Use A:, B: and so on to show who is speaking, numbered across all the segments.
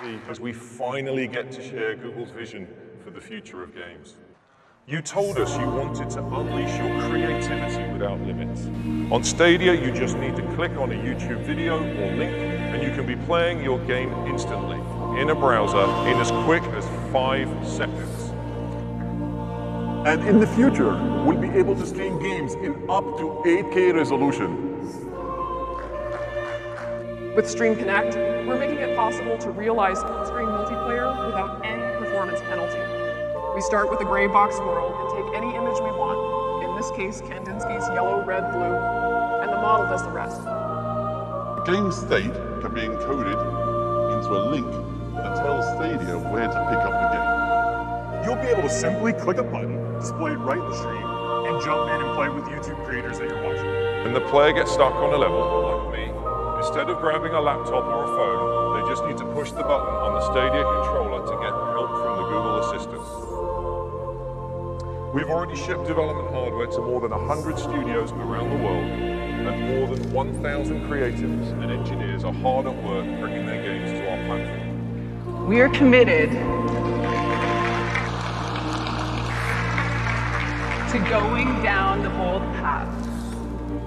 A: see as we finally get to share Google's vision for the future of games. You told us you wanted to unleash your creativity without limits. On Stadia, you just need to click on a YouTube video or link, and you can be playing your game instantly in a browser in as quick as five seconds.
B: And in the future, we'll be able to stream games in up to 8K resolution.
C: With Stream Connect, we're making it possible to realize full-screen multiplayer without any performance penalty. We start with a gray box world and take any image we want, in this case, Kandinsky's yellow, red, blue, and the model does the rest.
D: A game state can be encoded into a link that tells Stadia where to pick up the game.
E: You'll be able to simply click a button, display it right in the stream, and jump in and play with YouTube creators that you're watching.
A: When the player gets stuck on a level, like me, instead of grabbing a laptop or a phone, they just need to push the button on the Stadia controller to get help from the Google Assistant. We've already shipped development hardware to more than 100 studios around the world, and more than 1,000 creatives and engineers are hard at work bringing their games to our platform.
F: We are committed to going down the bold path,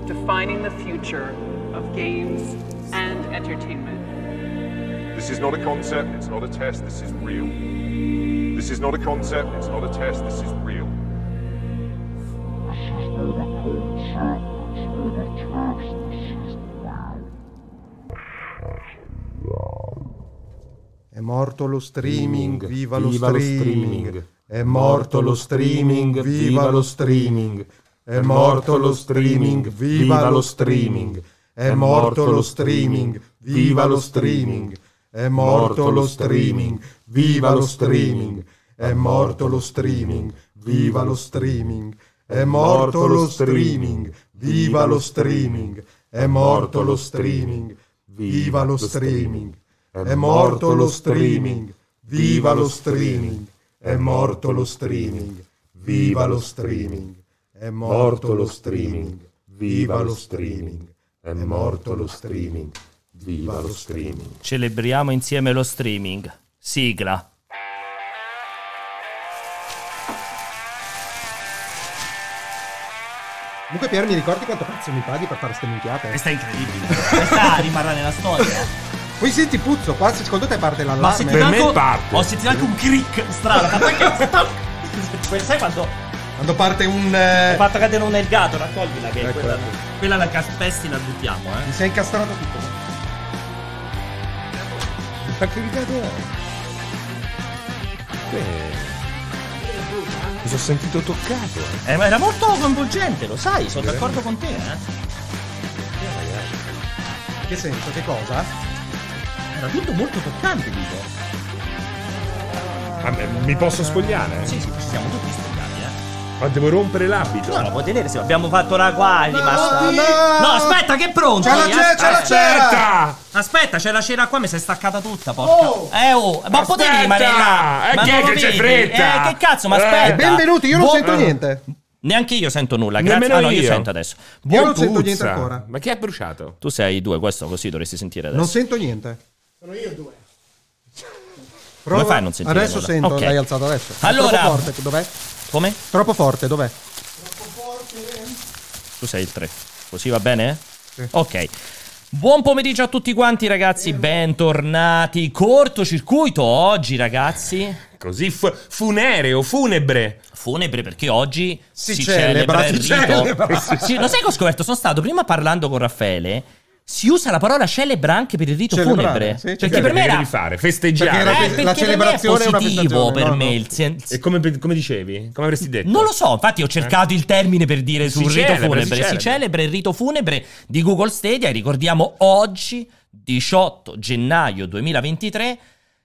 F: defining the future of games and entertainment.
A: This is not a concept, it's not a test, this is real. This is not a concept, it's not a test, this is real.
G: È morto lo streaming,
H: Streaming,
G: viva lo
H: viva lo
G: streaming.
H: streaming.
G: È morto lo streaming, viva lo streaming. È morto lo streaming, viva lo streaming. È morto lo streaming, viva lo streaming. È morto lo streaming, viva lo streaming. È morto lo streaming, viva lo streaming. È morto lo streaming, viva lo streaming. È morto lo streaming, viva lo streaming. È morto lo streaming, viva lo streaming. È morto lo streaming, viva lo streaming. È morto lo streaming, viva lo streaming. È morto lo streaming, viva lo streaming.
I: Celebriamo insieme lo streaming. Sigla.
J: Comunque, Pier, mi ricordi quanto cazzo mi paghi per fare ste minchiate?
H: Questa è incredibile. Questa rimarrà nella storia.
J: Poi senti puzzo, qua secondo te parte
H: Ma ho
J: l'allarme?
H: sentito anche-
K: me parte.
H: Ho sentito anche un crick strano. ma perché- Poi Sai quando
J: Quando parte un... eh,
H: hai fatto cadere un nel gatto, raccoglila che è
J: Ecco,
H: quella.
J: ecco.
H: Quella la caspesti la buttiamo, eh.
J: Mi sei incastrato tutto. Ma che cagate è?
K: Mi sono sentito toccato. eh.
H: Eh, ma era molto coinvolgente, lo sai, sono d'accordo con te, eh.
J: Che senso? Che cosa?
H: Era tutto molto toccante, dico.
K: Ah, beh, mi posso spogliare?
H: Sì, sì, ci siamo tutti spogliati, eh.
K: Ma devo rompere l'abito.
H: No, la puoi tenere, sì. Abbiamo fatto la guardia, basta.
J: no!
H: No, aspetta, che è pronto.
J: C'è la c'è, c'è la c'era!
K: Aspetta!
H: Aspetta, c'è la cera qua, mi si è staccata tutta, porca.
J: Oh!
H: Eh, oh, ma potevi rimanere là.
K: Eh,
H: Ma
K: chi
H: non
K: è
H: lo
K: che c'è
H: vedi?
K: fretta?
H: Eh, che cazzo, ma
K: Eh.
H: aspetta.
J: Benvenuti, io non
H: Buon-
J: sento niente.
I: Neanche io sento nulla, grazie.
K: Nemmeno
I: Ah no, io
K: io.
I: sento adesso.
J: Io
I: Buon
J: non sento
I: puzza.
J: niente ancora.
K: Ma chi è bruciato?
I: Tu sei due, questo così dovresti sentire adesso.
J: Non sento niente. Sono
I: Come
J: io due.
I: fai a non sentire
J: Adesso
I: nulla?
J: sento,
I: Ok.
J: l'hai alzato adesso. È
I: Allora-
J: Troppo forte, dov'è?
I: Come?
J: Troppo forte, dov'è?
I: Tu sei il 3. Così va bene? Ok. Buon pomeriggio a tutti quanti ragazzi, bentornati. Cortocircuito oggi ragazzi.
K: Così fu- funereo, funebre.
I: Funebre perché oggi
J: Si
I: si,
J: celebra,
I: celebra,
J: si
I: il rito. Ah,
J: celebra.
I: Sì, lo sai che ho scoperto? Sono stato prima parlando con Raffaele. Si usa la parola celebra anche per il rito
J: Celebrare,
I: funebre.
J: sì,
I: perché
J: celebrare.
I: per me
K: che
I: era
K: devi fare? Festeggiare.
J: Perché era-
I: Eh,
J: La
I: perché non
J: celebrazione è
I: è
J: una
I: positivo
J: festeggione,
I: per
J: no,
I: me
J: no.
I: il sen-
K: E come, come dicevi? Come avresti detto?
I: non lo so, infatti ho cercato il termine per dire
K: Si
I: sul rito
K: celebra,
I: funebre.
K: si
I: Si celebra.
K: celebra.
I: il rito funebre di Google Stadia. Ricordiamo oggi, 18 gennaio 2023,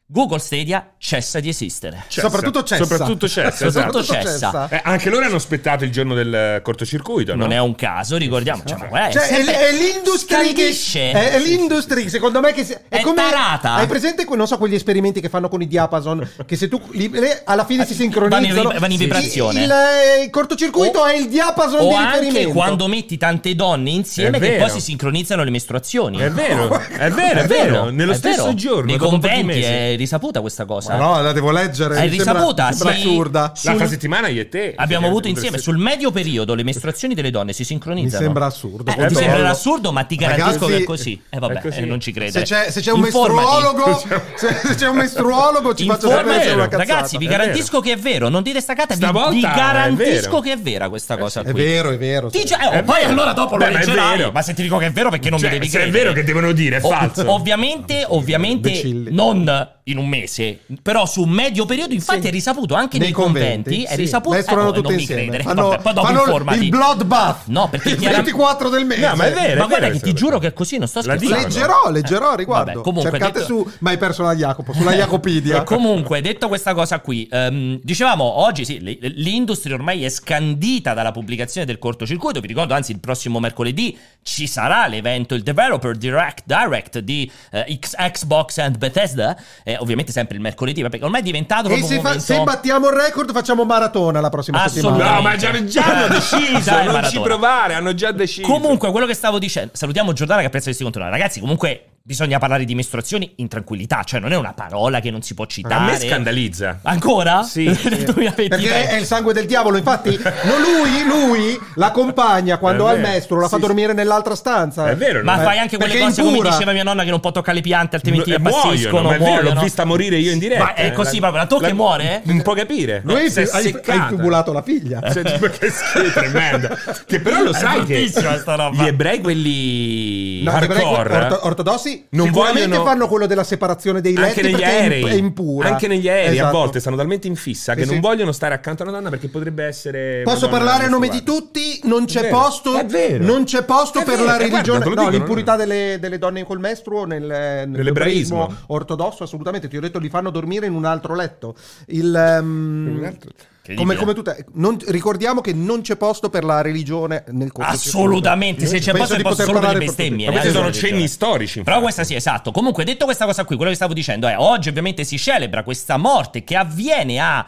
I: Google Stadia cessa di esistere.
K: Cessa.
J: Soprattutto cessa.
K: Soprattutto cessa,
I: Soprattutto
K: esatto.
I: cessa.
K: Eh, anche loro hanno aspettato il giorno del eh, cortocircuito, no?
I: Non è un caso, ricordiamo. Cioè, ma guarda,
J: Cioè, è,
I: sempre-
J: è l'industria che
I: scandisce.
J: è, è l'industria secondo me che si- è,
I: È
J: come
I: tarata.
J: hai presente que- non so quegli esperimenti che fanno con i diapason che se tu li- le- alla fine si
I: Vanno in
J: sincronizzano
I: ri- vanno in
J: Sì.
I: vibrazione.
J: il, eh, il cortocircuito
I: O-
J: è il diapason
I: o
J: di
I: anche
J: riferimento
I: quando metti tante donne insieme
K: È
I: che
K: vero.
I: poi si sincronizzano le mestruazioni.
K: È vero, è vero,
I: È
K: è vero. Nello
I: è
K: stesso
I: vero.
K: giorno,
I: nei
K: dopo pochi
I: conventi
K: mesi.
I: è risaputa questa cosa?
L: Ma Ah, no, la devo leggere.
I: Hai
L: mi sembra-
I: risaputa?
L: mi sembra
I: sì.
L: assurda.
I: Sul-
G: L'altra settimana io e te.
K: eh,
I: Abbiamo avuto insieme
G: Sì.
I: sul medio periodo le mestruazioni delle donne si
L: Mi
I: sincronizzano.
L: sembra assurdo.
I: Eh,
L: Poi
I: ti
L: bello.
I: sembrerà assurdo, ma ti garantisco
L: Ragazzi,
I: che è così. Eh, vabbè,
G: è così.
I: eh, non ci credo.
L: Se c'è, se c'è un mestruologo, se, se c'è un mestruologo, ci faccio sapere se è una cazzata.
I: Ragazzi, vi
L: È
I: garantisco che è vero. Non dite sta cata, vi,
G: Stavolta
I: vi
G: è vero.
I: garantisco che è vera questa cosa
L: vero. È
I: qui.
L: vero, è vero.
I: Ti gi- eh,
G: È
I: oh, poi
G: vero.
I: allora dopo lo
G: Beh, ma è
I: leggerai. Ma,
G: vero.
I: se ti dico che è vero, perché non
G: Cioè,
I: mi devi
G: se è
I: credere? Oh.
G: vero che devono dire, è
I: O-
G: falso.
I: ovviamente, ovviamente
L: Imbecilli.
I: non in un mese, però su un medio periodo, infatti,
L: Sì.
I: è risaputo anche nei,
L: Nei conventi,
I: conventi. È
L: sì.
I: risaputo.
L: Mestrano
I: eh, no,
L: tutte
I: non mi
L: insieme.
I: credere.
L: Fanno-
I: Vabbè, poi dopo
L: fanno
I: informati.
L: il bloodbath.
I: No, perché
L: Il
I: chiaramente-
L: 24 del mese.
G: No, ma è vero.
I: Ma guarda
G: questa
I: che ti
G: cosa.
I: giuro che è così, non sto
G: La
I: scherzando.
G: dico.
L: Leggerò, leggerò a riguardo.
I: vabbè, comunque,
L: Cercate
I: detto-
L: su My Personal Jacopo, sulla Jacopedia.
I: Eh, Comunque, detto questa cosa qui, ehm, dicevamo oggi sì, l- l'industria ormai è scandita dalla pubblicazione del cortocircuito. Vi ricordo, anzi, il prossimo mercoledì ci sarà l'evento, il Developer Direct, Direct di eh, X- Xbox and Bethesda. Eh, ovviamente sempre il mercoledì, perché ormai è diventato
J: E
I: proprio un
J: se, fa-
I: momento...
J: se battiamo il record facciamo maratona la prossima
I: Assolutamente.
J: settimana.
G: No, ma già, Eh. già hanno deciso,
I: Dai,
G: non ci
I: Maradona.
G: provare, hanno già deciso.
I: Comunque, quello che stavo dicendo, salutiamo Giordana che apprezza questi contenuti. Ragazzi, comunque bisogna parlare di mestruazioni in tranquillità, cioè non è una parola che non si può citare.
G: a me scandalizza.
I: Ancora?
G: Sì.
I: Nel
G: Sì.
I: 2023.
J: Perché è il sangue del diavolo, infatti no, lui, lui la compagna quando
G: È
J: ha il
G: vero.
J: mestro la fa
G: Sì, sì.
J: dormire nell'altra stanza.
G: È vero,
I: Ma
G: no?
J: Eh,
I: fai anche quelle
J: perché
I: cose
J: in
I: come
J: pura.
I: diceva mia nonna che non può toccare le piante altrimenti
G: Eh,
I: le impazziscono,
G: muoiono, ma è vero, l'ho
I: muoiono.
G: vista morire io in diretta.
I: Ma è
G: eh.
I: così proprio, la tocca e muore?
G: Non può capire.
J: Lui
G: No, si è
J: hai, hai
G: seccata.
J: tubulato la figlia.
I: Eh,
G: Cioè, tipo, che schifo, tremenda. Che però lo
I: È
G: sai che
I: bruttissima sta roba.
G: gli ebrei quelli
J: No, gli ebrei
G: hardcore eh.
J: orto- ortodossi
G: non
J: sicuramente
G: vogliono-
J: fanno quello della separazione dei letti
G: anche negli
J: perché è
G: aerei
J: imp- è impura.
G: anche negli aerei a
J: Esatto.
G: volte stanno talmente in fissa che
J: Sì,
G: non
J: sì.
G: vogliono stare accanto a una donna perché potrebbe essere
J: Posso
G: Madonna,
J: parlare a nome di
G: questo
J: tutti? Non c'è
G: È vero,
J: posto,
G: è vero.
J: Non c'è posto
G: È
J: per
G: vero, eh,
J: la
G: guarda,
J: religione.
G: te lo
J: no,
G: dico,
J: l'impurità delle, delle donne col mestro nel, nel-
G: Nell'ebraismo.
J: nell'ebraismo ortodosso, assolutamente. Ti ho detto, li fanno dormire in un altro letto. Il, ehm,
G: guarda. Un altro-
J: come, come tutte- non- ricordiamo che non c'è posto per la religione nel corso
I: Assolutamente, se c'è
J: Penso
I: posto
J: di
I: è posto
J: poter
I: solo delle
J: parlare per
I: bestemmie.
J: tutti.
G: Ma
I: eh,
G: questi sono
I: allora,
G: cenni
I: cioè.
G: storici
I: Però
G: infatti.
I: questa sì, esatto. Comunque, detto questa cosa qui, quello che stavo dicendo è oggi ovviamente si celebra questa morte che avviene a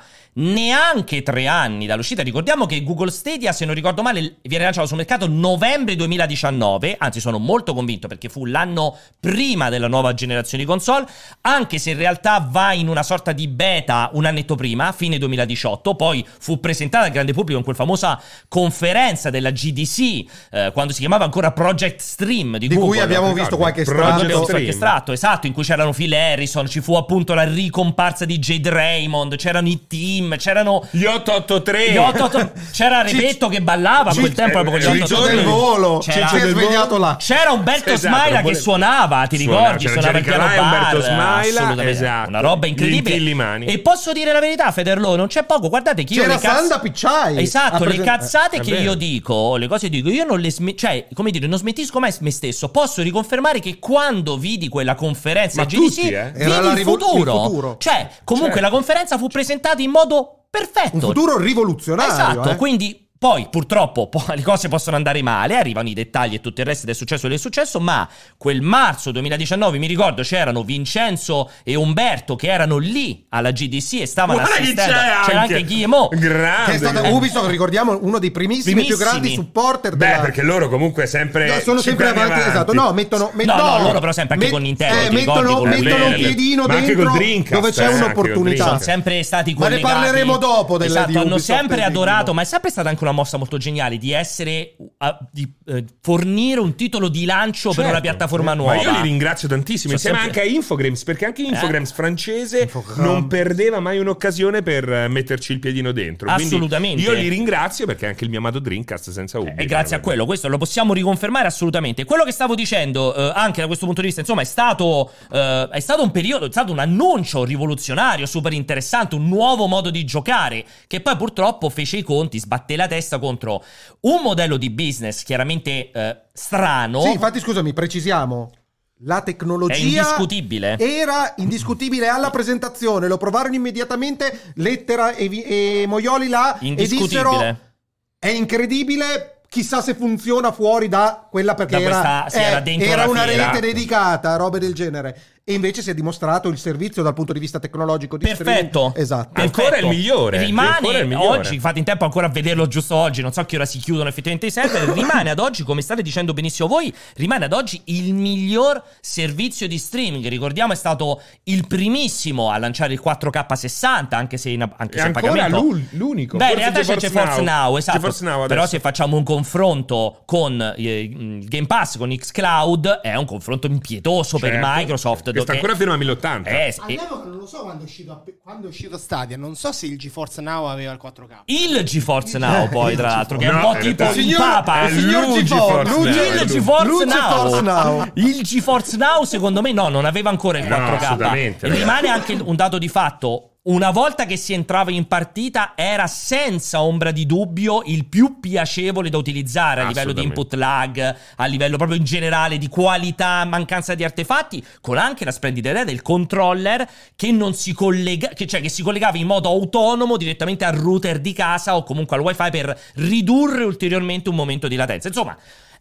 I: neanche tre anni dall'uscita. Ricordiamo che Google Stadia, se non ricordo male, viene lanciato sul mercato novembre 2019, anzi sono molto convinto perché fu l'anno prima della nuova generazione di console, anche se in realtà va in una sorta di beta un annetto prima, fine 2018, poi fu presentata al grande pubblico in quella famosa conferenza della GDC, eh, quando si chiamava ancora Project Stream di,
J: Di
I: Google.
J: cui abbiamo
G: ricordo.
J: visto qualche
G: Project
I: Abbiamo
J: estratto.
I: visto qualche
G: Stream.
I: estratto, esatto, in cui c'erano Phil Harrison, ci fu appunto la ricomparsa di Jade Raymond, c'erano i team, c'erano
G: gli 883
I: gli 88 c'era Repetto che ballava a quel
J: Ciccio-
I: tempo proprio con gli
G: Ciccio
I: 88
J: del volo,
I: C'era-
J: Ciccio del svegliato là.
I: C'era Umberto
G: Esatto,
I: Smaila
G: non
I: che
G: volevo-
I: suonava, ti
G: Suonava,
I: ricordi?
G: c'era
I: Suonava il
G: Jerry
I: piano
G: Calà e
I: bar,
G: Umberto Smaila,
I: assolutamente,
G: esatto.
I: una roba
G: Gli
I: incredibile.
G: Intillimani.
I: E posso dire la verità, Federlo, non c'è poco, guardate che io
J: C'era
I: le cazz-
J: Sanda Picciai.
I: Esatto,
J: a
I: le
J: presentare.
I: cazzate
G: Eh, è
I: che
G: vero.
I: io dico, le cose che dico, io non le sm- cioè, come dire, non smentisco mai me stesso. Posso riconfermare che quando vidi quella conferenza
G: Ma
I: a GDC,
G: tutti, eh? Certo.
I: vidi
J: Era la
I: il,
J: rivo- il
I: futuro.
J: futuro.
I: Cioè, comunque la conferenza fu presentata in modo perfetto.
J: Un futuro rivoluzionario.
I: Esatto,
J: eh.
I: quindi poi purtroppo po- le cose possono andare male, arrivano i dettagli e tutto il resto del successo e del successo, ma quel marzo 2019 mi ricordo c'erano Vincenzo e Umberto che erano lì alla GDC e stavano
G: guarda chi c'è
I: assistendo.
G: anche
I: C'era anche Eh, Guillemot.
G: grande
J: Che è stato
G: Guillemot.
J: Ubisoft, ricordiamo, uno dei primissimi e più
I: Primissimi.
J: grandi supporter
G: beh
J: della-
G: perché loro comunque sempre
J: No, sono sempre
G: cinque
J: avanti,
G: anni
J: esatto. No, mettono, met-
I: No, no, loro però sempre anche con Nintendo,
J: Eh,
I: ti ricordi,
J: mettono,
I: con
G: la
J: mettono un
G: Lele.
J: piedino
G: Ma anche
J: dentro
G: col Dreamcast,
J: dove c'è
G: eh, anche con
J: un'opportunità.
I: sono sempre stati
J: Ma ne
I: collegati.
J: parleremo dopo della- di
I: esatto, hanno
J: Ubisoft
I: sempre
J: e di
I: adorato,
J: Ubisoft.
I: ma è sempre stata anche una mossa molto geniale di essere a- di eh, fornire un titolo di lancio per
G: Certo.
I: una
G: Ma
I: piattaforma nuova.
G: io li ringrazio tantissimo.
I: Sono
G: Insieme
I: sempre- Eh?
G: anche a Infogrames, perché anche Infogrames francese
J: Infogrames.
G: non perdeva mai un'occasione per eh, metterci il piedino dentro. Quindi
I: Assolutamente.
G: io li ringrazio perché anche il mio amato Dreamcast senza Ubi.
I: E Eh, grazie a quello, questo lo possiamo riconfermare assolutamente. Quello che stavo dicendo, eh, anche da questo punto di vista, insomma, è stato, eh, è stato un periodo, è stato un annuncio rivoluzionario, super interessante, un nuovo modo di giocare, che poi purtroppo fece i conti, sbatté la testa contro un modello di business chiaramente eh, strano.
J: Sì, infatti, scusami, precisiamo. La tecnologia
I: È indiscutibile.
J: era indiscutibile alla presentazione. Lo provarono immediatamente Lettera e, Vi- e Moioli là e
I: Indiscutibile.
J: dissero è incredibile. Chissà se funziona fuori da quella perché
I: Da
J: era, eh,
I: questa- sì, era dentro la
J: una
I: fiera.
J: rete dedicata, robe del genere. e invece si è dimostrato il servizio dal punto di vista tecnologico di
I: Perfetto.
J: streaming. Esatto.
G: Ancora il migliore. Ancora
I: Rimane
G: il migliore.
I: oggi, fate in tempo ancora a vederlo giusto oggi, non so che ora si chiudono effettivamente i server, rimane ad oggi, come state dicendo benissimo voi, rimane ad oggi il miglior servizio di streaming. Ricordiamo è stato il primissimo a lanciare il 4K 60, anche se in, anche
G: È
I: se in
G: ancora
I: pagamento.
G: l'ul- l'unico.
I: Beh, in
G: Forse
I: realtà c'è
G: GeForce
I: GeForce Now,
G: Now.
I: esatto.
G: GeForce Now
I: Però
G: adesso.
I: se facciamo un confronto con eh, il Game Pass, con Xcloud, è un confronto impietoso per
G: Certo.
I: Microsoft.
G: Che sta
I: dove-
G: ancora fino a 1080.
I: Eh, sì.
H: All'epoca non lo so quando è uscito, app- quando è uscito Stadia, non so se il GeForce Now aveva il 4K.
I: Il GeForce Now, poi, tra l'altro, che è un
G: No,
I: po'
G: è
I: tipo
G: vero.
I: il
G: Signor-
I: Papa. eh.
G: è Signor lui GeForce Now. Lui.
I: Il GeForce
J: Lui GeForce
I: Now.
J: Now.
I: Il GeForce Now, secondo me, no, non aveva ancora il
G: No,
I: 4K.
G: assolutamente,
I: E
G: ragazzi.
I: rimane anche un dato di fatto. Una volta che si entrava in partita era senza ombra di dubbio il più piacevole da utilizzare a livello di
G: Assolutamente.
I: input lag, a livello proprio in generale di qualità, mancanza di artefatti, con anche la splendida idea del controller che non si collega, che, cioè che si collegava in modo autonomo direttamente al router di casa o comunque al wifi per ridurre ulteriormente un momento di latenza. Insomma,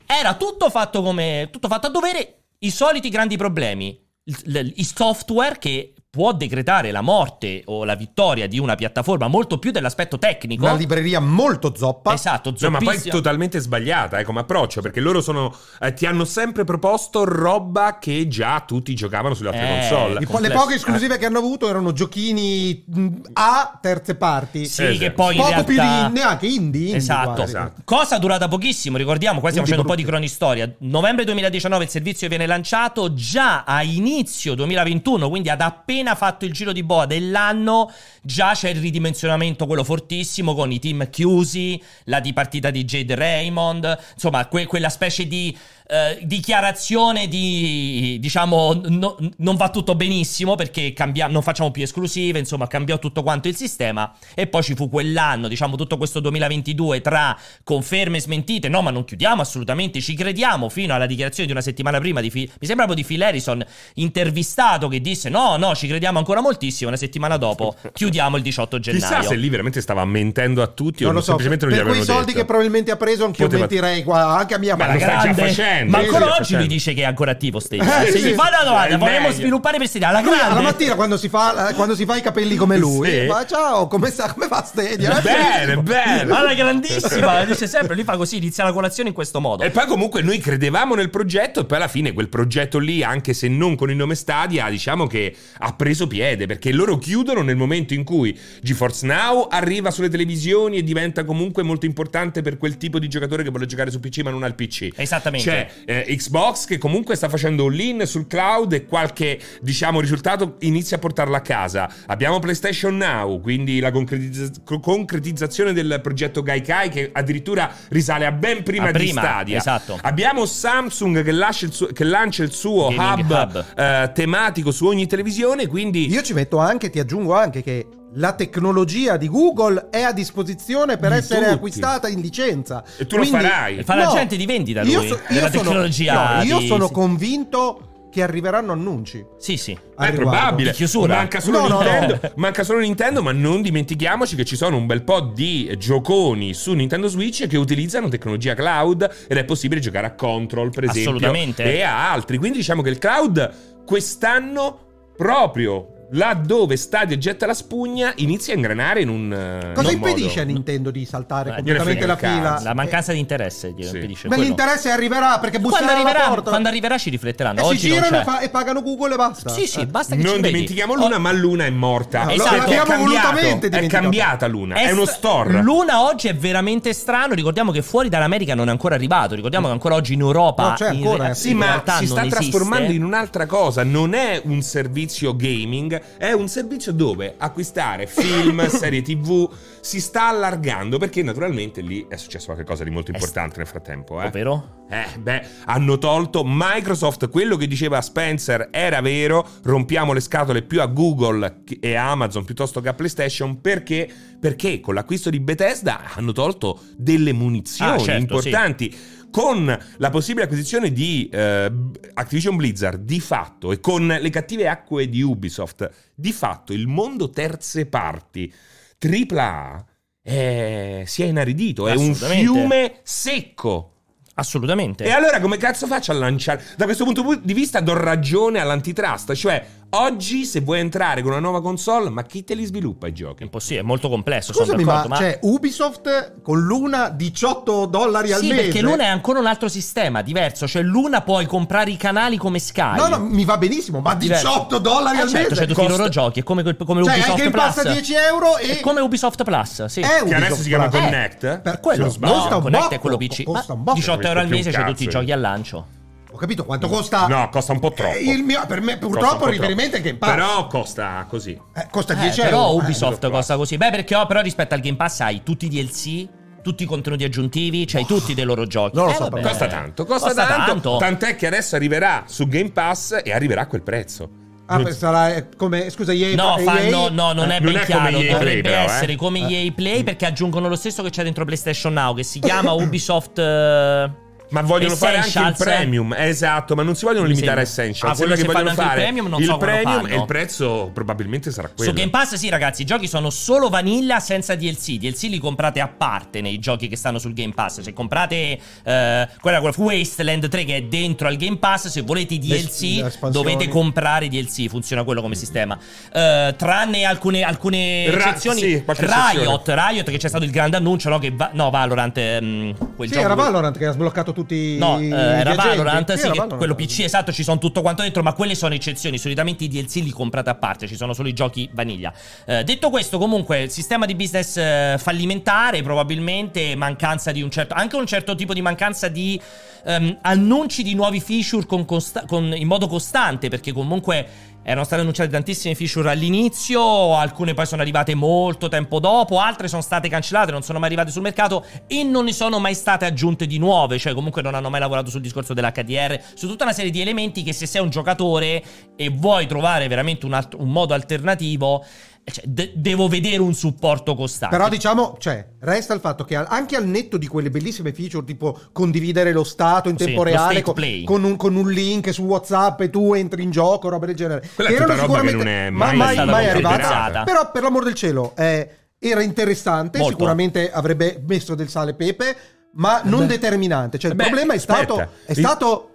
I: era tutto fatto come tutto fatto a dovere, i soliti grandi problemi, Il- l- i software che può decretare la morte o la vittoria di una piattaforma molto più dell'aspetto tecnico.
J: Una libreria molto zoppa.
I: Esatto,
G: No, Cioè, ma poi è
I: zoppissima.
G: totalmente sbagliata eh, come approccio, perché loro sono, eh, ti hanno sempre proposto roba che già tutti giocavano sulle altre
I: Eh,
G: console.
J: I po- le poche esclusive che hanno avuto erano giochini mh, a terze parti.
I: Sì,
G: Esatto.
I: che poi in
J: Poco
I: realtà...
J: più di neanche indie. indie
I: Esatto.
J: quasi.
G: Esatto.
I: Cosa durata pochissimo, ricordiamo, qua stiamo
J: Quindi
I: facendo un po' di cronistoria. Novembre 2019 il servizio viene lanciato già a inizio 2021, quindi ad appena fatto il giro di boa dell'anno, già c'è il ridimensionamento quello fortissimo con i team chiusi, la dipartita di Jade Raymond, insomma, que- quella specie di eh, dichiarazione di diciamo no- non va tutto benissimo perché cambia- non facciamo più esclusive, insomma, cambiò tutto quanto il sistema e poi ci fu quell'anno, diciamo tutto questo 2022 tra conferme e smentite, no, ma non chiudiamo assolutamente, ci crediamo fino alla dichiarazione di una settimana prima di Fi- mi sembra proprio di Phil Harrison intervistato che disse "No, no, ci crediamo ancora moltissimo", una settimana dopo chiudiamo il 18 gennaio.
G: Chissà se lì veramente stava mentendo a tutti
J: Non
G: o
J: lo so, per
G: semplicemente non gli
J: quei
G: avevano
J: soldi
G: detto.
J: che probabilmente ha preso anch'io
G: Poteva-
J: mentirei qua, anche a mia
G: Ma
I: Ma,
G: lo stai già
J: madre.
I: grande-
G: facendo,
I: ma
G: lo
I: ancora
G: stai già
I: oggi lui
G: facendo.
I: dice che è ancora attivo Stadia.
G: Eh,
I: Se
G: sì,
I: gli fa una domanda,
G: è
I: vorremmo
G: meglio.
I: sviluppare per Stadia alla
J: Lui alla
I: grande.
J: mattina quando si fa, eh, quando si fa i capelli come lui,
G: Sì.
J: ma ciao, come, sta, come va Stadia?
G: Bene, bene.
I: alla grandissima, dice sempre, lui fa così, inizia la colazione in questo modo.
G: E poi comunque noi credevamo nel progetto e poi alla fine quel progetto lì, anche se non con il nome Stadia, diciamo che ha preso piede perché loro chiudono nel momento in cui GeForce Now arriva sulle televisioni e diventa comunque molto importante per quel tipo di giocatore che vuole giocare su PC ma non ha il PC.
I: Esattamente.
G: C'è eh, Xbox che comunque sta facendo all-in sul cloud e qualche diciamo risultato inizia a portarla a casa. Abbiamo PlayStation Now, quindi la concretizza- co- concretizzazione del progetto Gaikai che addirittura risale a ben prima,
I: A
G: di
I: Ah, prima,
G: Stadia.
I: esatto.
G: Abbiamo Samsung che, lascia il suo- che lancia il suo
I: Gaming
G: hub,
I: hub.
G: eh, tematico su ogni televisione, quindi
J: Io ci metto anche, ti aggiungo anche che la tecnologia di Google è a disposizione per
G: Di
J: essere
G: tutti.
J: acquistata in licenza.
G: E tu lo farai.
I: Fa l'agente di vendita
J: io
I: lui,
J: so-
I: della
J: io sono-
I: tecnologia
J: no, io
I: di-
J: sono
I: sì.
J: convinto che arriveranno annunci.
I: Sì, sì.
J: al
G: è
J: riguardo.
G: probabile.
I: Di chiusura.
G: Manca solo,
J: No,
G: Eh,
J: no,
G: Nintendo,
I: no.
G: manca solo Nintendo, ma non dimentichiamoci che ci sono un bel po' di gioconi su Nintendo Switch che utilizzano tecnologia cloud ed è possibile giocare a Control, per esempio,
I: Assolutamente.
G: e a altri. Quindi diciamo che il cloud quest'anno proprio laddove Stadia getta la spugna inizia a ingranare in un eh,
J: Cosa
G: in un
J: impedisce a
G: modo.
J: Nintendo di saltare
I: Eh,
J: completamente
G: gliene
J: la
G: frega un
J: fila? Eh,
G: cazzo.
I: La mancanza di interesse glielo
G: Sì.
I: impedisce.
J: Ma
I: quello.
J: l'interesse arriverà perché
I: quando,
J: busserà alla
I: arriverà,
J: porta.
I: quando arriverà ci rifletteranno.
J: e si
I: Oggi non
J: girano e,
I: c'è.
J: fa- e pagano Google e basta.
I: Sì, sì,
J: Eh.
I: basta che ci
G: non
I: credi.
G: dimentichiamo
I: Oh,
G: Luna, ma Luna è morta.
J: No,
G: Perché
I: esatto.
G: è
I: L'abbiamo
G: cambiato,
J: volutamente
G: È
J: dimenticato.
G: cambiata Luna, è, uno
I: st-
G: store.
I: Luna oggi è veramente strano. Ricordiamo che fuori dall'America non è ancora arrivato. Ricordiamo che ancora oggi in Europa.
J: No, c'è
I: in
J: ancora,
I: re-
J: sì,
G: Sì,
I: in
G: ma
I: realtà
G: si sta
I: non esiste.
G: trasformando in un'altra cosa. Non è un servizio gaming, è un servizio dove acquistare film, serie TV. Si sta allargando perché naturalmente lì è successo qualcosa di molto
I: È-
G: importante nel frattempo. Eh.
I: Ovvero?
G: Eh, beh, hanno tolto Microsoft, quello che diceva Spencer era vero, rompiamo le scatole più a Google che- e a Amazon piuttosto che a PlayStation perché? Perché con l'acquisto di Bethesda hanno tolto delle munizioni
I: Ah, certo,
G: importanti. Con la possibile acquisizione di eh, Activision Blizzard, di fatto, e con le cattive acque di Ubisoft, di fatto il mondo terze parti, AAA, eh, si è inaridito, è un
I: Assolutamente.
G: fiume secco.
I: Assolutamente.
G: E allora come cazzo faccio a lanciare? Da questo punto di vista do ragione all'antitrust, cioè oggi se vuoi entrare con una nuova console, ma chi te li sviluppa i giochi?
I: Impossibile, è molto complesso, sono
J: Scusami, ma,
I: d'accordo, ma...
J: cioè, Ubisoft con l'una 18 dollari al
I: sì,
J: mese.
I: perché l'una è ancora un altro sistema diverso, cioè l'una puoi comprare i canali come Sky.
J: No, no, mi va benissimo, ma
G: Certo.
J: 18 dollari
I: Eh,
J: al
I: certo,
J: mese.
I: Cioè, tutti i loro giochi, è come, quel- come
J: Cioè,
I: Ubisoft
J: hai Game
I: Plus.
J: Pass a 10 euro e-
I: È come Ubisoft Plus, sì.
J: È Che Ubisoft
G: adesso si chiama Plus. Connect, eh?
I: Per quello,
J: Non sbaglio.
I: no,
J: costa un
I: Connect è
J: botto,
I: quello PC.
J: costa
I: Ma
J: un botto.
I: 18 euro al
G: Più un
I: mese c'è
G: cazzo,
I: tutti i
G: eh.
I: giochi al lancio.
J: Eh, Ho capito quanto costa?
G: No, costa un po' troppo.
J: Eh, il mio- per me, purtroppo,
G: Costa un po'
J: il riferimento
G: troppo.
J: è Game Pass.
G: Però costa così.
J: Eh, costa
I: Eh,
J: 10
I: però
J: euro. eh.
I: Ubisoft costa così. Beh, perché oh, però rispetto al Game Pass hai tutti i DLC, tutti i contenuti aggiuntivi, c'hai tutti dei loro giochi.
J: Non lo
I: Eh,
J: so,
I: vabbè.
J: però.
G: Costa tanto, costa,
I: Costa
G: tanto,
I: tanto.
G: Tant'è che adesso arriverà su Game Pass e arriverà a quel prezzo.
J: Ah,
G: Non-
J: beh, sarà eh, come scusa, EA
I: No,
J: EA?
I: fanno, no, non
G: Eh,
I: è
G: non
I: ben
G: è come
I: chiaro.
G: EA Play,
I: Dovrebbe
G: però, eh.
I: essere come gli EA Play perché aggiungono lo stesso che c'è dentro PlayStation Now, che si chiama Ubisoft. eh,
G: Ma vogliono fare anche il
I: Essentials.
G: premium, eh, esatto, ma non si vogliono
I: Mi
G: limitare a
I: sembra.
G: Essentials.
I: Ah,
G: sembra
I: quello
G: che
I: se fanno
G: vogliono
I: anche
G: fare
I: il premium, non
G: il
I: so come lo
G: premium e
I: fanno.
G: il prezzo probabilmente sarà quello.
I: Su Game Pass, sì, ragazzi, i giochi sono solo vanilla senza DLC. DLC li comprate a parte nei giochi che stanno sul Game Pass. Se comprate eh, quella, quella Wasteland 3 che è dentro al Game Pass, se volete i
J: Le- le
I: DLC,
J: espansioni. Mm.
I: dovete comprare i DLC. Funziona quello come sistema. Eh, tranne alcune, alcune
G: Ra-
I: eccezioni.
G: sì, qualche
I: Riot, Riot, che c'è stato il grande annuncio, no? Che va- no, Valorant. ehm, quel
J: Sì,
I: gioco
J: era
I: dove-
J: Valorant che ha sbloccato tutti
I: No, eh,
J: gli
I: era
J: agenti.
I: Valorant,
J: Sì,
I: sì,
J: era
I: che
J: Valorant.
I: quello PC esatto, ci sono tutto quanto dentro, ma quelle sono eccezioni, solitamente i DLC li comprate a parte, ci sono solo i giochi vaniglia. Eh, detto questo, comunque, sistema di business eh, fallimentare, probabilmente mancanza di un certo anche un certo tipo di mancanza di ehm, annunci di nuovi feature con costa- con- in modo costante, perché comunque erano state annunciate tantissime feature all'inizio, alcune poi sono arrivate molto tempo dopo, altre sono state cancellate, non sono mai arrivate sul mercato e non ne sono mai state aggiunte di nuove, cioè comunque non hanno mai lavorato sul discorso dell'HDR, su tutta una serie di elementi che se sei un giocatore e vuoi trovare veramente un, alt- un modo alternativo, cioè, de- devo vedere un supporto costante.
J: Però diciamo, cioè, resta il fatto che al- anche al netto di quelle bellissime feature tipo condividere lo stato in
I: Sì,
J: tempo
I: lo
J: reale
I: state
J: co-
I: play.
J: con, un, con un link su WhatsApp e tu entri in gioco, roba del genere.
G: Quella è
J: Che erano
G: tutta roba che non è mai
I: stata
J: arrivata.
I: considerata.
J: Però per l'amor del cielo, eh, era interessante,
I: Molto.
J: sicuramente avrebbe messo del sale e pepe, ma non determinante. Cioè, il
G: Beh,
J: problema è stato,
G: aspetta.
J: è
G: Il-
J: stato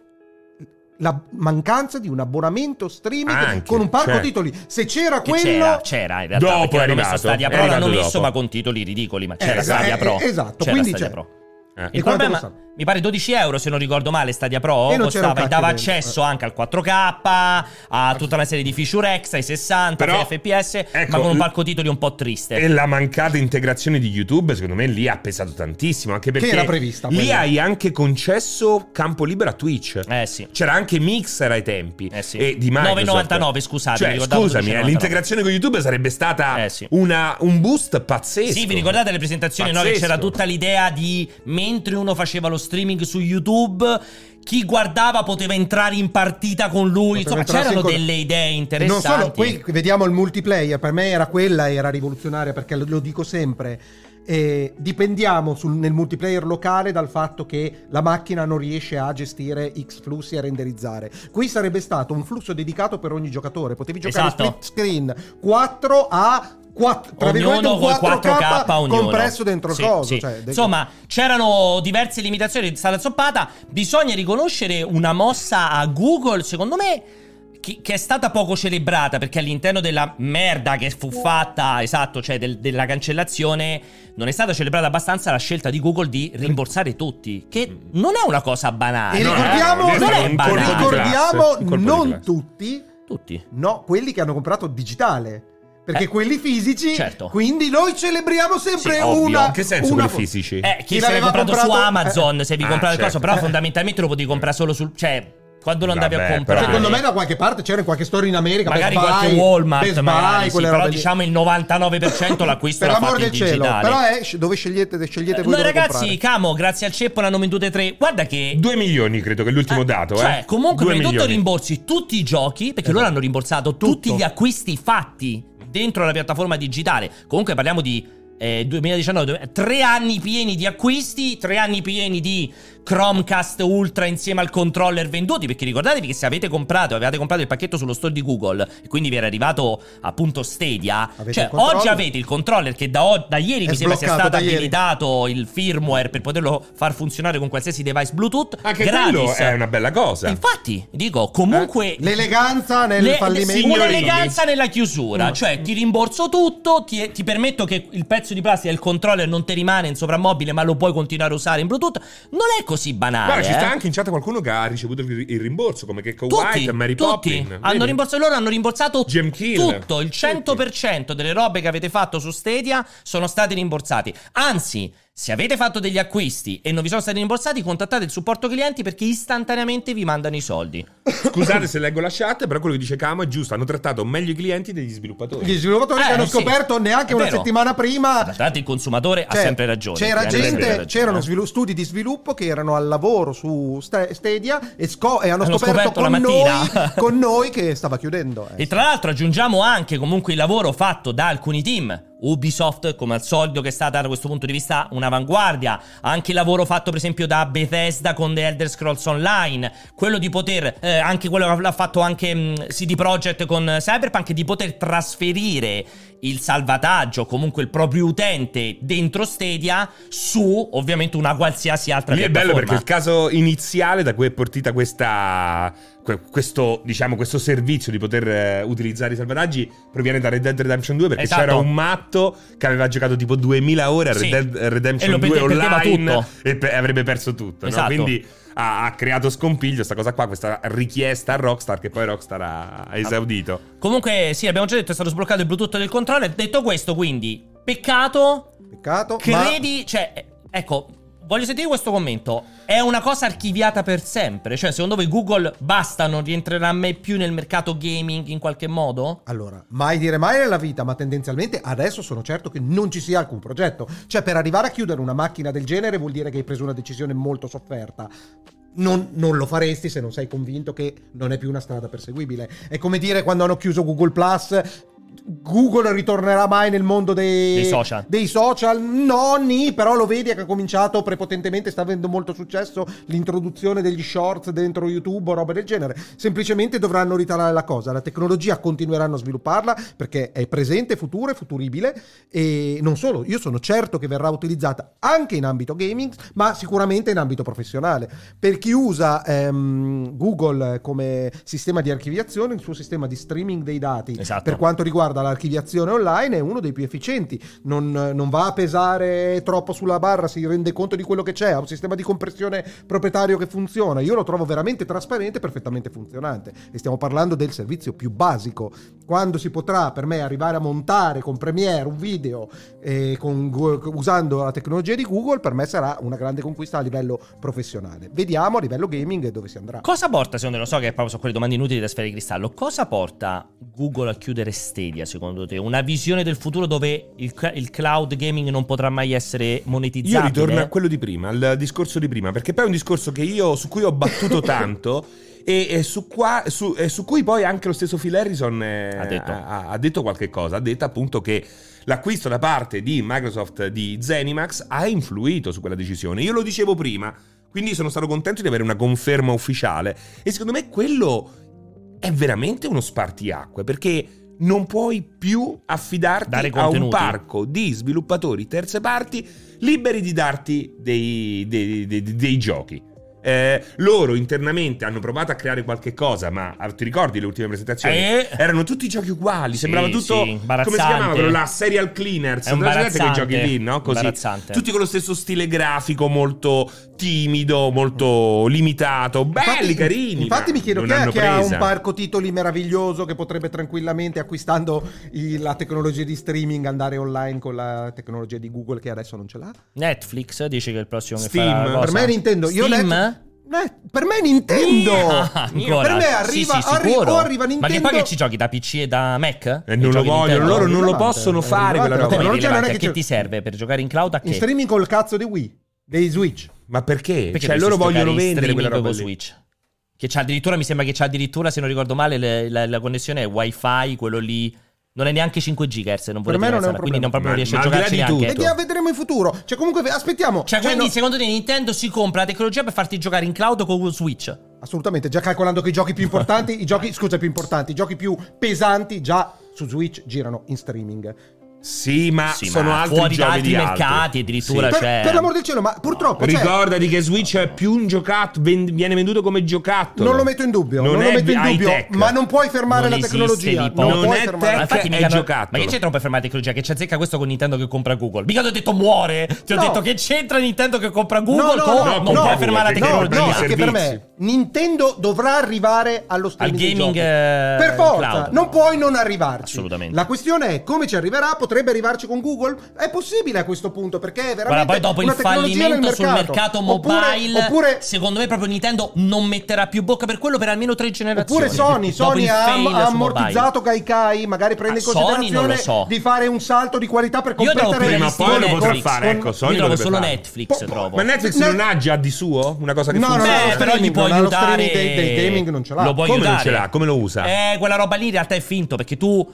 J: la mancanza di un abbonamento streaming
G: Anche,
J: con un parco
G: cioè.
J: titoli. Se c'era
I: Che
J: quello
I: c'era, c'era in realtà.
G: Dopo
I: perché
G: è
I: hanno messo
G: arrivato,
I: Stadia
G: è
I: Pro, l'hanno
G: arrivato
I: messo
G: dopo.
I: ma con titoli ridicoli, ma c'era
J: Eh,
I: Stadia
J: eh,
I: Pro.
J: esatto,
I: c'era
J: quindi
I: Stadia
J: c'è.
I: Pro.
G: Eh.
I: Il
J: E quanto
I: problema,
J: costa?
I: mi pare 12 euro se non ricordo male Stadia Pro,
J: E non c'era un
I: costava, e
J: cacchio
I: dava
J: dentro,
I: accesso anche al 4K, a tutta una serie di feature extra, ai 60,
G: Però,
I: ai FPS, ma
G: ecco,
I: con un
G: l-
I: palco titoli un po' triste.
G: E la mancata integrazione di YouTube, secondo me, lì ha pesato tantissimo. Anche perché
J: era prevista,
G: lì
J: quella.
G: hai anche concesso campo libero a Twitch.
I: Eh sì.
G: C'era anche Mixer ai tempi.
I: Eh sì.
G: E di Microsoft.
I: 9,99, scusate, mi
G: Cioè,
I: ricordavo
G: scusami,
I: 12,99.
G: eh, l'integrazione con YouTube sarebbe stata
I: Eh sì.
G: una- un boost pazzesco.
I: Sì, vi ricordate le presentazioni? No, che
G: Pazzesco.
I: c'era tutta l'idea di mentre uno faceva lo streaming su YouTube, chi guardava poteva entrare in partita con lui.
J: Poteva
I: Insomma,
J: entrarsi
I: c'erano
J: in co-
I: delle idee
J: Non
I: interessanti.
J: solo, poi vediamo il multiplayer, per me era quella, era rivoluzionaria perché lo, lo dico sempre. eh, dipendiamo sul- nel multiplayer locale dal fatto che la macchina non riesce a gestire X flussi e a renderizzare. Qui sarebbe stato un flusso dedicato per ogni giocatore, potevi giocare
I: Esatto.
J: split screen 4 a 4, tra virgolette un
I: ognuno col
J: 4K,
I: 4K ognuno.
J: compresso dentro
I: Sì,
J: il coso.
I: sì.
J: cioè, de-
I: Insomma, c'erano diverse limitazioni di sala zoppata. Bisogna riconoscere una mossa a Google, secondo me. Che, che è stata poco celebrata perché all'interno della merda che fu fatta, esatto, cioè del- della cancellazione, non è stata celebrata abbastanza la scelta di Google di rimborsare tutti, che non è una cosa banale.
J: e
G: no,
J: ricordiamo,
G: no, no,
I: non è
G: un colpo di
I: banale.
J: ricordiamo
G: classe, un colpo di
J: non
G: classe.
J: tutti,
I: Tutti.
J: No, quelli che hanno comprato digitale. Perché
I: Eh,
J: quelli fisici.
I: certo.
J: Quindi noi celebriamo sempre
I: Sì, ovvio.
J: una.
G: In che senso
J: una
G: quelli fisici?
I: Eh,
J: Chi
I: chi se l'hai
J: l'aveva
I: comprato, su
J: comprato- eh.
I: Amazon, se vi
G: Ah,
I: comprate il
G: certo.
I: coso, però fondamentalmente lo potevi comprare solo sul... cioè, quando lo andavi
G: Vabbè,
I: a comprare.
J: Secondo me da qualche parte c'era in qualche storia in America.
I: magari
J: Best Buy,
I: qualche Walmart,
J: Best Buy,
I: magari, sì,
J: quelle
I: però
J: robe lì.
I: diciamo il 99% l'acquisto
J: per
I: l'ha
J: l'amor
I: fatto in
J: del cielo.
I: digitale.
J: Però è sc- dove scegliete, scegliete
I: Eh,
J: voi.
I: Noi
J: dove
I: ragazzi,
J: comprare.
I: Camo, grazie al ceppo ne hanno vendute tre. Guarda che
G: 2 milioni, credo che è l'ultimo dato.
I: cioè,
G: eh.
I: comunque
G: Due
I: prima di tutto
G: milioni. Esatto.
I: rimborsi tutti i giochi, perché loro hanno rimborsato tutti gli acquisti fatti dentro la piattaforma digitale. Comunque parliamo di eh, 2019, tre anni pieni di acquisti, tre anni pieni di Chromecast Ultra insieme al controller venduti, perché ricordatevi che se avete comprato, avevate comprato il pacchetto sullo store di Google e quindi vi era arrivato appunto Stadia,
J: Avete
I: cioè
J: il controller?
I: oggi avete il controller che da, o- da ieri
J: È
I: mi sembra sia
J: sbloccato
I: stato
J: da ieri.
I: abilitato il firmware per poterlo far funzionare con qualsiasi device Bluetooth,
G: Anche
I: gratis.
G: quello è una bella cosa.
I: Infatti, dico, comunque...
J: Eh? L'eleganza nel
I: Le-
J: fallimento.
I: un'eleganza nella chiusura,
J: Mm.
I: cioè ti rimborso tutto, ti, ti permetto che il pezzo di plastica del controller non ti rimane in sovrammobile, ma lo puoi continuare a usare in Bluetooth. Non è così banale.
G: Guarda, ci
I: eh.
G: sta anche in chat qualcuno che ha ricevuto il il rimborso, come che
I: Tutti,
G: White, Mary
I: tutti
G: Poppins.
I: hanno
G: Vedi?
I: rimborsato loro hanno rimborsato
G: Jim Keel.
I: tutto il 100% delle robe che avete fatto su Stadia sono stati rimborsati anzi se avete fatto degli acquisti e non vi sono stati rimborsati contattate il supporto clienti perché istantaneamente vi mandano i soldi
G: Scusate se leggo la chat, però quello che dice Camo è giusto. Hanno trattato meglio i clienti degli sviluppatori.
J: Gli sviluppatori che
I: Eh,
J: hanno
I: sì.
J: scoperto neanche
I: È
J: una
I: vero.
J: settimana prima
I: tra l'altro il consumatore ha
J: Cioè,
I: sempre ragione
J: C'era
I: il cliente ha sempre
J: gente,
I: ragione,
J: c'erano
I: eh.
J: svilu- studi di sviluppo che erano al lavoro su Sta- Stadia e, sco- e hanno,
I: Hanno
J: scoperto,
I: scoperto la
J: con, noi,
I: mattina.
J: con noi che stava chiudendo. eh.
I: E tra l'altro aggiungiamo anche comunque il lavoro fatto da alcuni team. Ubisoft, come al solito, che è stata da questo punto di vista un'avanguardia. Anche il lavoro fatto, per esempio, da Bethesda con The Elder Scrolls Online. Quello di poter, eh, anche quello che l'ha fatto anche mh, CD Projekt con eh, Cyberpunk, di poter trasferire il salvataggio, comunque il proprio utente dentro Stadia su ovviamente una qualsiasi altra
G: Lì è bello perché
I: piattaforma.
G: il caso iniziale da cui è partita questa. que- Questo, diciamo, questo servizio di poter eh, utilizzare i salvataggi proviene da Red Dead Redemption 2 perché
I: Esatto.
G: c'era un matto che aveva giocato tipo 2000 ore a Red
I: Sì.
G: Dead Redemption
I: E lo
G: 2
I: perde- perdeva
G: online
I: tutto.
G: e pe- avrebbe perso tutto. no?
I: Esatto.
G: Quindi ha, ha creato scompiglio questa cosa qua, questa richiesta a Rockstar che poi Rockstar ha,
I: Ah.
G: ha esaudito.
I: Comunque, sì, abbiamo già detto, è stato sbloccato il Bluetooth del controller. Detto questo, quindi, peccato
J: Peccato.
I: Credi, cioè, eh, ecco, voglio sentire questo commento. È una cosa archiviata per sempre? Cioè, secondo voi Google basta, non rientrerà mai più nel mercato gaming in qualche modo?
J: Allora, mai dire mai nella vita, ma tendenzialmente adesso sono certo che non ci sia alcun progetto. Cioè, per arrivare a chiudere una macchina del genere vuol dire che hai preso una decisione molto sofferta. Non, non lo faresti se non sei convinto che non è più una strada perseguibile. È come dire quando hanno chiuso Google Plus. Google ritornerà mai nel mondo dei,
I: Dei social.
J: Dei social? No, ni, però lo vedi che ha cominciato prepotentemente, sta avendo molto successo l'introduzione degli shorts dentro YouTube o roba del genere. Semplicemente dovranno ritarare la cosa. La tecnologia continueranno a svilupparla perché è presente, futura e futuribile. E non solo, io sono certo che verrà utilizzata anche in ambito gaming, ma sicuramente in ambito professionale. Per chi usa ehm, Google come sistema di archiviazione, il suo sistema di streaming dei dati
I: Esatto.
J: per quanto riguarda l'archiviazione online è uno dei più efficienti, non, non va a pesare troppo sulla barra, si rende conto di quello che c'è, ha un sistema di compressione proprietario che funziona, io lo trovo veramente trasparente e perfettamente funzionante e stiamo parlando del servizio più basico, quando si potrà per me arrivare a montare con Premiere un video eh, con Gu- usando la tecnologia di Google per me sarà una grande conquista a livello professionale, vediamo a livello gaming dove si andrà.
I: Cosa porta, secondo te, lo so che proprio sono quelle domande inutili da sfera di cristallo, cosa porta Google a chiudere Stadia, secondo te? Una visione del futuro dove il, cl- il cloud gaming non potrà mai essere monetizzato?
G: Io ritorno a quello di prima, al discorso di prima, perché poi è un discorso che io, su cui ho battuto tanto e, e su, qua- su- e su cui poi anche lo stesso Phil Harrison eh,
I: Ha detto.
G: ha- ha detto qualche cosa, ha detto appunto che l'acquisto da parte di Microsoft di Zenimax ha influito su quella decisione. Io lo dicevo prima, quindi sono stato contento di avere una conferma ufficiale e secondo me quello è veramente uno spartiacque perché non puoi più affidarti
I: Dare
G: a un
I: contenuti.
G: parco di sviluppatori terze parti liberi di darti dei, dei- dei- dei- dei giochi. Eh, loro internamente hanno provato a creare qualche cosa, ma ah, ti ricordi le ultime presentazioni?
I: Eh.
G: Erano tutti giochi uguali,
I: Sì,
G: sembrava tutto come si
I: sì,
G: chiamava
I: imbarazzante.
G: quello? La serial cleaners,
I: È
G: la gente che
I: imbarazzante,
G: giochi lì, no? Così.
I: imbarazzante.
G: Tutti con lo stesso stile grafico, molto timido, molto limitato, belli, carini.
J: Infatti
G: ma
J: mi chiedo
G: non
J: chi è
G: hanno
J: che ha
G: presa.
J: un parco titoli meraviglioso che potrebbe tranquillamente acquistando i- la tecnologia di streaming andare online con la tecnologia di Google che adesso non ce l'ha.
I: Netflix dice che il prossimo che
G: Steam.
I: farà la cosa-
J: Per me Nintendo, io ho
I: Steam?
J: letto- Eh, per me Nintendo.
I: Ah, ancora.
J: per me arriva,
I: Sì, sì,
J: arri-
I: sicuro.
J: o arriva Nintendo.
I: Ma che poi che ci giochi da PC e da Mac?
G: E Eh, non lo vogliono,
J: Eh,
G: loro non lo possono fare quella roba.
I: Come
J: non
I: non
J: c'è, cioè, non è
I: che,
J: che c'è-
I: ti serve per giocare in cloud a che?
J: In streaming col cazzo di Wii, dei Switch.
G: Ma perché?
I: Perché
G: cioè,
I: dovresti
G: loro
I: giocare
G: vogliono
I: in
G: vendere quella
I: streaming
G: roba
I: con
G: lì.
I: Switch. Che c'ha addirittura, mi sembra che c'ha addirittura, se non ricordo male, le- la, la connessione è wifi, quello lì Non è neanche 5 GHz, non vorrei
J: me non è un
I: dire, quindi non proprio
G: problema.
I: riesce a
G: Ma- ma al
I: giocarci
G: di là di
I: neanche.
J: E che ah, vedremo in futuro. Cioè, comunque, aspettiamo.
I: Cioè, quindi
J: no-
I: secondo te Nintendo si compra la tecnologia per farti giocare in cloud con Switch?
J: Assolutamente, già calcolando che i giochi più importanti, i giochi, scusa, più importanti, i giochi più pesanti già su Switch girano in streaming.
G: Sì, ma
I: Sì,
G: sono
I: ma
G: altri
I: fuori da
G: giochi
I: altri
G: di
I: mercati addirittura,
J: Per,
G: Sì.
I: cioè-
J: per l'amor del cielo, ma purtroppo cioè,
G: Ricordati che Switch è più un giocattolo, ven- viene venduto come giocattolo.
J: non lo metto in dubbio, non,
G: Non
J: lo
G: è
J: metto in
G: high
J: dubbio,
G: tech.
J: ma non puoi fermare
I: Non
J: la
I: esiste
J: tecnologia,
I: di
J: non
G: poco.
J: puoi
G: Non è
J: fermare
I: Ma
J: la
G: tech.
I: infatti
G: è
I: mica
G: giocattolo.
I: Ma che c'entra un per fermare la tecnologia? Che c'è zecca questo con Nintendo che compra Google? Mica ti ho detto muore! Ti ho
J: No.
I: detto che c'entra Nintendo che compra Google
J: no,
I: con
J: no,
I: non
J: no,
I: puoi
J: no,
I: fermare la
G: perché
J: No,
G: compra
I: tecnologia.
J: no,
G: i
J: perché per me Nintendo dovrà arrivare allo streaming dei
I: gaming,
J: giochi.
I: eh,
J: Per forza,
I: cloud.
J: non puoi non arrivarci.
I: Assolutamente.
J: La questione è come ci arriverà, potrebbe arrivarci con Google? È possibile a questo punto perché è veramente
I: Guarda, poi dopo il
J: una tecnologia
I: fallimento
J: nel
I: sul mercato mobile,
J: Oppure, oppure
I: secondo me proprio Nintendo non metterà più bocca per quello per almeno tre generazioni.
J: Oppure Sony,
I: Dopo
J: Sony
I: il
J: ha, ha
I: fail su mobile.
J: ammortizzato Gaikai, magari prende in
I: Ah, Sony non
J: considerazione
I: lo so.
J: di fare un salto di qualità per
I: Io trovo più
J: competere
G: Prima o
I: realistico
G: poi lo potrà
I: Netflix.
G: fare, ecco, Sony
I: Io trovo
G: dovrebbe
I: solo
G: farlo.
I: Netflix,
J: Po-
I: trovo.
G: Ma Netflix
J: Ne-
G: non ha già di suo una cosa che
J: No,
G: funziona?
J: no, no,
I: Beh, però gli
J: streaming,
I: può
J: non ha lo
I: aiutare.
J: streaming dei- dei gaming, non ce l'ha.
I: Lo può
G: Come non
I: aiutare.
G: ce l'ha? Come lo usa?
I: Eh, quella roba lì in realtà è finto perché tu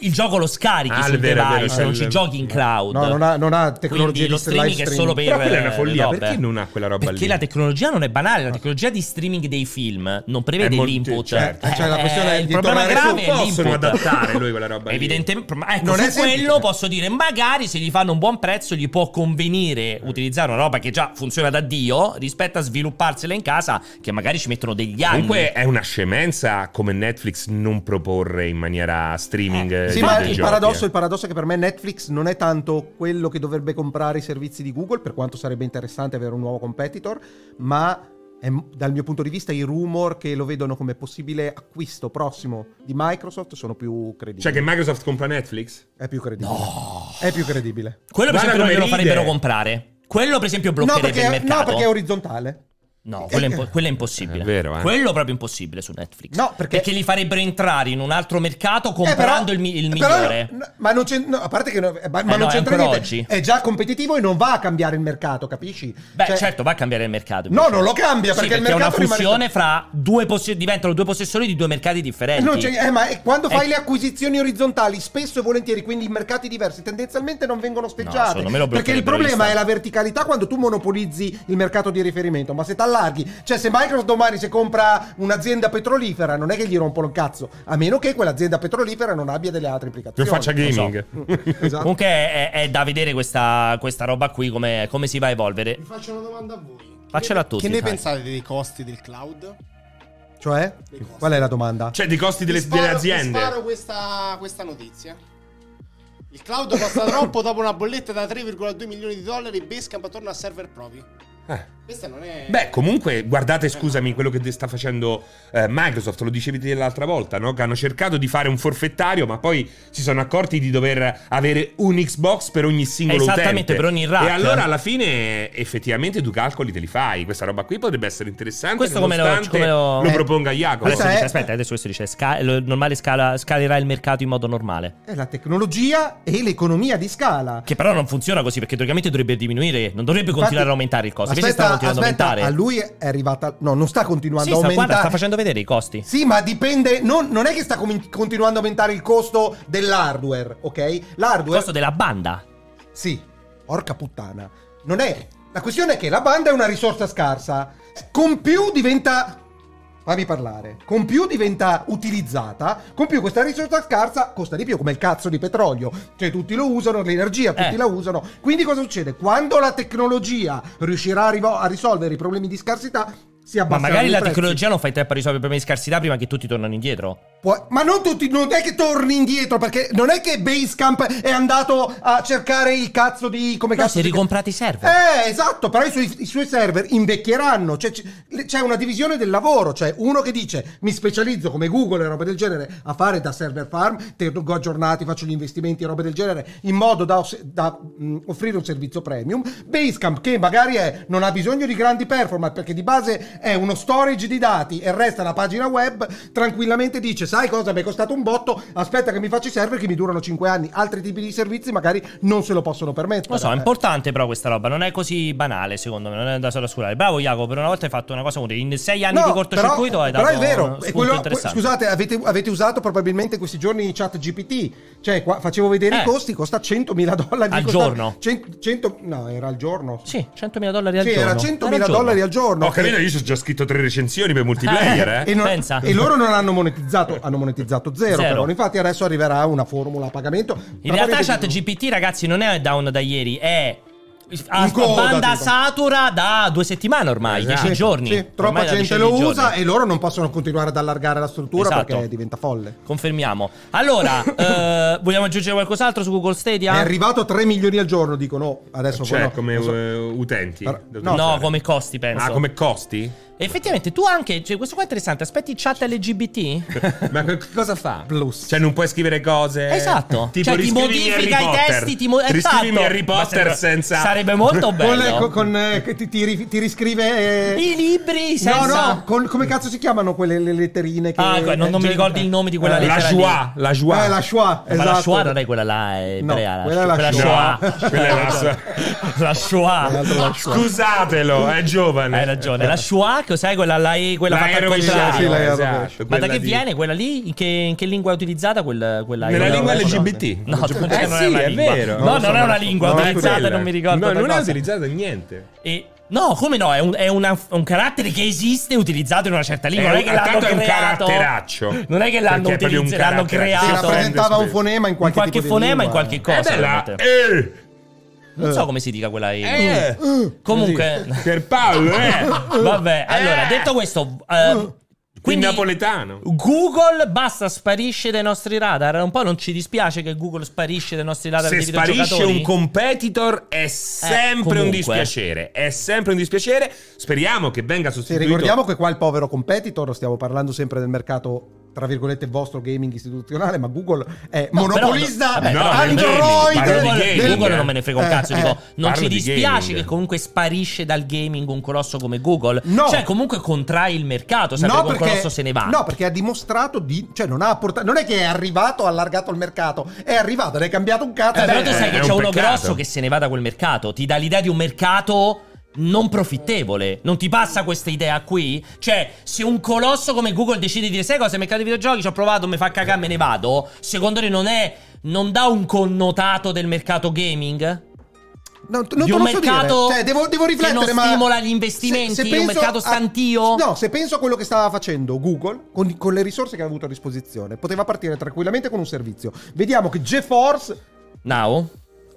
I: il gioco lo scarichi
G: Ah,
I: sul
G: è vero, è vero,
I: device,
G: c'è
I: non
G: il-
I: ci giochi in cloud.
J: No, non ha, non ha tecnologie
I: Quindi
J: di
I: lo streaming
J: live
I: è solo per
G: Però quella è una
I: eh,
G: follia,
I: robe.
G: perché non ha quella roba
I: Perché
G: lì?
I: la tecnologia non è banale, la tecnologia di streaming dei film non prevede
G: È molto-
I: l'input.
G: certo.
I: Eh,
J: Cioè, la questione è
I: il
J: di
I: problema
J: tornare su-
I: grave è l'input.
G: possono adattare lui quella roba lì.
I: Evidentemente, ma ecco,
J: Non
I: su
J: è semplice.
I: quello posso dire magari se gli fanno un buon prezzo gli può convenire utilizzare una roba che già funziona da Dio rispetto a svilupparsela in casa che magari ci mettono degli anni.
G: Comunque eh, è una scemenza come Netflix non proporre in maniera streaming. eh,
J: Sì,
G: dei
J: ma
G: giochi,
J: il
G: eh.
J: paradosso, il paradosso è che per me Netflix non è tanto quello che dovrebbe comprare i servizi di Google, per quanto sarebbe interessante avere un nuovo competitor, ma è, dal mio punto di vista i rumor che lo vedono come possibile acquisto prossimo di Microsoft sono più credibili.
G: Cioè che Microsoft compra Netflix?
I: Cioè,
J: È più credibile. È più credibile.
I: quello per
G: Guarda
I: esempio non
G: come
I: glielo
G: ride.
I: farebbero comprare. Quello per esempio
J: No
I: bloccherebbe il
J: perché, no,
I: mercato.
J: perché è orizzontale.
I: No, quello è, impo- quello è impossibile.
G: È vero, eh.
I: Quello proprio impossibile su Netflix.
J: No, perché-
I: li farebbero entrare in un altro mercato
J: Eh, però-
I: comprando il, mi- il
J: però-
I: migliore.
J: no, ma non c'è, no, a parte che no- eh, ma, ma
I: Eh
J: non
I: no, è
J: c'entra
I: ancora
J: niente.
I: oggi.
J: È già competitivo e non va a cambiare il mercato, capisci?
I: Beh,
J: Cioè,
I: certo, va a cambiare il mercato.
J: No, non lo cambia
I: Sì,
J: perché, il
I: è una
J: mercato
I: fusione
J: rimane
I: fra due possessori. Diventano due possessori di due mercati differenti.
J: Non c'è- eh, ma è- quando fai
I: Eh,
J: le acquisizioni orizzontali, spesso e volentieri, quindi in mercati diversi, tendenzialmente non vengono speggiate.
I: secondo me lo
J: perché il
I: bloccherebbero
J: problema
I: gli
J: è la
I: Stati.
J: verticalità quando tu monopolizzi il mercato di riferimento. Ma se ti allarghi, cioè se Microsoft domani se compra un'azienda petrolifera, non è che gli rompono il cazzo, a meno che quell'azienda petrolifera non abbia delle altre
G: Non
J: implicazioni.
G: faccia gaming.
J: Esatto.
I: Comunque è, è da vedere questa, questa roba qui come, come si va a evolvere.
H: Vi faccio una domanda a voi.
I: Faccela a
H: Che ne-
I: tutti,
H: Che ne
I: dai.
H: pensate dei costi del cloud?
J: Cioè, qual è la domanda?
G: Cioè, dei costi delle,
H: Vi sparo-
G: delle
H: vi sparo
G: aziende.
H: questa, questa notizia. Il cloud costa troppo dopo una bolletta da 3,2 milioni di dollari. Basecamp torna a server propri.
G: Eh.
H: Questa non è.
G: Beh, comunque, guardate, scusami, quello che sta facendo eh, Microsoft, lo dicevi te l'altra volta, no? Che hanno cercato di fare un forfettario, ma poi si sono accorti di dover avere un Xbox per ogni singolo
I: Esattamente,
G: utente.
I: per ogni rack.
G: E allora, alla fine, effettivamente, tu calcoli te li fai. Questa roba qui potrebbe essere interessante.
I: Questo come lo-
G: nonostante
I: come lo-
G: lo
I: Eh.
G: proponga Jacopo.
I: Adesso
J: Questa
I: dice,
J: è-
I: aspetta, adesso questo dice: sca- lo- normale scala, scalerà il mercato in modo normale.
J: È la tecnologia e l'economia di scala.
I: Che però non funziona così perché teoricamente dovrebbe diminuire, non dovrebbe continuare ad aumentare il costo. Invece
J: Aspetta,
I: sta continuando
J: aspetta,
I: ad
J: A
I: aumentare.
J: lui è arrivata. No, non sta continuando
I: Sì,
J: a
I: sta,
J: aumentare.
I: guarda, sta facendo vedere i costi.
J: Sì, ma dipende. Non, non è che sta comin- continuando a aumentare il costo dell'hardware, ok?
I: Il
J: L'hardware.
I: costo della banda.
J: Sì, porca puttana. Non è. La questione è che la banda è una risorsa scarsa. Con più diventa. Fammi parlare. Con più diventa utilizzata, con più questa risorsa scarsa costa di più, come il cazzo di petrolio. Cioè, tutti lo usano, l'energia, tutti
I: Eh.
J: la usano. Quindi, cosa succede? Quando la tecnologia riuscirà a, rivo- a risolvere i problemi di scarsità, si
I: Ma
J: abbasserà.
I: magari la tecnologia non fa in tempo a risolvere i problemi di scarsità prima che tutti tornano indietro.
J: Puoi- ma non tutti, non è che torni indietro perché non è che Basecamp è andato a cercare il cazzo di come
I: No,
J: cazzo
I: si è
J: si chiama?
I: ricomprati i server.
J: Eh, esatto, però i suoi, i suoi server invecchieranno, cioè, c- le- c'è una divisione del lavoro, cioè uno che dice mi specializzo come Google e roba del genere a fare da server farm, tengo aggiornati, faccio gli investimenti e roba del genere in modo da, os- da, mm, mh, offrire un servizio premium, Basecamp che magari è- non ha bisogno di grandi performance perché di base è uno storage di dati e resta la pagina web, tranquillamente dice sai cosa mi è costato un botto, aspetta che mi faccio i server che mi durano 5 anni, altri tipi di servizi magari non se lo possono permettere.
I: Lo so, è
J: Eh.
I: importante però questa roba, non è così banale secondo me, non è da solo oscurare. Bravo Jacopo, per una volta hai fatto una cosa utile. In sei anni
J: No,
I: di cortocircuito hai dato
J: però è
I: uno
J: vero, è
I: spunto
J: quello-
I: interessante.
J: scusate, avete, avete usato probabilmente questi giorni chat GPT, cioè qua, facevo vedere
I: Eh.
J: i costi, costa 100.000 dollari
I: Al
J: costa-
I: giorno?
J: 100, 100 no, era al giorno.
I: Sì, 100.000 dollari al
J: Sì,
I: giorno.
J: era 100.000 dollari al giorno.
G: Ho
I: eh.
G: capito,
J: E-
G: io ci ho già scritto tre recensioni per multiplayer, eh.
J: e, non-
I: Pensa.
J: e loro non hanno monetizzato, hanno monetizzato zero,
I: Zero.
J: però. Infatti adesso arriverà una formula a pagamento.
I: In realtà chat GPT ragazzi non è down da ieri, è a
J: In coda,
I: banda
J: tipo.
I: satura da due settimane ormai, dieci
J: Sì,
I: giorni.
J: Esatto. sì, troppa
I: Ormai da
J: gente
I: 10
J: lo
I: giorni.
J: usa e loro non possono continuare ad allargare la struttura
I: Esatto.
J: perché diventa folle.
I: Confermiamo. Allora, eh, vogliamo aggiungere qualcos'altro su Google Stadia?
J: È arrivato a 3 milioni al giorno, dicono. Adesso
G: Cioè,
J: no,
G: come
J: non so.
G: eh, utenti.
J: Però-
G: da
I: No,
G: utilizzare.
I: come costi penso.
G: Ah, come costi?
I: Effettivamente tu anche, cioè, questo qua è interessante, aspetti chat LGBT?
G: Ma che cosa fa?
J: Plus.
G: Cioè, non puoi scrivere cose.
I: Esatto.
G: Tipo,
I: Cioè, ti
G: riscrivimi
I: modifica
G: Harry
I: i
G: Potter.
I: testi, ti mo-
G: Riscrivimi
I: esatto.
G: Harry
I: Ma
G: Potter
I: sembra-
G: senza.
I: Sarebbe molto bello.
J: Con le- co- con, eh, che ti, ti ri- ti riscrive. eh,
I: I libri senza...
J: No, no, con- come cazzo si chiamano quelle le letterine? Che,
I: Ah, que- non- non mi
J: eh,
I: ricordi il nome di quella
J: eh,
G: La
I: lettera
G: joie. La joie.
J: Eh, la Schwa,
I: Ma la Shoah non
J: esatto.
I: è quella là, è
J: No,
I: ebrea,
J: quella è la
I: Shoah.
G: No, quella è la-
I: La Shoah.
J: la
G: Scusatelo, è giovane.
I: Hai ragione, la Shoah, che sai quella là, eh, quella fatta al
G: L'aereo
I: contrario.
J: sì, la-
G: esatto,
J: rovescio.
I: Ma
G: quella
I: da che
G: di-
I: viene quella lì? In che, in che lingua è utilizzata quella? quella
G: Nella
I: quella-
G: lingua
I: no,
G: LGBT.
I: No,
G: Eh,
I: non è
G: sì,
I: una lingua.
G: è vero.
I: No,
G: Non
J: lo so,
I: non è
J: non
I: una
J: lo so.
I: lingua
J: No,
I: utilizzata,
G: quella.
I: non mi ricordo.
G: No,
I: quella
G: non è
I: cosa.
G: utilizzato in niente.
I: E- No, come no? È, un, è una- un carattere che esiste utilizzato in una certa lingua. non è che l'hanno
G: tanto è un
I: creato.
G: caratteraccio.
I: Non è che l'hanno,
G: Perché è proprio un
I: utilizz- l'hanno
G: carattere.
I: creato.
J: Si
G: Sì,
J: rappresentava Eh, un
G: Sì.
J: fonema in
I: in
J: qualche,
I: qualche
J: tipo di
I: fonema, in
J: lingua.
I: qualche cosa.
G: Eh, beh, la-
I: veramente.
G: eh,
I: Non so come si dica quella.
G: eh,
I: Comunque,
G: per Paolo, eh.
I: vabbè. Allora, detto questo, eh,
G: Quindi
I: quindi
G: napoletano.
I: Google basta sparisce dai nostri radar. Un po' non ci dispiace che Google sparisce dai nostri radar
G: Se
I: di
G: sparisce
I: videogiocatori.
G: un competitor è sempre un
I: Eh, comunque.
G: dispiacere. È sempre un dispiacere. Speriamo che venga
J: Sì,
G: sostituito.
J: ricordiamo che qua il povero competitor, stiamo parlando sempre del mercato, tra virgolette, vostro gaming istituzionale, ma Google è
I: No, però-
J: monopolista,
I: vabbè, però-
J: Android,
G: parlo di
I: Google,
G: gaming.
J: del-
I: Google non me ne frega un
J: Eh,
I: cazzo.
J: eh.
I: dico, non
G: Parlo
I: ci
G: di
I: dispiace
G: gaming.
I: che comunque sparisce dal gaming un colosso come Google.
J: No.
I: Cioè, comunque contrae il mercato. Sempre che un colosso se ne va.
J: no, perché ha dimostrato di. Cioè, non ha portato. Non è che è arrivato, ha allargato il mercato. È arrivato, ne è cambiato un cazzo.
I: Eh, però
J: Eh,
I: tu sai
G: è
I: che
G: un
I: c'è uno
G: peccato.
I: grosso che se ne va da quel mercato. Ti dà l'idea di un mercato non profittevole. Non ti passa questa idea qui? Cioè, se un colosso come Google decide di dire, sai cosa, il mercato dei videogiochi ci ho provato, mi fa cagare, me ne vado. Secondo te non è. Non dà un connotato del mercato gaming?
J: No, t- non
I: di
J: te
I: un
J: lo so dire.
I: mercato
J: Cioè, devo, devo
I: che
J: riflettere,
I: non
J: ma
I: stimola gli investimenti, un
J: penso
I: mercato
J: a-
I: stantio.
J: no, se penso a quello che stava facendo Google con, con le risorse che ha avuto a disposizione, poteva partire tranquillamente con un servizio. Vediamo che GeForce
I: Now?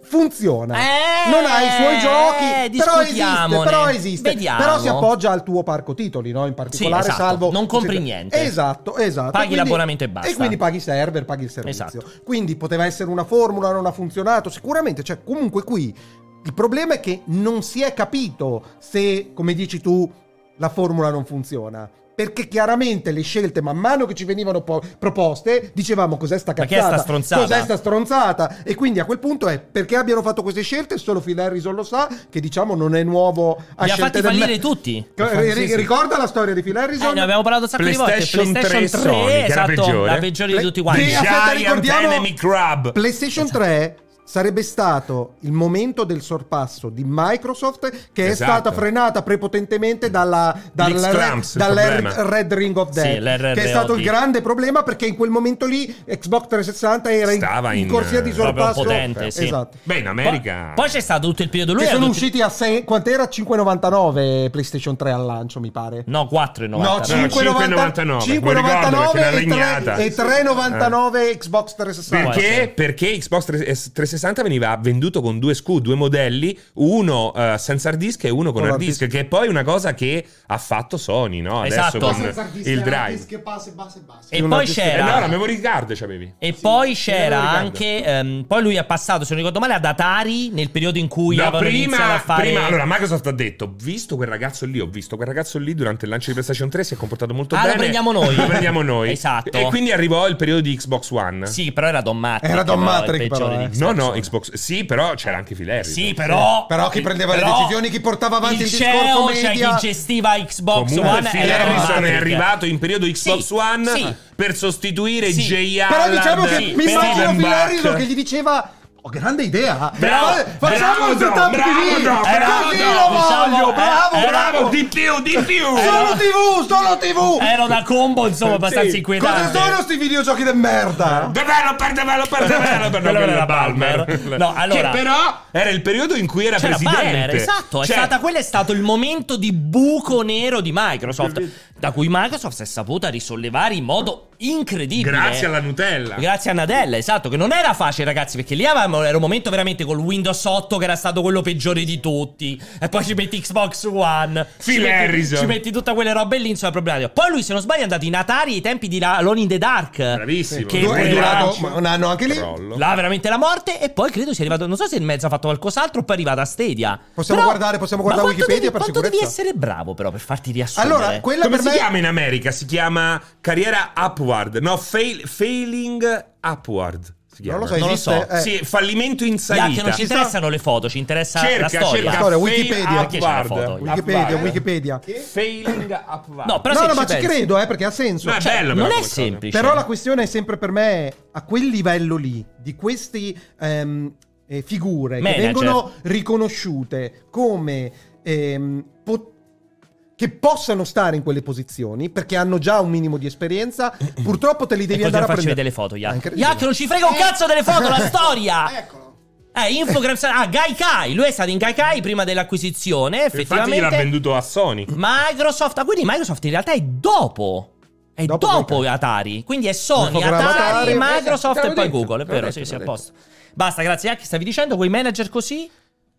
J: funziona.
I: Eh,
J: non ha i suoi giochi, però esiste,
I: discutiamone.
J: però esiste.
I: Vediamo.
J: Però si appoggia al tuo parco titoli, no? In particolare,
I: Sì, esatto.
J: salvo
I: Non compri niente.
J: Esatto, esatto.
I: Paghi
J: Quindi-
I: l'abbonamento e basta.
J: E quindi paghi i server, paghi il servizio.
I: Esatto.
J: Quindi poteva essere una formula, non ha funzionato, sicuramente, cioè comunque qui il problema è che non si è capito se, come dici tu, la formula non funziona. Perché chiaramente le scelte man mano che ci venivano po- proposte dicevamo cos'è sta
I: Ma che è
J: cazzata,
I: sta stronzata?
J: cos'è sta stronzata e quindi a quel punto è perché abbiano fatto queste scelte solo Phil Harrison lo sa che diciamo non è nuovo a
I: Li ha
J: scelte
I: fatti
J: del
I: fallire
J: me-
I: tutti.
J: Che- ri- ri- Ricorda la storia di Phil Harrison?
I: Eh, ne abbiamo parlato un sacco di volte.
G: PlayStation 3, Sony, che era
I: esatto,
G: peggiore.
I: la peggiore di
J: Play-
I: tutti quanti.
J: Sì, aspetta,
G: Giant
J: ricordiamo-
G: Enemy Crab.
J: PlayStation 3 sarebbe stato il momento del sorpasso di Microsoft che è
G: Esatto.
J: stata frenata prepotentemente dalla, dal
G: X-Trumps, il
J: dal
G: problema.
J: Red Ring of
I: Sì,
J: Death
I: l'RROD.
J: che è stato il grande problema perché in quel momento lì Xbox 360 era in,
G: Stava
J: in
G: in,
J: corsia
G: eh,
J: di
I: proprio
J: sorpasso
I: potente, sì.
J: esatto
G: Beh, in America.
I: Poi, poi c'è stato tutto il periodo. Lui
J: che
I: era
J: sono
I: tutti-
J: usciti a 6 quant'era 5,99 PlayStation 3 al lancio mi pare
I: No, 4,90.
J: No,
I: no.
J: 5,99
G: 5,99, me lo ricordo perché l'ha legnata.
J: 5,99 e 3,99 Xbox 360
G: Perché?
I: essere.
G: Perché Xbox 3- 360 veniva venduto con due SKU, due modelli, uno eh, senza hard disk e uno con, hard disk, che è poi una cosa che ha fatto Sony, no? Adesso
I: Esatto.
G: con il drive.
H: Che passa e basta e basta.
I: E poi
G: E
I: c'era.
G: no, la memory card c'avevi.
I: E poi
G: me
I: c'era
G: lo ricordo.
I: anche. ehm, poi lui ha passato, se non ricordo male, ad Atari nel periodo in cui
G: No,
I: avevano iniziato a fare.
G: prima, allora Microsoft ha detto: Visto quel ragazzo lì, ho visto quel ragazzo lì durante il lancio di PlayStation 3, si è comportato molto
I: Ah, lo
G: bene.
I: prendiamo noi.
G: Lo prendiamo noi.
I: Esatto.
G: E quindi arrivò il periodo di Xbox One.
I: Sì, però era Don Matrix.
J: Era Don Matrix, però, eh.
G: No, no, no, Xbox. Sì, però c'era anche Phil Harrison.
I: Sì, però.
J: Però chi prendeva le
I: però
J: decisioni, chi portava avanti il discorso
I: CEO, Cioè
J: media?
I: chi gestiva Xbox
G: Comunque,
I: One.
G: Phil
I: era
G: Harrison è
I: Patrick.
G: arrivato in periodo Xbox
I: Sì,
G: One
I: sì.
G: per sostituire
I: Sì.
G: J.
J: Però
G: Allard
J: diciamo che mi
G: Steven
J: immagino Phil
G: Buck.
J: Harrison che gli diceva "Ho grande idea.
G: Bravo,
J: Fa- Facciamo
G: bravo,
J: il setup
G: bravo,
J: così.
G: bravo, bravo,
J: Così
G: bravo,
J: lo
G: diciamo,
J: voglio.
G: eh,
J: Bravo,
G: eh,
J: bravo.
G: Di più, di più.
I: Eh.
G: Eh,
J: Solo TV, solo TV.
I: Era una combo, insomma, abbastanza
J: Sì.
I: inquietante.
J: Cosa sono sti videogiochi de merda?
G: Developer, developer, developer.
I: Quello
G: No,
I: era
G: era Balmer.
I: Balmer. No, allora-
G: Che però era il periodo in cui era
I: C'era
G: presidente.
I: Balmer, Cioè, esatto, è
G: Cioè,
I: stata- quello è stato il momento di buco nero di Microsoft, da cui Microsoft si è saputa risollevare in modo incredibile. eh.
G: Grazie alla Nutella.
I: Grazie a Nadella, esatto, che non era facile ragazzi, perché lì avevamo, era un momento veramente col Windows 8 che era stato quello peggiore di tutti, e poi ci metti Xbox One,
G: Phil
I: ci metti,
G: Harrison.
I: ci metti tutte quelle robe lì, insomma, è problematico. Poi lui, se non sbaglio, è andato in Atari ai tempi di La- Alone in the Dark.
G: Bravissimo.
I: Che
J: Du- è
I: quella-
J: durato ma- un anno anche lì.
G: Crollo.
I: Là veramente la morte e poi credo sia arrivato, non so se in mezzo ha fatto qualcos'altro, poi è arrivato a Stadia.
J: Possiamo
I: Però-
J: guardare- possiamo
I: ma
J: guardare
I: quanto
J: Wikipedia
I: devi-
J: per
I: quanto devi
J: sicurezza?
I: essere bravo però per farti riassumere.
J: Allora, quella
G: eh. Come
J: per
G: si
J: me
G: chiama in America? Si chiama carriera upward. No, fail- failing upward. Si chiama.
J: Non lo so,
I: Non lo
J: esiste.
I: so.
J: eh.
G: Sì, fallimento in
I: Là che
G: salita.
I: non ci interessano le foto, ci interessa la
G: Cerca,
I: storia.
G: cerca.
J: Storia,
G: fail
J: Wikipedia.
I: Perché c'è la
G: upward.
I: foto?
J: Wikipedia,
G: Upward.
J: Wikipedia.
G: Failing upward.
I: No, però
J: no,
I: se
J: no,
I: ci
J: ma ci
I: pensi-
J: credo, eh, perché ha senso.
G: No, è
I: Cioè,
G: bello, però,
I: non
G: come
I: è
G: cosa.
I: semplice.
J: Però la questione è sempre per me a quel livello lì, di queste figure
I: Manager.
J: che vengono riconosciute come ehm, po- che possano stare in quelle posizioni perché hanno già un minimo di esperienza, purtroppo te li
I: E
J: devi
I: così
J: andare
I: non
J: a
I: facci
J: prendere
I: vedere le foto,
J: Ah,
I: Yak.
J: incredibile.
I: Yak non ci frega un cazzo delle foto, la storia!
H: Ah, Eccolo.
I: Eh, Infogram... Ah, Gaikai, lui è stato in Gaikai prima dell'acquisizione,
G: Infatti
I: effettivamente.
G: gliel'ha venduto a Sony.
I: Microsoft, ah, quindi Microsoft in realtà è dopo. È dopo,
J: Dopo
I: Atari. Quindi è Sony,
J: Programma
I: Atari,
J: Atari,
I: Microsoft
J: esatto,
I: e poi
J: l'ho detto,
I: Google. È
J: l'ho
I: vero,
J: detto,
I: sì, sì, a
J: l'ho
I: posto. Basta, grazie. Anche stavi dicendo quei manager così?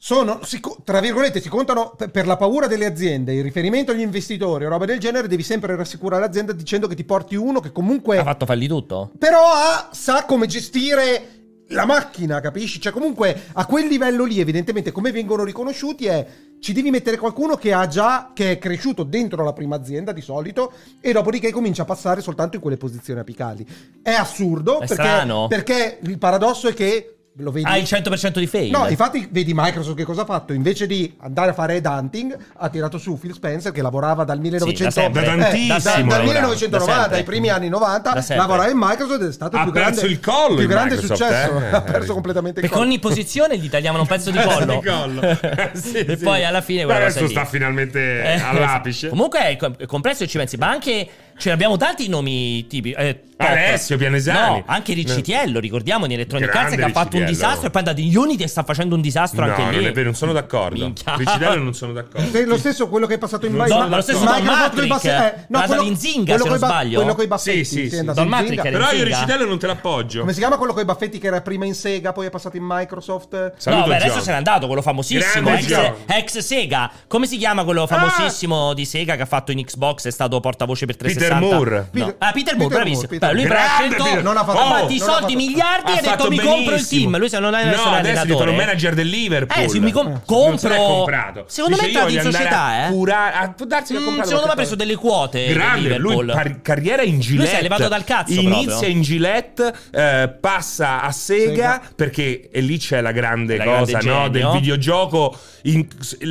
J: sono, si co- tra virgolette, si contano per, per la paura delle aziende, il riferimento agli investitori o roba del genere, devi sempre rassicurare l'azienda dicendo che ti porti uno che comunque
I: Ha fatto falli tutto?
J: però ha- sa come gestire la macchina, capisci? Cioè, comunque a quel livello lì, evidentemente, come vengono riconosciuti è ci devi mettere qualcuno che ha già, che è cresciuto dentro la prima azienda di solito, e dopodiché comincia a passare soltanto in quelle posizioni apicali. È assurdo
I: È
J: perché,
I: strano.
J: perché il paradosso è che lo vedi.
I: Ha il 100% di fail.
J: No, infatti vedi Microsoft che cosa ha fatto? Invece di andare a fare head hunting, ha tirato su Phil Spencer che lavorava dal 1900
I: da sempre.
G: Da
J: eh,
G: tantissimo
J: da- dal
G: lavorava,
J: 1990
I: da sempre.
J: ai primi anni 90,
I: Da sempre.
J: lavorava in Microsoft ed è stato
G: Ha
J: il più grande,
G: perso il collo
J: più
G: in
J: grande
G: Microsoft,
J: successo.
G: eh.
J: Ha perso completamente il
I: Perché
J: collo.
I: ogni posizione gli tagliavano un pezzo di collo.
G: Sì,
I: e
G: sì.
I: poi alla fine quella
G: Adesso
I: cosa lì.
G: sta finalmente
I: Eh,
G: all'apice.
I: Comunque è com- è complesso e ci pensi, ma anche ce ne abbiamo tanti nomi tipi. eh, top.
G: Alessio Pianesani. Eh.
I: No, anche Riccitiello, ricordiamo di Electronic Arts
G: Grande
I: che ha fatto un
G: Riccitiello.
I: disastro e poi è andato in Unity e sta facendo un disastro
G: No,
I: anche lì.
G: non è vero, non sono d'accordo.
I: Minchia.
G: Ricidello non sono d'accordo.
J: Se- lo stesso quello che è passato in
G: Non
J: Microsoft,
I: so, ma lo stesso Don
J: Microsoft coi
I: Matrix,
J: bassetti-
I: eh, era andato in Zynga, se non
J: coi ba-
I: sbaglio.
J: quello coi baffetti,
G: Sì, sì, sì.
J: è andato
I: Don
J: in
I: Matrix
J: Zynga.
I: era-
G: Però io
I: Zinga.
G: Ricidello non te l'appoggio.
J: Come si chiama quello coi baffetti che era prima in Sega, poi è passato in Microsoft?
G: Saluto
I: no, beh, adesso
G: John.
I: se n'è andato quello famosissimo,
G: Grande Ah!
I: ex,
G: John.
I: ex Sega. Come si chiama quello famosissimo di Sega che ha fatto in Xbox? È stato portavoce per
G: Peter
I: 360.
G: Moore.
I: No.
J: Peter-
I: ah, Peter Moore,
J: Peter
I: bravissimo.
J: Moore, Peter
I: Beh, lui
G: Moore.
I: però ha
G: Grande
I: scelto
G: Peter-
J: non ha fatto
I: ha
J: male,
I: fatti i
J: non ha
I: soldi
J: fatto-
I: miliardi e ha detto
G: fatto
I: mi compro il
G: benissimo.
I: team. Lui se non è
G: No, adesso è diventato manager del Liverpool.
I: Eh, sì, mi com-
G: Non se l'è
I: compro.
G: comprato.
I: Secondo me è
G: Dice,
I: entrato
G: io
I: in
G: voglio andare
I: società,
G: a
I: eh.
G: curare- a- può darsi che ha
I: Mm,
G: comprato
I: secondo me
G: qualche
I: ha preso
G: cosa.
I: delle quote del
G: Grande, lui
I: Liverpool.
G: par- carriera in
I: si è
G: Gillette.
I: levato dal cazzo
G: Inizia
I: proprio.
G: in Gillette, eh, passa a Sega,
J: Sega.
G: perché e lì c'è la grande
I: La grande
G: cosa no, del
I: genio.
G: videogioco. In-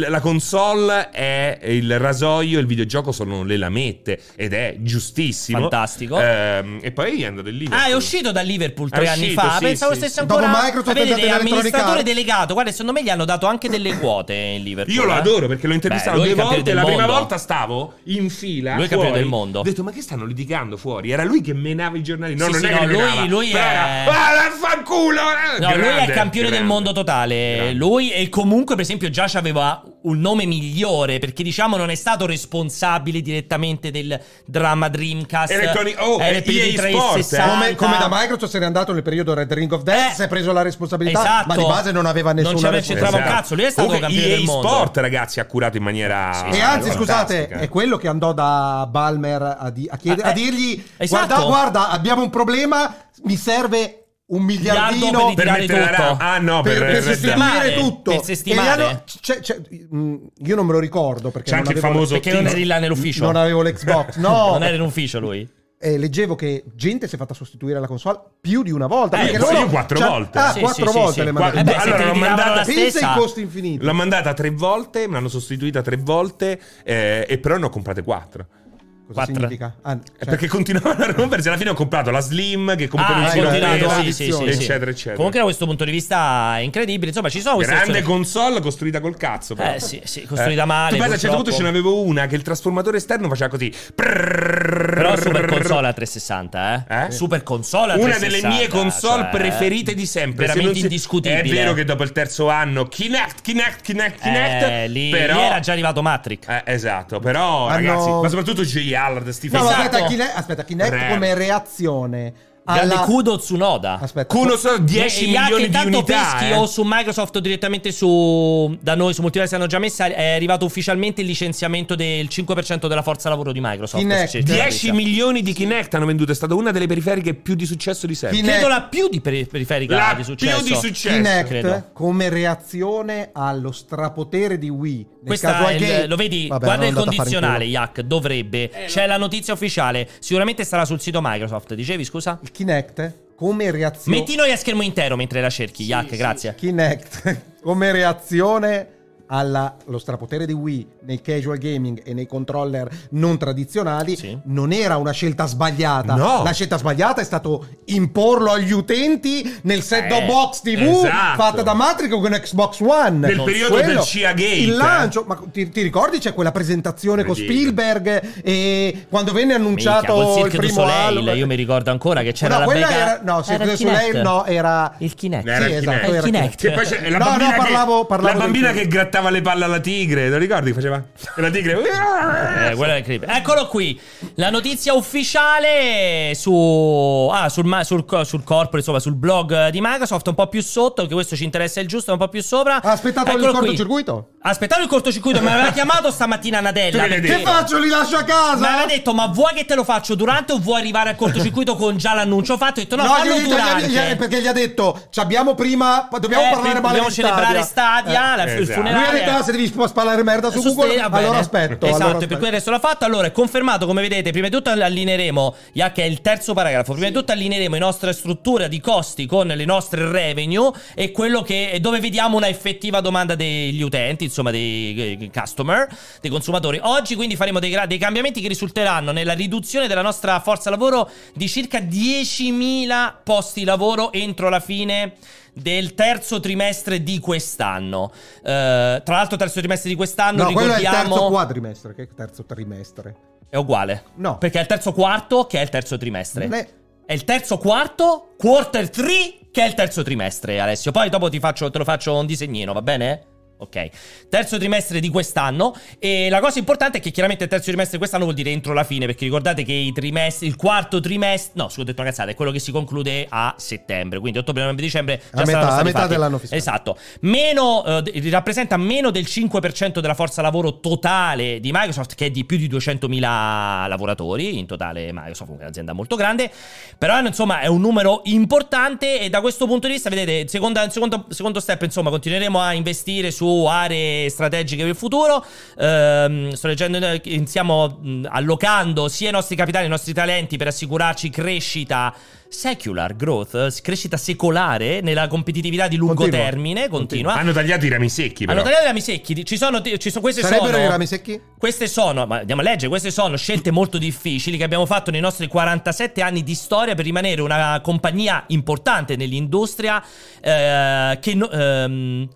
G: la console è il rasoio, il videogioco sono le lamette ed è giustissimo.
I: Fantastico.
G: Ehm, e poi è andato in Liverpool.
I: Ah, è uscito da Liverpool
G: È
I: tre anni
G: uscito,
I: fa.
G: sì,
I: Pensavo
G: sì,
I: stesse
G: sì.
I: ancora.
J: Dopo Microsoft è
I: Vedete,
J: andato in Electronic
I: amministratore
J: Arts.
I: delegato. Guarda, secondo me gli hanno dato anche delle quote in Liverpool.
G: Io lo
I: eh.
G: adoro perché l'ho intervistato
I: Beh, lui è
G: due
I: il
G: volte.
I: campione del
G: La prima
I: mondo.
G: volta stavo in fila.
I: Lui è
G: fuori.
I: il campione del mondo.
G: Ho detto, ma che stanno litigando fuori? Era lui che menava i giornali. No,
I: Sì,
G: non
I: sì,
G: è
I: no,
G: che
I: lui-
G: menava.
I: lui
G: Però
I: è-
G: era, "Ah, vaffanculo!" eh!"
I: No,
G: Grande,
I: lui è il campione
G: grande.
I: del mondo totale.
G: Grande.
I: Lui e comunque, per esempio, già aveva un nome migliore perché diciamo non è stato responsabile direttamente del dramma Dreamcast.
G: Electronic- oh,
I: LPD
G: EA Sports,
J: Come,
I: 360.
J: come da Microsoft se n'è andato nel periodo Red Ring of Death,
I: Eh,
J: si è preso la responsabilità,
I: esatto.
J: ma di base non aveva
I: Non
J: nessuna
I: c'era-
J: responsabilità.
I: c'entrava un cazzo, lui è stato
G: Esatto. Comunque,
I: campione
G: EA
I: del mondo.
G: Sport, ragazzi, ha curato in maniera.
J: E anzi, scusate,
G: fantastica.
J: è quello che andò da Balmer a, di- a chiedere-
I: Ah, eh,
J: a dirgli:
I: esatto.
J: guarda, guarda, abbiamo un problema, mi serve un
I: Miliardo
J: miliardino
I: per
G: Per
I: tirare
G: mettere la
I: tutto.
G: ra- Ah, no, per,
J: per, per sostituire
I: sistemare,
J: tutto.
I: per sistemare.
J: E hanno- c'è- c'è- mh, io non me lo ricordo perché
G: C'è
J: non
G: anche il
J: avevo-
G: famoso
I: Perché non
G: team.
I: eri là nell'ufficio?
J: Non avevo l'Xbox, no.
I: Non era in ufficio lui.
J: eh, leggevo che gente si è fatta sostituire la console più di una volta.
G: Eh,
J: perché
G: sì,
J: loro
G: io quattro
J: c'ha-
G: volte.
J: Ah,
G: Sì,
J: quattro
G: sì, sì,
J: volte
G: sì.
J: le mandate.
G: Eh beh, se
J: Allora,
G: te
J: l'ho
G: ne diranno
J: mandata-
G: la
J: Pensa
G: stessa.
J: ai costi infiniti.
G: L'ho mandata tre volte, me l'hanno sostituita tre volte eh, e però ne ho comprate quattro.
J: Cosa
G: Quattro.
J: significa? Ah, cioè-
G: Eh, Perché continuavano a rompersi. Alla fine ho comprato la Slim, che comunque
I: Ah,
G: non
I: hai
G: si rompeva,
I: continuato, sì, sì, sì, sì.
G: eccetera, eccetera.
I: Comunque da questo punto di vista è incredibile. Insomma, ci sono queste
G: Grande
I: azioni-
G: console costruita col cazzo. Però.
I: Eh, sì, sì, costruita male,
G: Tu pensa, a un certo
I: purtroppo.
G: punto ce n'avevo una che il trasformatore esterno faceva così. Però
I: Però super console a 360, eh?
G: Eh?
I: Super console a 360.
G: Una delle mie console
I: cioè,
G: preferite di sempre. se
I: Veramente
G: non si-
I: indiscutibile.
G: È vero che dopo il terzo anno, Kinect, Kinect, Kinect, Kinect.
I: Eh, lì-
G: però...
I: lì era già arrivato Matrix.
G: esatto, però
J: Hanno-
G: ragazzi, ma soprattutto J. Allard,
J: No,
G: Stephen
J: ma
G: Esatto.
J: aspetta, Kine- aspetta, Kinect
G: Rare.
J: come reazione
I: Grande
J: alla...
I: Kudo Tsunoda.
J: Aspetta.
G: Kudo Tsunoda, 10
I: Gli hack
G: milioni di
I: intanto
G: unità,
I: peschi
G: eh.
I: o su Microsoft o direttamente su da noi su Multiverse hanno già messa è arrivato ufficialmente il licenziamento del 5% della forza lavoro di Microsoft.
J: Kinect.
I: C'è- c'è la
G: 10
I: lista.
G: milioni di Kinect hanno venduto, è stata una delle periferiche più di successo di sempre.
J: Kinect-
I: Credo la più di peri- periferica
G: La
I: di successo.
G: più di successo.
J: Kinect
I: credo.
J: eh? come reazione allo strapotere di Wii. Nel caso
I: Questa è
J: a
I: il-
J: Gate-
I: lo vedi,
J: Vabbè,
I: guarda il
J: non è andata a fare in
I: condizionale,
J: culo.
I: Yak, dovrebbe.
G: Eh,
I: C'è la notizia ufficiale, sicuramente sarà sul sito Microsoft. Dicevi, scusa?
J: Il Kinect come reazione...
I: Metti noi a schermo intero mentre la cerchi, Yak, grazie.
J: Kinect come reazione alla- allo strapotere di Wii nei casual gaming e nei controller non tradizionali non era una scelta sbagliata.
G: No.
J: La scelta sbagliata è stato imporlo agli utenti nel set-top
G: Eh,
J: box TV
G: esatto.
J: fatta da Matrix con Xbox One.
G: Nel
J: Con
G: periodo del CIA Gate,
J: Il
G: eh.
J: lancio, ma ti, ti ricordi c'è quella presentazione con
G: Incredibile.
J: Spielberg e quando venne
I: Minchia,
J: annunciato
I: col
J: il
I: Cirque du
J: primo
I: Soleil,
J: Halo
I: io mi ricordo ancora che c'era
J: no,
I: la
J: quella
I: mega...
J: era no, Cirque
I: il
J: du Soleil
I: Kinect.
J: no, era
I: Il Kinect.
G: Era
J: sì,
G: il
J: esatto,
G: Kinect.
J: era
I: Il
J: Kinect.
I: Kinect.
G: Che poi c'è la
J: No,
G: bambina,
J: no, parlavo-
G: che,
J: parlavo
G: la bambina
J: del-
G: che grattava le palle alla tigre, te lo ricordi? Faceva e la tigre. "Ah!"
I: Eh, quello è incredibile. Eccolo qui, la notizia ufficiale su, ah, sul, ma- sul, co- sul corporate, insomma, sul blog di Microsoft, un po' più sotto, che questo ci interessa il giusto, un po' più sopra.
J: Ha aspettato
I: Eccolo
J: il
I: qui.
J: cortocircuito?
I: Aspettato il cortocircuito, mi aveva chiamato stamattina Nadella.
G: Tu che ne
I: perché-
G: dici?
J: Faccio, li lascio a
I: Mi
J: casa!
I: aveva detto, ma vuoi che te lo faccio durante o vuoi arrivare al cortocircuito con già l'annuncio fatto? Ho detto, no, fallo
J: gli- gli-
I: durante.
J: gli- gli- perché gli ha detto, ci abbiamo prima, poi dobbiamo
I: Eh,
J: parlare
I: quindi
J: male
I: dobbiamo
J: di
I: celebrare Stadia,
J: Eh.
I: la- il
G: Esatto.
J: Lui ha
I: funerale.
J: detto, ah, se devi sp- spalare merda su
I: Su
J: Google,
I: Stadia, va
J: allora
I: bene.
J: aspetto.
I: Esatto,
J: allora
I: e per
J: aspetto.
I: cui adesso l'ha fatto. Allora, è confermato, come vedete, prima di tutto allineeremo, Jack è il terzo paragrafo, prima di tutto allineeremo le nostre strutture di costi con le nostre revenue e quello che, dove vediamo una effettiva domanda degli utenti, insomma dei, dei eh, customer, dei consumatori. Oggi quindi faremo dei, gra- dei cambiamenti che risulteranno nella riduzione della nostra forza lavoro di circa 10.000 posti lavoro entro la fine del terzo trimestre di quest'anno. Eh, tra l'altro, terzo trimestre di quest'anno
J: No, quello è il
I: ricordiamo
J: terzo quadrimestre, che è il terzo trimestre.
I: è uguale.
J: No.
I: Perché è il terzo quarto che è il terzo trimestre.
J: Non è-
I: È il terzo quarto, quarter 3 che è il terzo trimestre, Alessio. Poi dopo ti faccio- te lo faccio un disegnino, va bene? Ok, terzo trimestre di quest'anno e la cosa importante è che chiaramente il terzo trimestre di quest'anno vuol dire entro la fine perché ricordate che i trimestri, il quarto trimestre, no scusa ho detto una cazzata, è quello che si conclude a settembre, quindi ottobre, novembre, dicembre già
J: A metà-
I: saranno stati
J: a metà
I: fatti.
J: dell'anno fiscale.
I: Esatto, Meno, eh, d- rappresenta meno del 5% della forza lavoro totale di Microsoft che è di più di 200.000 lavoratori, in totale Microsoft è un'azienda molto grande, però insomma è un numero importante e da questo punto di vista, vedete, seconda- secondo, secondo step, insomma, continueremo a investire su aree strategiche per il futuro. Ehm, sto leggendo, eh, che stiamo mh, allocando sia i nostri capitali, i nostri talenti per assicurarci crescita secular growth, eh, crescita secolare nella competitività di lungo
J: Continua.
I: termine, continua.
G: Hanno tagliato i rami secchi, però.
I: Allora, tagliate i rami secchi. Ci sono, ci sono queste
J: Sarebbero
I: sono,
J: i rami secchi?
I: Queste sono, ma andiamo a leggere, queste sono scelte molto difficili che abbiamo fatto nei nostri 47 anni di storia per rimanere una compagnia importante nell'industria eh, che no- ehm,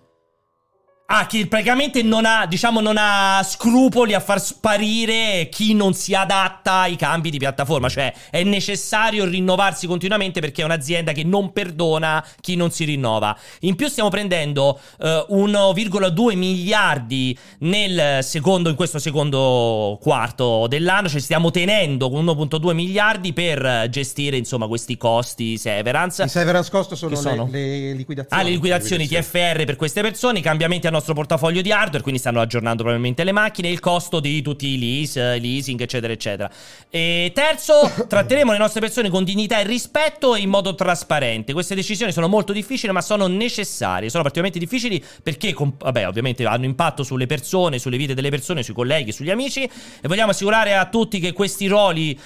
I: Ah, che praticamente non ha, diciamo, non ha scrupoli a far sparire chi non si adatta ai cambi di piattaforma. Cioè, è necessario rinnovarsi continuamente perché è un'azienda che non perdona chi non si rinnova. In più stiamo prendendo eh, 1,2 miliardi nel secondo, in questo secondo quarto dell'anno. Cioè, stiamo tenendo 1,2 miliardi per eh, gestire, insomma, questi costi severance.
J: I severance cost sono,
I: Che
J: le-
I: sono?
J: Le, liquidazioni.
I: Ah, le liquidazioni TFR per queste persone, i cambiamenti hanno nostro portafoglio di hardware, quindi stanno aggiornando probabilmente le macchine, il costo di tutti i lease, eh, leasing, eccetera, eccetera. E terzo, tratteremo le nostre persone con dignità e rispetto e in modo trasparente. Queste decisioni sono molto difficili, ma sono necessarie. Sono particolarmente difficili perché, com- vabbè, ovviamente hanno impatto sulle persone, sulle vite delle persone, sui colleghi, sugli amici. E vogliamo assicurare a tutti che questi ruoli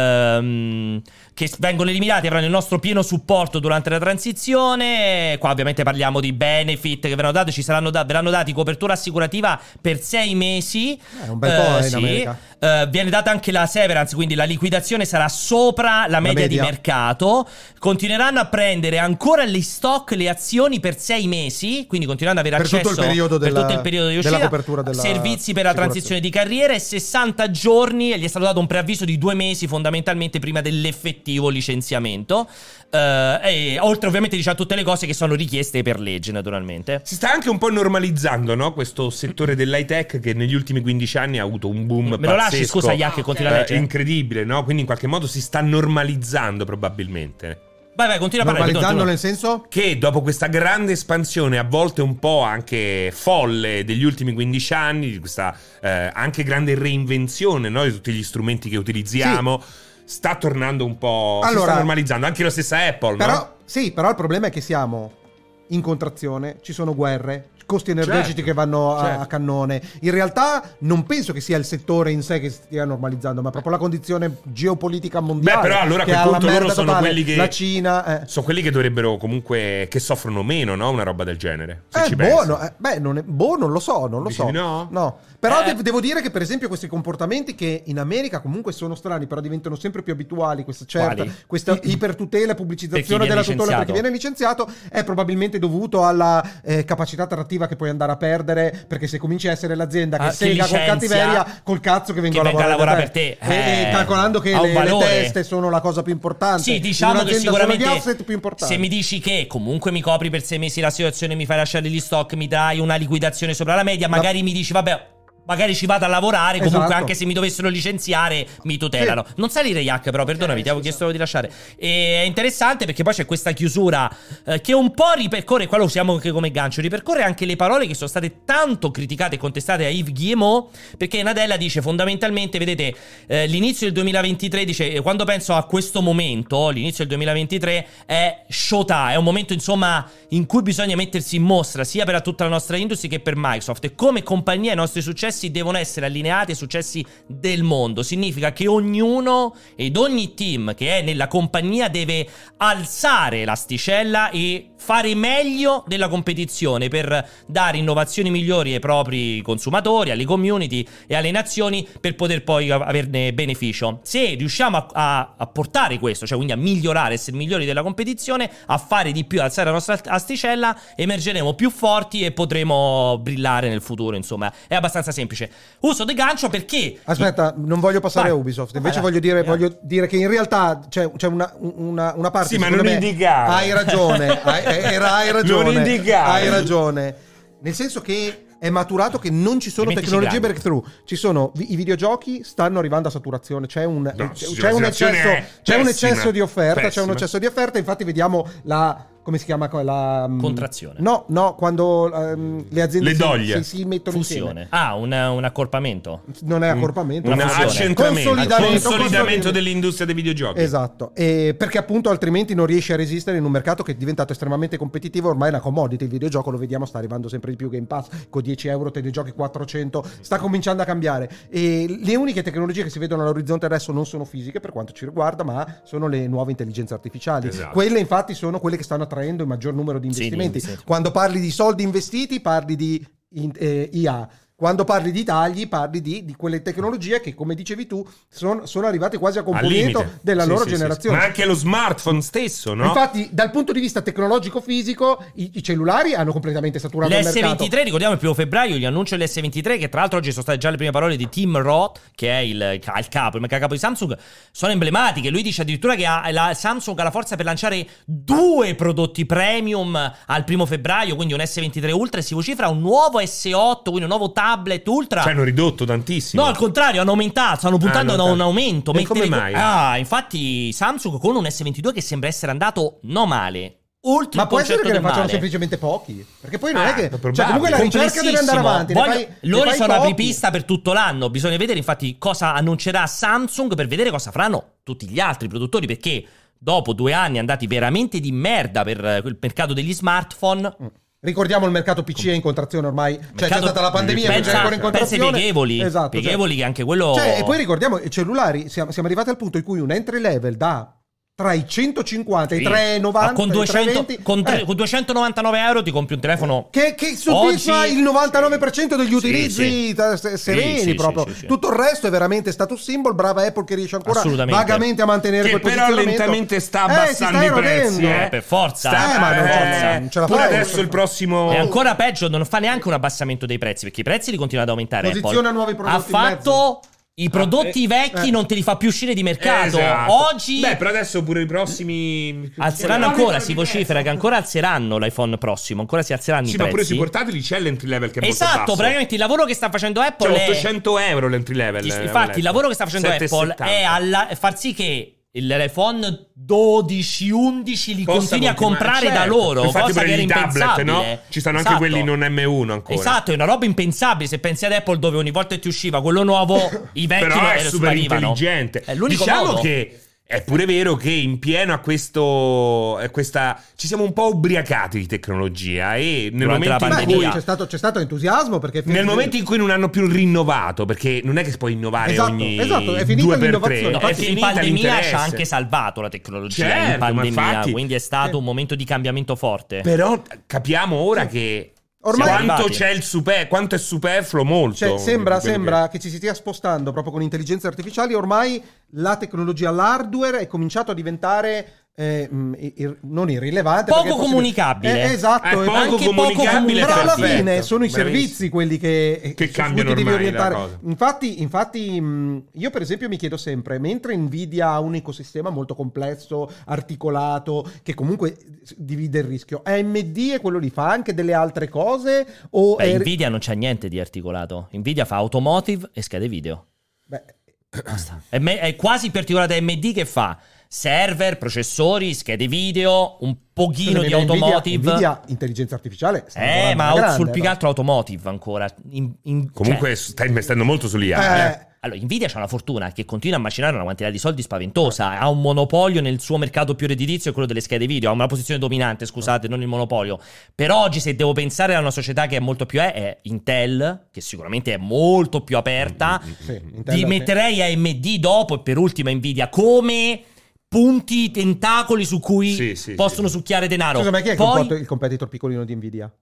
I: ehm, che vengono eliminati avranno il nostro pieno supporto durante la transizione. Qua, ovviamente, parliamo di benefit che verranno dati. Ci saranno da- verranno dati copertura assicurativa per sei mesi.
J: È un bel po',
I: Eh,
J: eh, in
I: sì.
J: America.
I: Eh, viene data anche la severance, quindi la liquidazione sarà sopra la media,
J: media.
I: di mercato. Continueranno a prendere ancora gli stock, le azioni per sei mesi, quindi continueranno ad avere
J: Per tutto
I: accesso
J: il periodo
I: per
J: della-
I: tutto il periodo di
J: della
I: uscita,
J: copertura della
I: servizi per la transizione di carriera e 60 giorni, e gli è stato dato un preavviso di due mesi fondamentalmente prima dell'effettivo licenziamento. Eh, e oltre ovviamente diciamo tutte le cose che sono richieste per legge naturalmente.
G: Si sta anche un po' normalizzando, no? Questo settore dell'high tech che negli ultimi 15 anni ha avuto un boom
I: Me lo lasci,
G: pazzesco.
I: scusa, Iac, che continua a
G: Eh,
I: leggere?
G: incredibile, no? Quindi in qualche modo si sta normalizzando probabilmente.
I: Vai, vai, continua a parlare.
J: Normalizzando
I: Antonio.
J: nel senso?
G: Che dopo questa grande espansione, a volte un po' anche folle degli ultimi 15 anni, di questa eh, anche grande reinvenzione no? di tutti gli strumenti che utilizziamo, sta tornando un po'. si
J: Allora-
G: sta normalizzando anche la stessa Apple,
J: Però,
G: no?
J: Sì, però il problema è che siamo in contrazione, ci sono guerre, costi energetici
G: Certo,
J: che vanno a,
G: certo.
J: a cannone. In realtà non penso che sia il settore in sé che stia normalizzando, ma proprio la condizione geopolitica mondiale.
G: Beh, però allora a
J: che è
G: quel
J: alla
G: punto
J: merda
G: loro sono
J: totale.
G: quelli che.
J: La Cina... eh.
G: Sono quelli che dovrebbero comunque. che soffrono meno, no? Una roba del genere. Se
J: Eh,
G: ci pensi.
J: buono, eh, beh, non è, boh, non lo so, non lo
G: Dici
J: so.
G: di no?
J: Però
I: Eh.
J: de- devo dire che, per esempio, questi comportamenti che in America comunque sono strani, però diventano sempre più abituali, questa certa
I: Quali?
J: questa ipertutela e
I: Per
J: pubblicizzazione
I: chi viene
J: della tutela per chi
I: licenziato.
J: viene licenziato, è probabilmente dovuto alla eh, capacità tardiva che puoi andare a perdere, perché se cominci a essere l'azienda che
I: Ah, che
J: sega con
I: licenzia,
J: cattiveria, col cazzo che vengo
I: che
J: a lavorare,
I: venga a lavorare per te,
J: E-
I: eh,
J: e calcolando che
I: ha un
J: le, le
I: valore.
J: teste sono la cosa più importante.
I: Sì,
J: In
I: diciamo che
J: un'azienda sono gli
I: sicuramente
J: asset più importanti.
I: se mi dici che comunque mi copri per sei mesi la situazione, mi fai lasciare gli stock, mi dai una liquidazione sopra la media, magari mi dici vabbè, magari ci vado a lavorare, comunque
J: Esatto.
I: anche se mi dovessero licenziare mi tutelano. Non salire Iac però,
J: Eh,
I: perdonami, ti avevo chiesto di lasciare. E è interessante perché poi c'è questa chiusura eh, che un po' ripercorre, qua lo usiamo anche come gancio, ripercorre anche le parole che sono state tanto criticate e contestate a Yves Guillemot, perché Nadella dice fondamentalmente, vedete, eh, l'inizio del 2023 dice, eh, quando penso a questo momento, l'inizio del 2023 è showtime, è un momento insomma in cui bisogna mettersi in mostra sia per tutta la nostra industria che per Microsoft e come compagnia i nostri successi devono essere allineati ai successi del mondo, significa che ognuno ed ogni team che è nella compagnia deve alzare l'asticella e fare meglio della competizione per dare innovazioni migliori ai propri consumatori, alle community e alle nazioni per poter poi av- averne beneficio. Se riusciamo a, a- a portare questo, cioè quindi a migliorare, essere migliori della competizione, a fare di più, alzare la nostra asticella, emergeremo più forti e potremo brillare nel futuro, insomma. È abbastanza semplice. Uso del gancio perché...
J: Aspetta, non voglio passare
I: Vai.
J: a Ubisoft, invece
I: Vai,
J: voglio, dire,
I: vai.
J: voglio dire che in realtà c'è, c'è una, una- una parte...
G: Sì, ma
J: secondo
G: non
J: me-
G: indicare.
J: Hai ragione, hai, eh, era- hai
G: Non
J: ragione.
G: indicare.
J: Hai ragione. Nel senso che è maturato che non ci sono
I: Elementici
J: tecnologie
I: grandi.
J: breakthrough, ci sono vi- i videogiochi stanno arrivando a saturazione, c'è un,
G: No,
J: c'è-
G: sì,
J: c'è
G: la
J: un
G: situazione
J: eccesso,
G: è
J: c'è un
G: pessima.
J: eccesso di offerta, c'è un
G: Pessima.
J: eccesso di offerta, infatti vediamo la come si chiama que- la mm,
I: Contrazione.
J: No, no, quando ehm, le aziende
G: Le
J: si-
G: doglie.
J: si, si mettono insieme.
I: Fusione. Ah, un, un accorpamento.
J: Non è accorpamento,
G: Un
J: ma fusione.
G: accentramento,
J: Consolidamento,
G: consolidamento
J: consolidamento.
G: dell'industria dei videogiochi.
J: Esatto, e perché appunto altrimenti non riesci a resistere in un mercato che è diventato estremamente competitivo, ormai è una commodity, il videogioco lo vediamo sta arrivando sempre di più, Game Pass con 10 euro te ne giochi 400, sta cominciando a cambiare e le uniche tecnologie che si vedono all'orizzonte adesso non sono fisiche per quanto ci riguarda, ma sono le nuove intelligenze artificiali,
G: Esatto.
J: quelle infatti sono quelle che stanno attraendo il maggior numero di
I: Sì,
J: investimenti,
I: sì, sì.
J: quando parli di soldi investiti parli di in- eh, IA. Quando parli di tagli, parli di, di quelle tecnologie che, come dicevi tu, son- sono arrivate quasi a
G: Al
J: componimento
G: limite.
J: della
G: Sì,
J: loro
G: sì, sì, sì.
J: generazione.
G: Ma anche lo smartphone stesso, no?
J: Infatti, dal punto di vista tecnologico-fisico, i, i cellulari hanno completamente saturato il mercato.
I: L'S23, ricordiamo il primo febbraio, gli annuncio dell'S23, che tra l'altro oggi sono state già le prime parole di Tim Roth, che è il, il capo, il mega capo di Samsung, sono emblematiche. Lui dice addirittura che ha- la- Samsung ha la forza per lanciare due prodotti premium al primo febbraio, quindi un S23 Ultra e si vocifera un nuovo S8, quindi un nuovo tablet Ultra.
G: Cioè, hanno ridotto tantissimo.
I: No, al contrario, hanno aumentato, stanno puntando
G: Ah,
I: ad
G: hanno
I: un
G: aumentato.
I: aumento.
G: E
I: mentre-
G: come mai?
I: Ah, infatti Samsung con un S22 che sembra essere andato no male. oltre
J: Ma
I: il
J: può essere
I: concetto
J: che ne
I: del
J: facciano
I: male.
J: semplicemente pochi. Perché poi non
I: Ah,
J: è che.
I: probabile.
J: Cioè, comunque la ricerca deve andare
I: Complessissimo.
J: avanti. ne
I: Voglio-
J: fai- ne
I: loro
J: fai
I: sono
J: pochi.
I: apripista per tutto l'anno. Bisogna vedere, infatti, cosa annuncerà Samsung per vedere cosa faranno tutti gli altri produttori. Perché dopo due anni andati veramente di merda per eh, il mercato degli smartphone.
J: Ricordiamo il mercato PC è in contrazione ormai. Cioè, Mm. c'è
I: mercato-
J: stata la pandemia,
I: pensa,
J: c'è ancora in
I: pensa ai
J: contrazione.
I: pieghevoli.
J: Esatto, cioè-
I: pieghevoli che anche quello.
J: Cioè, e poi ricordiamo, i cellulari, siamo, siamo arrivati al punto in cui un entry level da tra i 150 e i
I: Sì.
J: 390
I: Ma con,
J: i
I: 200
J: 320,
I: con tre-
J: eh,
I: con 299 euro ti compri un telefono
J: che, che soddisfa
I: Oggi-
J: il 99% degli utilizzi
I: sì.
J: ta- se-
I: Sì,
J: sereni
I: sì,
J: proprio.
I: sì, sì, sì.
J: Tutto il resto è veramente status symbol. Brava Apple che riesce ancora
I: Assolutamente.
J: vagamente a mantenere quel
G: Che però
J: posizionamento.
G: lentamente sta
J: Eh, si
G: abbassando
J: sta
G: i prezzi.
J: erodendo.
G: Eh.
I: Per forza.
G: Sta-
J: Eh, ma non-
G: eh,
J: non ce la
G: pure
J: fai.
G: adesso il prossimo.
J: Oh.
I: E ancora peggio, non fa neanche un abbassamento dei prezzi, perché i prezzi li continua ad aumentare.
J: Posiziona
I: Apple.
J: nuovi prodotti
I: Ha
J: in mezzo.
I: fatto i prodotti
J: eh,
I: vecchi,
J: eh.
I: non te li fa più uscire di mercato.
G: Ah, Esatto.
I: Oggi
G: Beh, però adesso pure i prossimi.
I: alzeranno
G: Sì,
I: ancora, si vocifera che ancora alzeranno l'iPhone prossimo, ancora si alzeranno i
G: Sì, ma pure
I: prezzi.
G: sui portatili c'è l'entry level che è molto
I: esatto,
G: basso.
I: praticamente il lavoro che sta facendo Apple
G: Cioè
I: è
G: 800 euro l'entry level.
I: Ti-
G: eh,
I: Infatti, il lavoro che sta facendo
G: 7,70.
I: Apple è alla- far sì che l'iPhone 12, 11 li
G: Possa
I: continui a
G: continuare,
I: comprare da
G: certo.
I: loro.
G: Infatti,
I: cosa
G: per
I: che era
G: i tablet,
I: impensabile.
G: no? Ci stanno anche
I: Esatto.
G: quelli non M1 ancora.
I: Esatto, è una roba impensabile. Se pensi ad Apple, dove ogni volta che ti usciva quello nuovo, i vecchi
G: Però
I: non
G: è
I: eh,
G: super
I: sparivano.
G: intelligente.
I: È l'unico
G: diciamo
I: modo.
G: che è pure vero che in pieno a questo. a questa, ci siamo un po' ubriacati di tecnologia. E nel momento
I: Durante la
G: in
J: Beh,
G: cui.
I: pandemia.
J: c'è, stato, c'è stato entusiasmo perché
G: Nel momento in cui non hanno più rinnovato, perché non è che si può innovare
J: Esatto,
G: ogni
J: esatto, è finita
G: due per
J: l'innovazione.
G: tre.
I: No,
G: è
I: e in
G: finita
I: pandemia ci
G: l'interesse.
I: ha anche salvato la tecnologia
G: Certo,
I: in
G: ma
I: pandemia,
G: infatti-
I: quindi è stato un momento di cambiamento forte.
G: Però capiamo ora che
J: Ormai-
G: quanto,
I: Arrivati.
G: c'è il super, quanto è superfluo molto.
J: Cioè, sembra,
G: di quello
J: sembra che... ci si stia spostando proprio con intelligenze artificiali. Ormai la tecnologia, l'hardware è cominciato a diventare eh, mh, ir- non irrilevante. perché
I: Poco
J: è possibile-
I: comunicabile.
J: Eh, esatto,
G: È poco
J: anche
I: poco
G: comunicabile,
J: Però alla
G: perfetto.
J: fine sono i
G: Bravissimo.
J: servizi quelli che, eh,
G: Che
J: su cui
G: cambiano
J: ti devi
G: ormai la
J: orientare.
G: cosa.
J: Infatti, infatti mh, io per esempio mi chiedo sempre, mentre Nvidia ha un ecosistema molto complesso, articolato, che comunque divide il rischio, AMD è quello lì, fa anche delle altre cose o
I: Beh,
J: è-
I: Nvidia non c'ha niente di articolato. Nvidia fa automotive e scade video.
J: Beh,
I: È, me- è quasi particolare da AMD che fa server, processori, schede video, un pochino
J: Scusami,
I: di
J: ma Nvidia-
I: automotive.
J: Nvidia, intelligenza artificiale. sta
I: eh,
J: lavorando
I: ma
J: alla grande,
I: sul più che
J: no?
I: altro automotive ancora. In- in-
G: Comunque
I: cioè,
G: sta investendo molto sull'IA. eh.
J: Eh,
I: allora, Nvidia c'ha una fortuna che continua a macinare una quantità di soldi spaventosa. Ha un monopolio nel suo mercato più redditizio, quello delle schede video. Ha una posizione dominante, scusate, non il monopolio. Per oggi, se devo pensare a una società che è molto più è, è Intel, che sicuramente è molto più aperta.
J: sì, Nintendo,
I: Ti
J: sì.
I: metterei AMD dopo e per ultima Nvidia come punti tentacoli su cui
G: Sì, sì,
I: possono
G: sì.
I: succhiare denaro.
J: Scusa, ma chi è il
I: Poi-
J: compot- il competitor piccolino di Nvidia?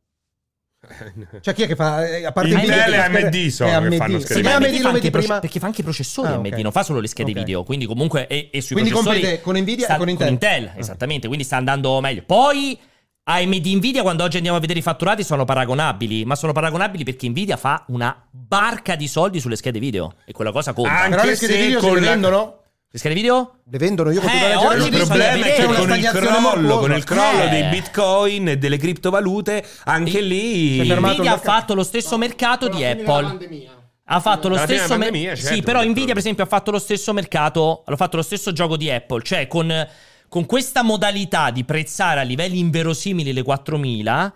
J: Cioè, chi è che fa. eh, A parte
G: Intel
J: Nvidia,
G: e
J: chi fa schede-
G: AMD sono
J: è
G: che
J: AMD.
G: fanno
I: Sì,
G: schede.
J: Sì, ma
G: Perché
I: ma
J: AMD
I: AMD fa
J: lo
I: anche
J: vedi
I: i proce-
J: prima.
I: perché fa anche i processori
J: Ah,
I: AMD,
J: ok.
I: non fa solo le schede
J: Ok.
I: video, quindi comunque e, e sui
J: Quindi
I: processori
J: compete con Nvidia
I: sta-
J: e con Intel. Ah.
I: esattamente, quindi sta andando meglio. Poi AMD Nvidia quando oggi andiamo a vedere i fatturati sono paragonabili, ma sono paragonabili perché Nvidia fa una barca di soldi sulle schede video e quella cosa conta.
G: Anche
J: Però le schede
G: se
J: video se
G: con
J: le
G: la-
J: vendono?
I: Le schede video?
J: Le vendono? Io continuo
I: Eh,
J: a leggere
I: oggi
G: il
J: notizie.
I: bisogna
G: problema è
I: vedere.
G: che
I: C'è
G: con
I: una
G: il,
J: stagnazione
G: crollo,
J: mortuosa.
G: con il crollo
I: Eh.
G: dei bitcoin e delle criptovalute, anche lì
J: Si è fermato il
I: Nvidia ha
J: mercato.
I: fatto lo stesso mercato di
H: Alla fine della
I: Apple.
H: pandemia.
I: Ha fatto lo
G: Alla fine
I: stesso
G: della
I: mer-
G: pandemia, certo,
I: Sì, però
G: perché-
I: Nvidia, per esempio, ha fatto lo stesso mercato. Ha fatto lo stesso gioco di Apple. Cioè, con, con questa modalità di prezzare a livelli inverosimili le 4000.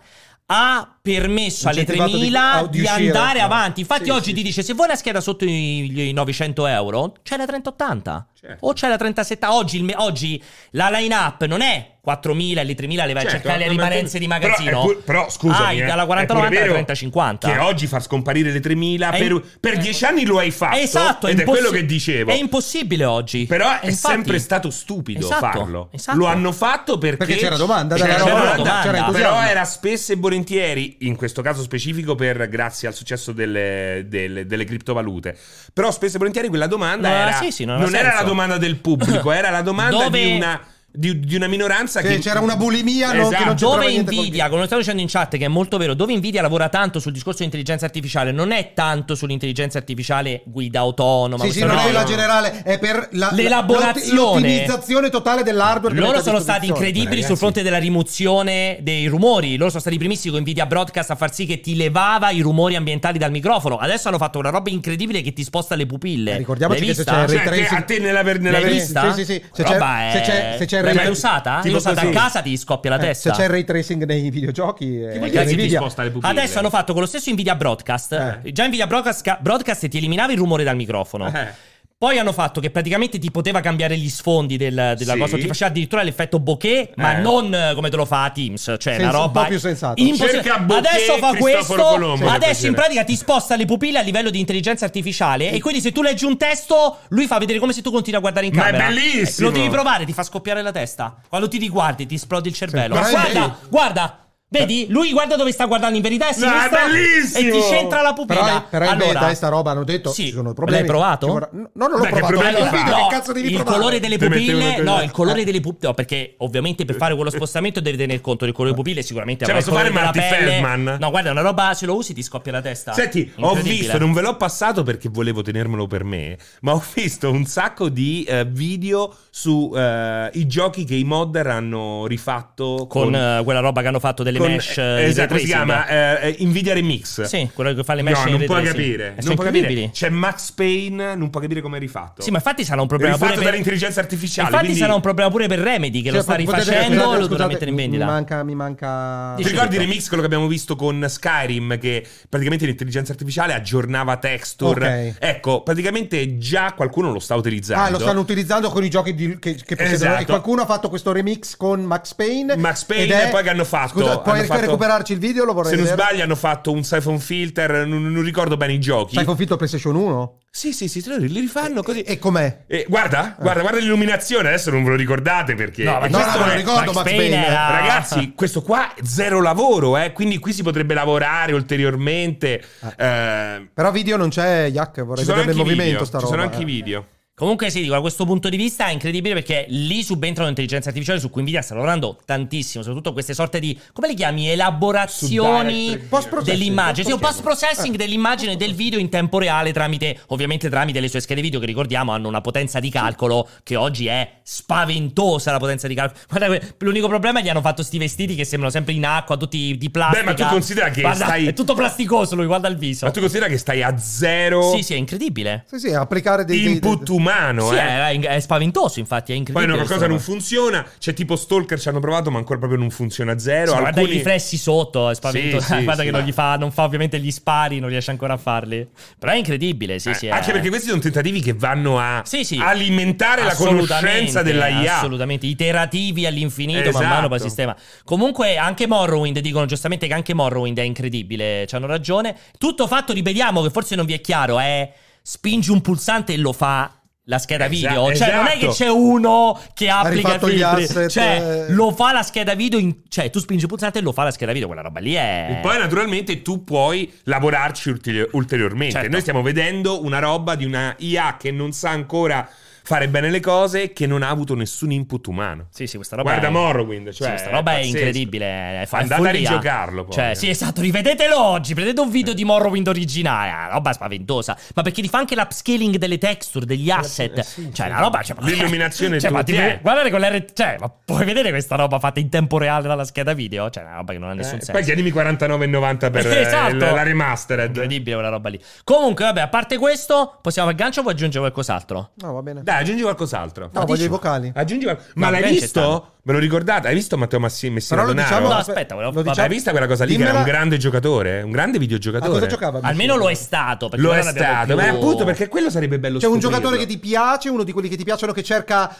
I: Ha permesso alle
J: Incentivato di-
I: 3000
J: ah,
I: di,
J: di uscire,
I: andare
J: no.
I: avanti. Infatti,
J: Sì,
I: oggi
J: sì,
I: ti
J: sì.
I: dice: se vuoi una scheda sotto i, i 900 euro, c'è la 3080
G: Certo.
I: o c'è la 3070. Oggi, il me- oggi la line up non è 4000 e le 3000 le vai
G: Certo,
I: a cercare le
G: ma- ma-
I: rimanenze di
G: però è
I: magazzino.
G: pur- Però, scusami,
I: Hai
G: eh,
I: dalla
G: è
I: 4090
G: pure
I: alla
G: vero
I: 3050.
G: Che oggi far scomparire le 3000
I: È
G: per,
I: in-
G: per dieci anni lo hai fatto.
I: Esatto,
G: ed è
I: impossi-
G: quello che dicevo.
I: È impossibile oggi.
G: Però è
I: E infatti-
G: sempre stato stupido
I: Esatto,
G: farlo.
I: esatto.
G: Lo hanno fatto perché,
J: Perché c'era domanda, dai,
G: c'era
I: era una
G: domanda,
I: domanda.
J: c'era entusiasmo.
G: però era spesso e volentieri, in questo caso specifico, per, grazie al successo delle, delle- delle criptovalute. Però spesso e volentieri quella domanda
I: No,
G: era,
I: sì, sì, non
G: non,
I: aveva
G: era
I: senso.
G: la domanda del pubblico, era la domanda
I: Dove-
G: di una. Di, di una minoranza
J: Sì,
G: che
J: c'era una bulimia, no, che non
G: Esatto.
J: c'entrava
I: Dove
J: niente col
I: Nvidia, come lo stavo dicendo in chat, che è molto vero, dove Nvidia lavora tanto sul discorso di intelligenza artificiale, non è tanto sull'intelligenza artificiale guida autonoma.
J: Sì, sì,
I: questa
J: non
I: roba.
J: è la generale, è per la,
I: L'elaborazione.
J: l'otti- l'ottimizzazione totale dell'hardware. che
I: Loro
J: mette a
I: sono stati
J: disposizione.
I: incredibili
G: Eh, Ragazzi.
I: sul fronte della rimozione dei rumori. Loro sono stati i primissimi con Nvidia Broadcast a far sì che ti levava i rumori ambientali dal microfono. Adesso hanno fatto una roba incredibile che ti sposta le pupille.
J: Eh, ricordiamoci
I: L'hai
J: che se
I: vista?
J: c'è il
G: Cioè,
J: ray
G: che
J: tracing-
G: a te nella, nella
I: L'hai
J: Sì,
I: vista?
J: Sì, sì, sì. Se c'è,
I: Roba è-
J: se c'è- se c'è c'è il ray
I: L'hai mai
J: tra-
I: usata? L'hai
J: tipo
I: usata a
J: così.
I: casa ti scoppia la
J: Eh,
I: testa.
J: Se c'è il ray tracing nei videogiochi, eh,
I: Perché
J: è
I: si
J: Nvidia.
I: Adesso hanno fatto con lo stesso Nvidia Broadcast.
G: Eh.
I: Già Nvidia Broadcast, broadcast ti eliminava il rumore dal microfono.
G: Eh.
I: Poi hanno fatto che praticamente ti poteva cambiare gli sfondi del- della
G: Sì.
I: cosa, ti faceva addirittura l'effetto bokeh, ma
G: Eh.
I: non eh, come te lo fa Teams, cioè
J: Senza-
I: una
J: un
I: roba
J: po' più sensato.
I: impossibile.
G: Cerca bokeh
I: Adesso fa
G: Cristoforo
I: questo,
G: Colombo, per
I: adesso in
G: piacere.
I: pratica ti sposta le pupille a livello di intelligenza artificiale e quindi se tu leggi un testo, lui fa vedere come se tu continui a guardare in
G: Ma è
I: camera.
G: bellissimo!
I: Eh, Lo devi provare, ti fa scoppiare la testa. Quando ti riguardi ti esplode il cervello.
G: Ma
I: Ma
G: è
I: guarda,
G: bello.
I: guarda. Vedi? Lui guarda dove sta guardando in verità e
G: No, è
I: sinistra e
G: Ah, bellissimo!
I: ti centra la pupilla.
J: Però, però in
I: allora,
J: beta questa roba hanno detto
I: Sì.
J: ci sono problemi.
I: L'hai provato?
J: Ci vorrà- No, non l'ho
G: Beh, che
J: provato.
G: problemi
J: Allora,
G: fa?
J: video,
I: no,
J: che cazzo devi
I: il
J: provare?
I: colore delle
G: Ti
I: pupille,
G: mettevo-
I: no, il colore delle pupille, no, perché ovviamente per fare quello spostamento devi tenere conto del colore delle pupille. Sicuramente
G: Cioè,
I: avrà il
G: posso
I: colore
G: fare
I: della
G: Marty
I: pelle.
G: Feldman?
I: No, guarda, è una roba se lo usi ti scoppia la testa.
G: Senti, ho
I: Incredibile.
G: visto, non ve l'ho passato perché volevo tenermelo per me, ma ho visto un sacco di eh, video su eh, i giochi che i modder hanno rifatto
I: con,
G: con,
I: eh, quella roba che hanno fatto delle
G: con-
I: mesh. eh,
G: eh,
I: di
G: esatto,
I: ray
G: si
I: tracing.
G: chiama eh, eh, Nvidia Remix.
I: Sì, quello che fa le mesh
G: No,
I: in
G: non
I: ray
G: puoi
I: tracing.
G: capire.
I: Eh,
G: Non
I: sono
G: puoi capire.
I: incredibili.
G: C'è Max Payne, non puoi capire come è
J: Certo.
G: rifatto.
I: Sì, ma infatti sarà un problema
G: rifatto
I: pure per-
G: dall'intelligenza artificiale.
I: Infatti
G: quindi-
I: sarà un problema pure per Remedy che
J: Cioè,
I: lo sta
J: potete-
I: rifacendo e
J: scusate,
I: lo dovrà
J: scusate,
I: mettere in
J: mi- Mi
I: vendita.
J: manca, mi manca...
G: Ti
I: Dici
G: ricordi il
I: tutto.
G: remix quello che abbiamo visto con Skyrim che praticamente l'intelligenza artificiale aggiornava texture?
J: Ok.
G: Ecco, praticamente già qualcuno lo sta utilizzando.
J: Ah, lo stanno utilizzando con i giochi di- che, che possedono.
G: Esatto.
J: E qualcuno ha fatto questo remix con Max Payne.
G: Max Payne
J: ed è-
G: e poi che hanno fatto?
J: Scusa, puoi
G: Hanno fatto-
J: recuperarci il video? Lo vorrei
G: Se non
J: vedere.
G: sbaglio hanno fatto un siphon filter, non, non ricordo bene i giochi.
J: Sai conflitto PlayStation 1?
G: Sì, sì, sì, li li rifanno così.
J: E com'è?
G: Eh, guarda, guarda, guarda l'illuminazione, adesso non ve lo ricordate perché...
I: No, ma
G: Eh,
J: No,
I: questo
J: no, me
I: è-
J: lo ricordo
I: Max
J: Max
I: Payne
J: Payne.
I: era- Ah.
G: Ragazzi, questo qua è zero lavoro, eh, quindi qui si potrebbe lavorare ulteriormente. eh,
J: Però video non c'è, Yak, vorrei
G: ci
J: Ah. vedere
G: sono anche
J: il
G: i
J: movimento
G: video,
J: sta
G: ci sono
J: roba,
G: anche
J: eh.
G: i video.
I: Comunque sì, dico, da questo punto di vista è incredibile perché lì subentra un'intelligenza artificiale su cui Nvidia sta lavorando tantissimo, soprattutto queste sorte di, come le chiami,
G: Su
I: elaborazioni
G: direct-
J: Post-processing,
I: dell'immagine, sì, un
J: post-processing.
I: post-processing dell'immagine e del video in tempo reale tramite, ovviamente tramite le sue schede video che ricordiamo hanno una potenza di calcolo che oggi è spaventosa la potenza di calcolo. Guarda, que- l'unico problema è che gli hanno fatto sti vestiti che sembrano sempre in acqua, tutti di plastica.
G: Beh, ma tu considera che
I: Guarda,
G: stai-
I: È tutto plasticoso lui, guarda il viso.
G: Ma tu considera che stai a zero
I: Sì, sì, è incredibile.
J: Sì, sì, applicare dei... dei-
G: input
J: dei-
G: umano,
I: Sì,
G: eh.
I: è, è spaventoso, infatti, è
G: Poi
I: incredibile.
G: no,
I: questa
G: qualcosa non
I: roba.
G: funziona. C'è tipo Stalker, ci hanno provato, ma ancora proprio non funziona a zero.
I: Sì, Guarda i
G: Alcuni...
I: riflessi sotto, è spaventoso.
G: Sì, sì,
I: Guarda
G: sì.
I: che non, gli fa, non fa ovviamente gli spari, non riesce ancora a farli. Però è incredibile, sì,
G: Eh,
I: sì. è-
G: anche perché questi sono tentativi che vanno a
I: Sì, sì.
G: alimentare la
I: Assolutamente,
G: conoscenza della IA.
I: Assolutamente, iterativi all'infinito
G: Esatto.
I: man mano poi sistema. Comunque anche Morrowind, dicono giustamente che anche Morrowind è incredibile, ci hanno ragione. Tutto fatto, ripetiamo, che forse non vi è chiaro, è spingi un pulsante e lo fa la scheda
G: Esatto,
I: video. Cioè non è che
G: esatto.
I: c'è uno che applica
J: rifatto gli
I: filtri.
J: asset,
I: cioè
J: eh.
I: lo fa la scheda video, in- cioè tu spingi il pulsante e lo fa la scheda video, quella roba lì è...
G: E poi naturalmente tu puoi lavorarci ulteri- ulteriormente.
I: Certo.
G: Noi stiamo vedendo una roba di una IA che non sa ancora fare bene le cose, che non ha avuto nessun input umano.
I: Sì, sì, questa roba
G: Guarda
I: è...
G: Morrowind, cioè,
I: Sì, questa roba è,
G: pazzesco.
I: incredibile. È fa- è
G: Andate a
I: follia.
G: rigiocarlo poi.
I: Cioè, sì, esatto, rivedetelo oggi. Prendete un video di Morrowind originale. È una roba spaventosa. Ma perché rifà anche l'upscaling delle texture,
G: Eh,
I: degli asset. Cioè, la roba. Cioè, ma-
G: L'illuminazione
I: cioè, ma
G: tutti,
I: ti-
G: eh.
I: Guardate con l'R. Cioè, ma puoi vedere questa roba fatta in tempo reale dalla scheda video? Cioè, è una roba che non ha
G: Eh,
I: nessun senso.
G: poi chiedimi 49,90 per eh,
I: Esatto.
G: la, la remastered.
I: Incredibile quella roba lì. Comunque, vabbè, a parte questo, possiamo al gancio o vuoi aggiungere qualcos'altro?
J: No, va bene.
G: Dai, aggiungi qualcos'altro.
J: No, voglio i vocali.
G: Aggiungi qual- Ma
I: No,
G: l'hai
I: invece
G: visto?
I: stanno.
G: Ve lo ricordate? Hai visto Matteo Massi- Messina
J: Però lo
G: Lonaro?
J: diciamo...
I: No, aspetta, volevo-
J: lo
I: vabbè,
J: diciamo...
G: Hai visto quella cosa lì che era
J: Dimmela-
G: un grande giocatore, un grande
J: A
G: videogiocatore?
J: cosa giocava?
I: Almeno lo è stato. perché
G: Lo
I: ora
G: è
I: ne abbiamo
G: stato,
I: più-
G: ma appunto perché quello sarebbe bello
J: C'è un
G: scoprirlo.
J: giocatore che ti piace, uno di quelli che ti piacciono che cerca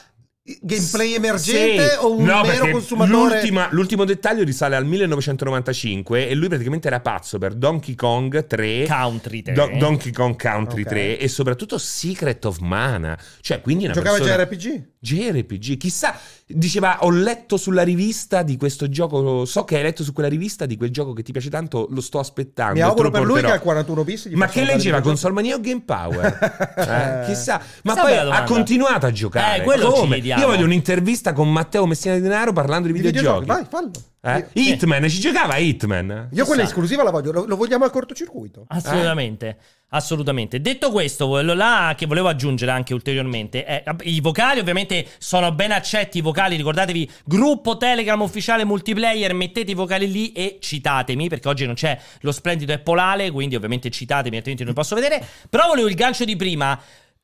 J: gameplay emergente
G: Sì.
J: o un
G: No,
J: mero
G: perché
J: consumatore?
G: l'ultima- l'ultimo dettaglio risale al 1995 e lui praticamente era pazzo per Donkey Kong 3
I: Country 3.
G: Do- Donkey Kong Country
J: Ok.
G: 3 e soprattutto Secret of Mana cioè quindi una
J: Giocava
G: persona
J: JRPG?
G: JRPG chissà diceva ho letto sulla rivista di questo gioco so che hai letto su quella rivista di quel gioco che ti piace tanto lo sto aspettando
J: Mi
G: e te
J: auguro
G: lo
J: per lui che
G: porterò.
J: al 41 bis gli
G: ma
J: possa
G: che
J: dare il
G: leggeva
J: gioco.
G: Console Mania o Game Power? Eh, chissà. Ma
I: Chissà
G: poi
I: bella
G: ha
I: domanda.
G: continuato a giocare.
I: Eh, quello ci
G: Come?
I: vediamo.
G: Io voglio un'intervista con Matteo Messina di Denaro parlando di
J: I videogiochi,
G: videogiochi.
J: vai, fallo.
G: Eh? Hitman, ci giocava Hitman?
J: Io quella
I: Chissà.
J: esclusiva la voglio, lo, lo vogliamo al cortocircuito.
I: Assolutamente. Assolutamente. Detto questo, quello là che volevo aggiungere anche ulteriormente è- i vocali, ovviamente sono ben accetti i vocali, ricordatevi gruppo Telegram ufficiale multiplayer, mettete i vocali lì e citatemi perché oggi non c'è lo splendido Eppolale, quindi ovviamente citatemi, altrimenti non vi posso vedere, però volevo il gancio di prima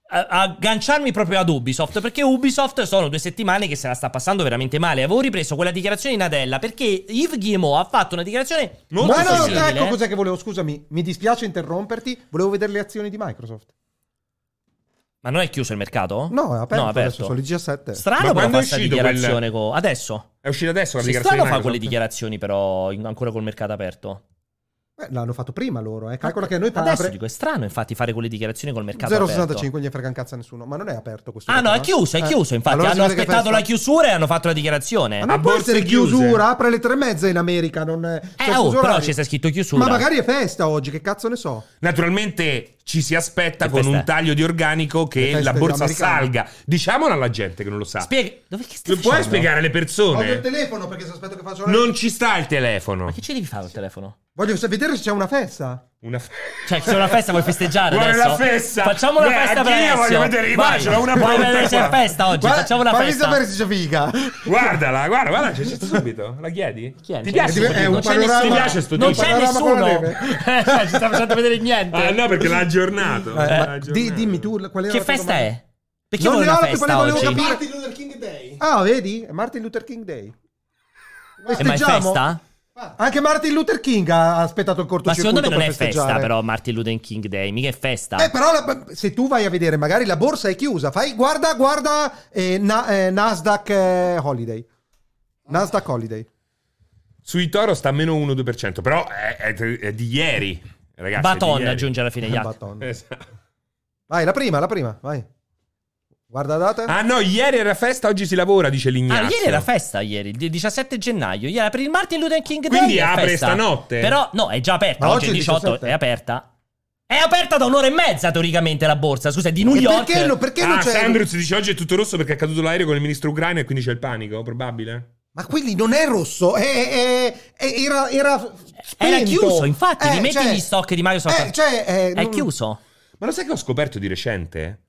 I: a- agganciarmi proprio ad Ubisoft perché Ubisoft sono due settimane che se la sta passando veramente male avevo ripreso quella dichiarazione di Nadella perché Yves Guillemot ha fatto una dichiarazione molto
J: Ma no,
I: simile.
J: ecco cos'è che volevo, scusami, mi dispiace interromperti, volevo vedere le azioni di Microsoft.
I: ma non è chiuso il mercato?
J: No, è aperto
I: no, è
J: adesso, sono le 17. Ma
I: strano però
J: quando
I: fa
J: è
I: questa
J: uscito
I: dichiarazione
J: quel-
I: co- adesso
G: È uscita adesso la
I: Sì,
G: dichiarazione
I: strano
G: di
I: fa quelle
G: Microsoft.
I: dichiarazioni però in- ancora col mercato aperto Ah,
J: Beh, l'hanno fatto prima loro, eh. calcola che a noi
I: Adesso
J: apre-
I: dico, è strano infatti fare quelle dichiarazioni col mercato aperto.
J: 0,65 non gli frega un cazzo a nessuno, ma non è aperto questo.
I: Ah no, è
J: mercato, eh?
I: chiuso, è
J: Eh.
I: chiuso. Infatti
J: Allora si
I: hanno
J: vede che
I: aspettato
J: festa.
I: la chiusura e hanno fatto la dichiarazione.
J: Ma non può essere chiusura, apre alle tre e mezza in America, non è...
I: Eh, oh, però ci sta scritto chiusura.
J: Ma magari è festa oggi, che cazzo ne so.
G: Naturalmente ci si aspetta
J: Che
G: con
J: festa
G: un
J: è?
G: taglio di organico
J: Che
G: che
J: festa
G: la
J: è
G: borsa
J: americana?
G: salga. Diciamolo alla gente che non lo sa.
I: Spiega- dove che stai
G: Lo puoi
I: facendo?
G: spiegare alle
J: Voglio il
G: persone?
J: telefono perché se aspetto che faccio...
G: Non ci sta il telefono.
I: Che ci devi fare al telefono?
J: Voglio sa- vedere se c'è una festa.
G: Una
I: Cioè, se c'è una festa vuoi festeggiare
G: Vuole
I: adesso?
G: la festa?
I: Facciamo una
G: Beh,
I: festa per
G: anch'io
I: adesso.
G: voglio vedere,
I: Vai.
G: immagino, una
I: Vuoi
G: porta
I: vedere se è
G: qua.
I: festa oggi?
J: Guarda-
I: facciamo una
J: fammi
I: festa.
J: sapere se c'è figa.
G: Guardala, guarda, guarda, c'è, c'è subito. La chiedi?
I: Chi è?
G: Ti
I: Non
G: piace?
I: c'è
G: sto tipo?
I: nessuno. Non c'è nessuno.
G: Ti piace sto
I: Non
G: tipo?
I: c'è nessuno. Eh, ci sta facendo vedere niente.
G: Ah, no, perché l'ha aggiornato.
J: Eh,
G: L'ha
J: ma
G: aggiornato.
J: di- dimmi tu qual era
I: Che
J: la tua
I: festa
J: domanda?
I: è? Perché
J: Non
I: vuole
J: ne
I: una
J: ho la- quella
I: festa
J: volevo
I: oggi?
J: capire.
H: Martin Luther King Day.
J: Ah, vedi? È Martin Luther King Day.
I: Eh, ma è
J: Festeggiamo?
I: festa?
J: Anche Martin Luther King ha aspettato il
I: Ma
J: cortocircuito
I: secondo me non
J: per
I: è festa
J: festeggiare.
I: però Martin Luther King Day, mica è festa.
J: Eh, però la- se tu vai a vedere, magari la borsa è chiusa. Fai, guarda, guarda eh, na- eh, Nasdaq eh, Holiday. Nasdaq Holiday.
G: Sui Toro sta a meno 1-2%, però è, è- è di ieri. Ragazzi,
I: Baton
G: è di ieri.
I: aggiunge alla fine
J: Eh,
I: gli altri.
J: Baton.
G: Esatto.
J: Vai, la prima, la prima, vai. Guarda la data.
G: Ah no, ieri era festa, oggi si lavora, dice
I: Ah,
G: l'Ignazio.
I: ieri era festa, ieri, il 17 gennaio. Ieri era per il Martin Luther King Day.
G: Quindi
I: è
G: apre
I: festa.
G: stanotte.
I: Però, no, è già aperta.
J: Ma
I: Oggi, è
J: oggi è il
I: 18,
J: 17.
I: è aperta. È aperta da un'ora e mezza, teoricamente, la borsa. Scusa, è di New
J: E
I: York.
J: perché no- perché non
G: ah,
J: c'è-
G: Sandruz dice oggi è tutto rosso perché è caduto l'aereo con il ministro ucraino e quindi c'è il panico, probabile?
J: Ma quelli non è rosso, è, è- è- era, era,
I: Era
J: spento.
I: chiuso, infatti,
J: Eh,
I: rimetti
J: cioè-
I: gli stock di Microsoft.
J: eh, cioè, eh,
I: è
J: non-
I: chiuso.
G: Ma lo sai che ho scoperto di recente?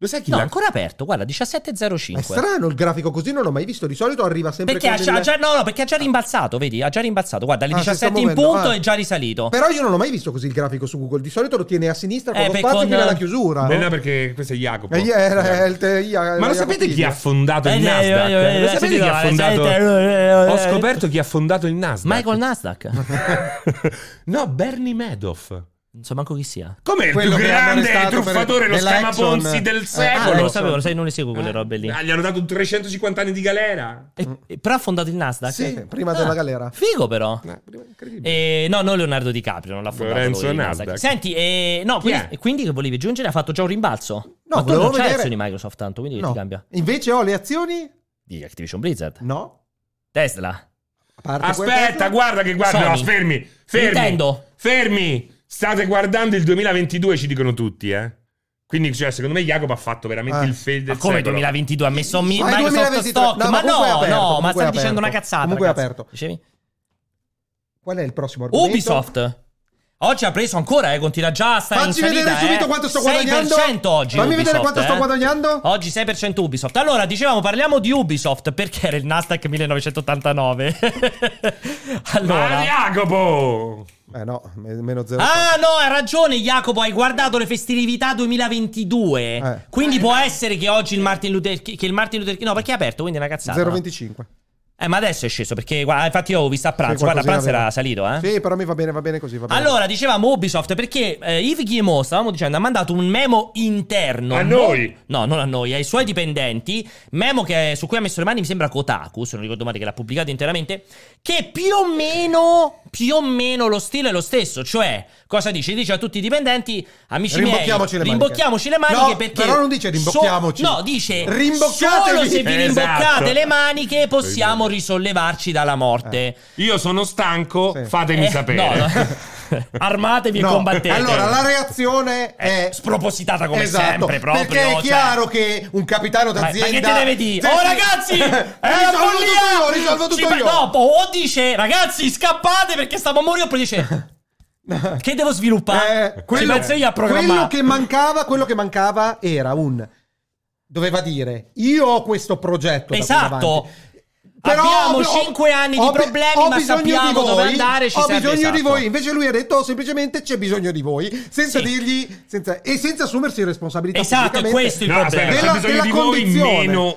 G: Lo sai chi
I: No,
G: l'ha...
I: ancora aperto, guarda,
J: È
I: 17.05.
J: strano il grafico così, non l'ho mai visto. Di solito arriva sempre
I: Perché ha,
J: con
I: ha
J: il-
I: già, no, no, perché ha già rimbalzato, vedi? Ha già rimbalzato. Guarda, alle
J: Ah, si sta
I: 17 in
J: muovendo,
I: punto
J: ah.
I: è già risalito.
J: Però io non l'ho mai visto così il grafico su Google. Di solito lo tiene a sinistra con
I: Eh,
J: lo
I: beh,
J: spazio
I: con-
J: fino alla chiusura.
G: Eh,
J: no?
G: no, perché questo è Jacopo.
J: Eh, era- il te-
G: boh, Ma lo sapete chi ha fondato il
I: Eh, eh,
G: Nasdaq?
I: eh, eh,
G: Lo
I: eh,
G: sapete
I: sì,
G: chi ha
I: no, eh, eh,
G: fondato?
I: eh,
G: Ho
I: eh,
G: scoperto chi ha fondato il Nasdaq.
I: Michael Nasdaq. Non
G: no, Bernie Madoff.
I: so manco chi sia.
G: Com'è il
J: Quello
G: più
J: che hanno
G: grande
J: arrestato
G: truffatore,
J: per-
G: lo
J: della
G: scama
J: Exxon.
G: Ponzi
J: Eh,
G: del
I: Ah, non
G: secolo?
I: lo sapevo, lo sai, non le seguo quelle robe lì.
G: Ah, gli hanno dato 350 anni di galera.
I: E- e- però ha fondato il Nasdaq? Ah,
J: Sì, prima della galera.
I: Figo però.
G: Eh, incredibile.
I: Eh, no, non Leonardo DiCaprio, non l'ha fondato
G: Lorenzo
I: lui, il
G: Nasdaq.
I: Senti, eh, no,
G: Chi
I: quindi,
G: è?
I: quindi che volevi aggiungere? Ha fatto già un rimbalzo.
J: No,
I: Ma tu
J: volevo
I: non c'hai
J: vedere-
I: azioni Microsoft tanto, quindi che
J: No.
I: ti cambia?
J: Invece ho le azioni?
I: Di Activision Blizzard.
J: No.
I: Tesla.
J: A parte
G: Aspetta,
J: quella-
G: guarda che guarda.
I: Sony.
G: No, fermi, fermi.
I: Nintendo.
G: Fermi. State guardando il 2022, ci dicono tutti, eh. Quindi, cioè, secondo me Jacopo ha fatto veramente
J: Ah.
G: il fail del
I: Ma come
G: secolo.
I: 2022 ha messo mi-
J: Ah,
I: Microsoft
J: 2023.
I: stock?
J: No,
I: ma
J: ma comunque è
I: no,
J: aperto,
I: no, ma
J: comunque è
I: stai dicendo
J: aperto.
I: una cazzata.
J: Comunque è
I: ragazzi.
J: aperto.
I: Dicevi?
J: Qual è il prossimo argomento?
I: Ubisoft. Oggi ha preso ancora, eh, continua già a stare in
J: Facci
I: salita,
J: vedere subito
I: eh.
J: quanto sto guadagnando.
I: 6% oggi
J: Fammi vedere
I: Ubisoft,
J: quanto sto
I: eh.
J: guadagnando.
I: Oggi 6% Ubisoft. Allora, dicevamo, parliamo di Ubisoft perché era il Nasdaq 1989.
G: Ma
I: allora.
G: Jacopo!
J: Eh no, me- meno zero.
I: Ah no, hai ragione Jacopo, hai guardato le festività 2022.
J: Eh.
I: Quindi può essere che oggi il Martin Luther King... Che il Martin Luther King... No, perché è aperto, quindi è una cazzata.
J: 0,25.
I: Eh, ma adesso è sceso perché, guarda, infatti io ho visto a pranzo.
J: Sì,
I: guarda, a
J: qualcosina
I: pranzo era
J: aveva.
I: salito, eh.
J: Sì, però mi va bene, va bene così. Va bene.
I: Allora, dicevamo Ubisoft perché eh, Yves Guillemot, stavamo dicendo, ha mandato un memo interno.
G: A
I: non-
G: noi?
I: No, non a noi, ai suoi dipendenti. Memo che, su cui ha messo le mani, mi sembra Kotaku, se non ricordo male, che l'ha pubblicato interamente. Che più o meno, più o meno lo stile è lo stesso. Cioè, cosa dice? Dice a tutti i dipendenti, amici miei,
J: Rimbocchiamoci le maniche.
I: rimbocchiamoci le maniche
J: No,
I: perché...
J: però non dice rimbocchiamoci.
I: so- no, dice...
J: Rimbocchiatevi!
I: Solo se vi rimboccate
G: Esatto.
I: le maniche possiamo risollevarci dalla morte.
J: Eh.
G: Io sono stanco,
J: Sì.
G: fatemi
I: Eh,
G: sapere.
I: no, no. Armatevi e
J: No,
I: combattete. Eh,
J: Allora, la reazione
I: è
J: è.
I: spropositata come
J: esatto,
I: sempre, proprio.
J: perché è
I: cioè-
J: chiaro che un capitano
I: Ma, ma che
J: d'azienda.
I: te deve dire?
J: Senti, Eh,
I: oh ragazzi! È la
J: risolvo tutto
I: follia!
J: io, risolvo
I: Ci
J: tutto
I: pa-
J: io.
I: no, po- o dice, ragazzi, scappate perché stiamo a morire, oppure dice... Che devo sviluppare?
J: Eh,
I: quello, Ci penso io a
J: quello
I: programmare.
J: che mancava, quello che mancava era un doveva dire io ho questo progetto da
I: Esatto.
J: portare avanti. Però
I: Abbiamo
J: ho-
I: 5 anni di
J: ho bi-
I: problemi,
J: ho
I: ma
J: bisogno
I: sappiamo
J: di voi,
I: dove andare, ci
J: Ho
I: serve
J: bisogno di
I: esatto.
J: voi. Invece lui ha detto semplicemente c'è bisogno di voi, senza
I: Sì.
J: dirgli senza- e senza assumersi responsabilità.
I: Esatto, è
J: pubblicamente
I: questo il
G: No,
I: problema.
G: aspetta, c'è
J: Della-
G: bisogno
J: della
G: di voi
J: condizione.
G: meno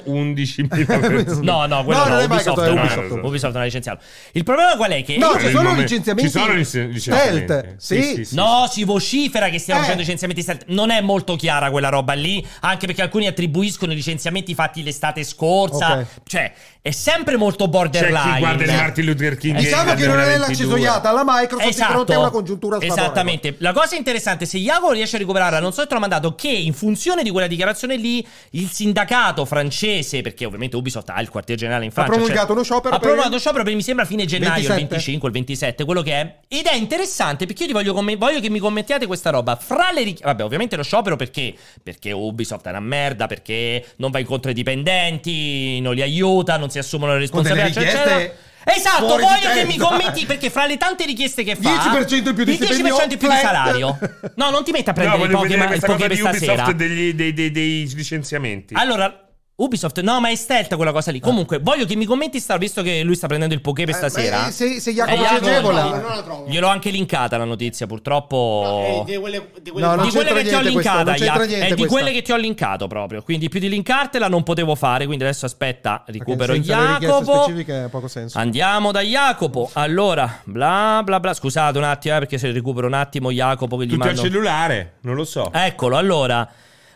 G: 11.000 persone.
I: No, no, quello
J: No,
I: no,
J: non è mai
I: Ubisoft,
J: capitato,
I: è
J: è
I: Ubisoft.
J: Ubisoft.
I: Ubisoft non ha licenziato. Il problema qual è
J: No, eh,
I: che
G: Quello
J: ci
G: è il
J: sono
G: momento.
J: licenziamenti.
G: Ci sono lic- licenziamenti.
J: Stealth, sì.
I: No, si vocifera che stiamo
J: Eh.
I: facendo licenziamenti stealth. Non è molto chiara quella roba lì, anche perché alcuni attribuiscono i licenziamenti fatti l'estate scorsa.
J: Ok.
I: Cioè, è sempre molto
G: C'è
I: borderline.
G: chi guarda il Martin Luther
I: Eh,
G: King
J: Diciamo
G: del
J: che non è la
G: 2022.
J: cisoiata alla Microsoft di fronte a una congiuntura sfavorevole.
I: Esatto. Esattamente. La cosa interessante, se Iago riesce a recuperarla, non so se te l'ho mandato, che in funzione di quella dichiarazione lì, il sindacato francese, perché ovviamente Ubisoft ha il quartier generale in Francia,
J: promulgato
I: cioè,
J: uno sciopero per-
I: ha promulgato uno sciopero per mi sembra fine gennaio, il
J: 27.
I: 25, il 27, quello che è. Ed è interessante perché io ti voglio, commen- voglio che mi commentiate questa roba. Fra le richieste, vabbè, ovviamente lo sciopero perché? Perché Ubisoft è una merda, perché non va incontro ai dipendenti, non li aiuta, non si assumono le
J: Con delle
I: responsabilità, eccetera,
J: richieste
I: eccetera. Esatto,
J: fuori
I: voglio
J: di
I: che
J: testa.
I: mi commenti perché fra le tante richieste che fa
J: 10% in più di
I: il 10%
J: stipendio,
I: in più di
J: flat.
I: salario. No, non ti metti
G: No,
I: a prendere i
G: voglio
I: pochi
G: vedere
I: ma-
G: questa
I: pochi
G: cosa
I: per
G: di Ubisoft
I: stasera. Ah,
G: degli- dei, dei- dei licenziamenti.
I: Allora Ubisoft, no, ma è stealth quella cosa lì.
G: Eh.
I: Comunque, voglio che mi commenti, sta, visto che lui sta prendendo il poké per stasera.
J: Eh, se, se Jacopo
I: Eh,
J: ci
I: Jacopo,
J: agevola.
H: no, non la trovo.
I: Gliel'ho anche linkata la notizia,
H: No,
I: purtroppo.
H: eh, di quelle, di quelle
J: No, non
I: di quelle
J: c'entra
I: che ti ho
J: niente questa,
I: linkata,
J: non c'entra
I: Jac-
J: niente
I: è di
J: questa.
I: quelle che ti ho linkato proprio. Quindi più di linkartela non potevo fare. Quindi adesso aspetta,
J: Perché
I: recupero
J: senza le richieste
I: Jacopo.
J: specifiche ha poco senso.
I: Andiamo da Jacopo. Allora, bla bla bla. Scusate un attimo, eh, perché se recupero un attimo Jacopo che gli
G: Tutto al
I: mando. Eh,
G: cellulare, non lo so.
I: Eccolo, allora.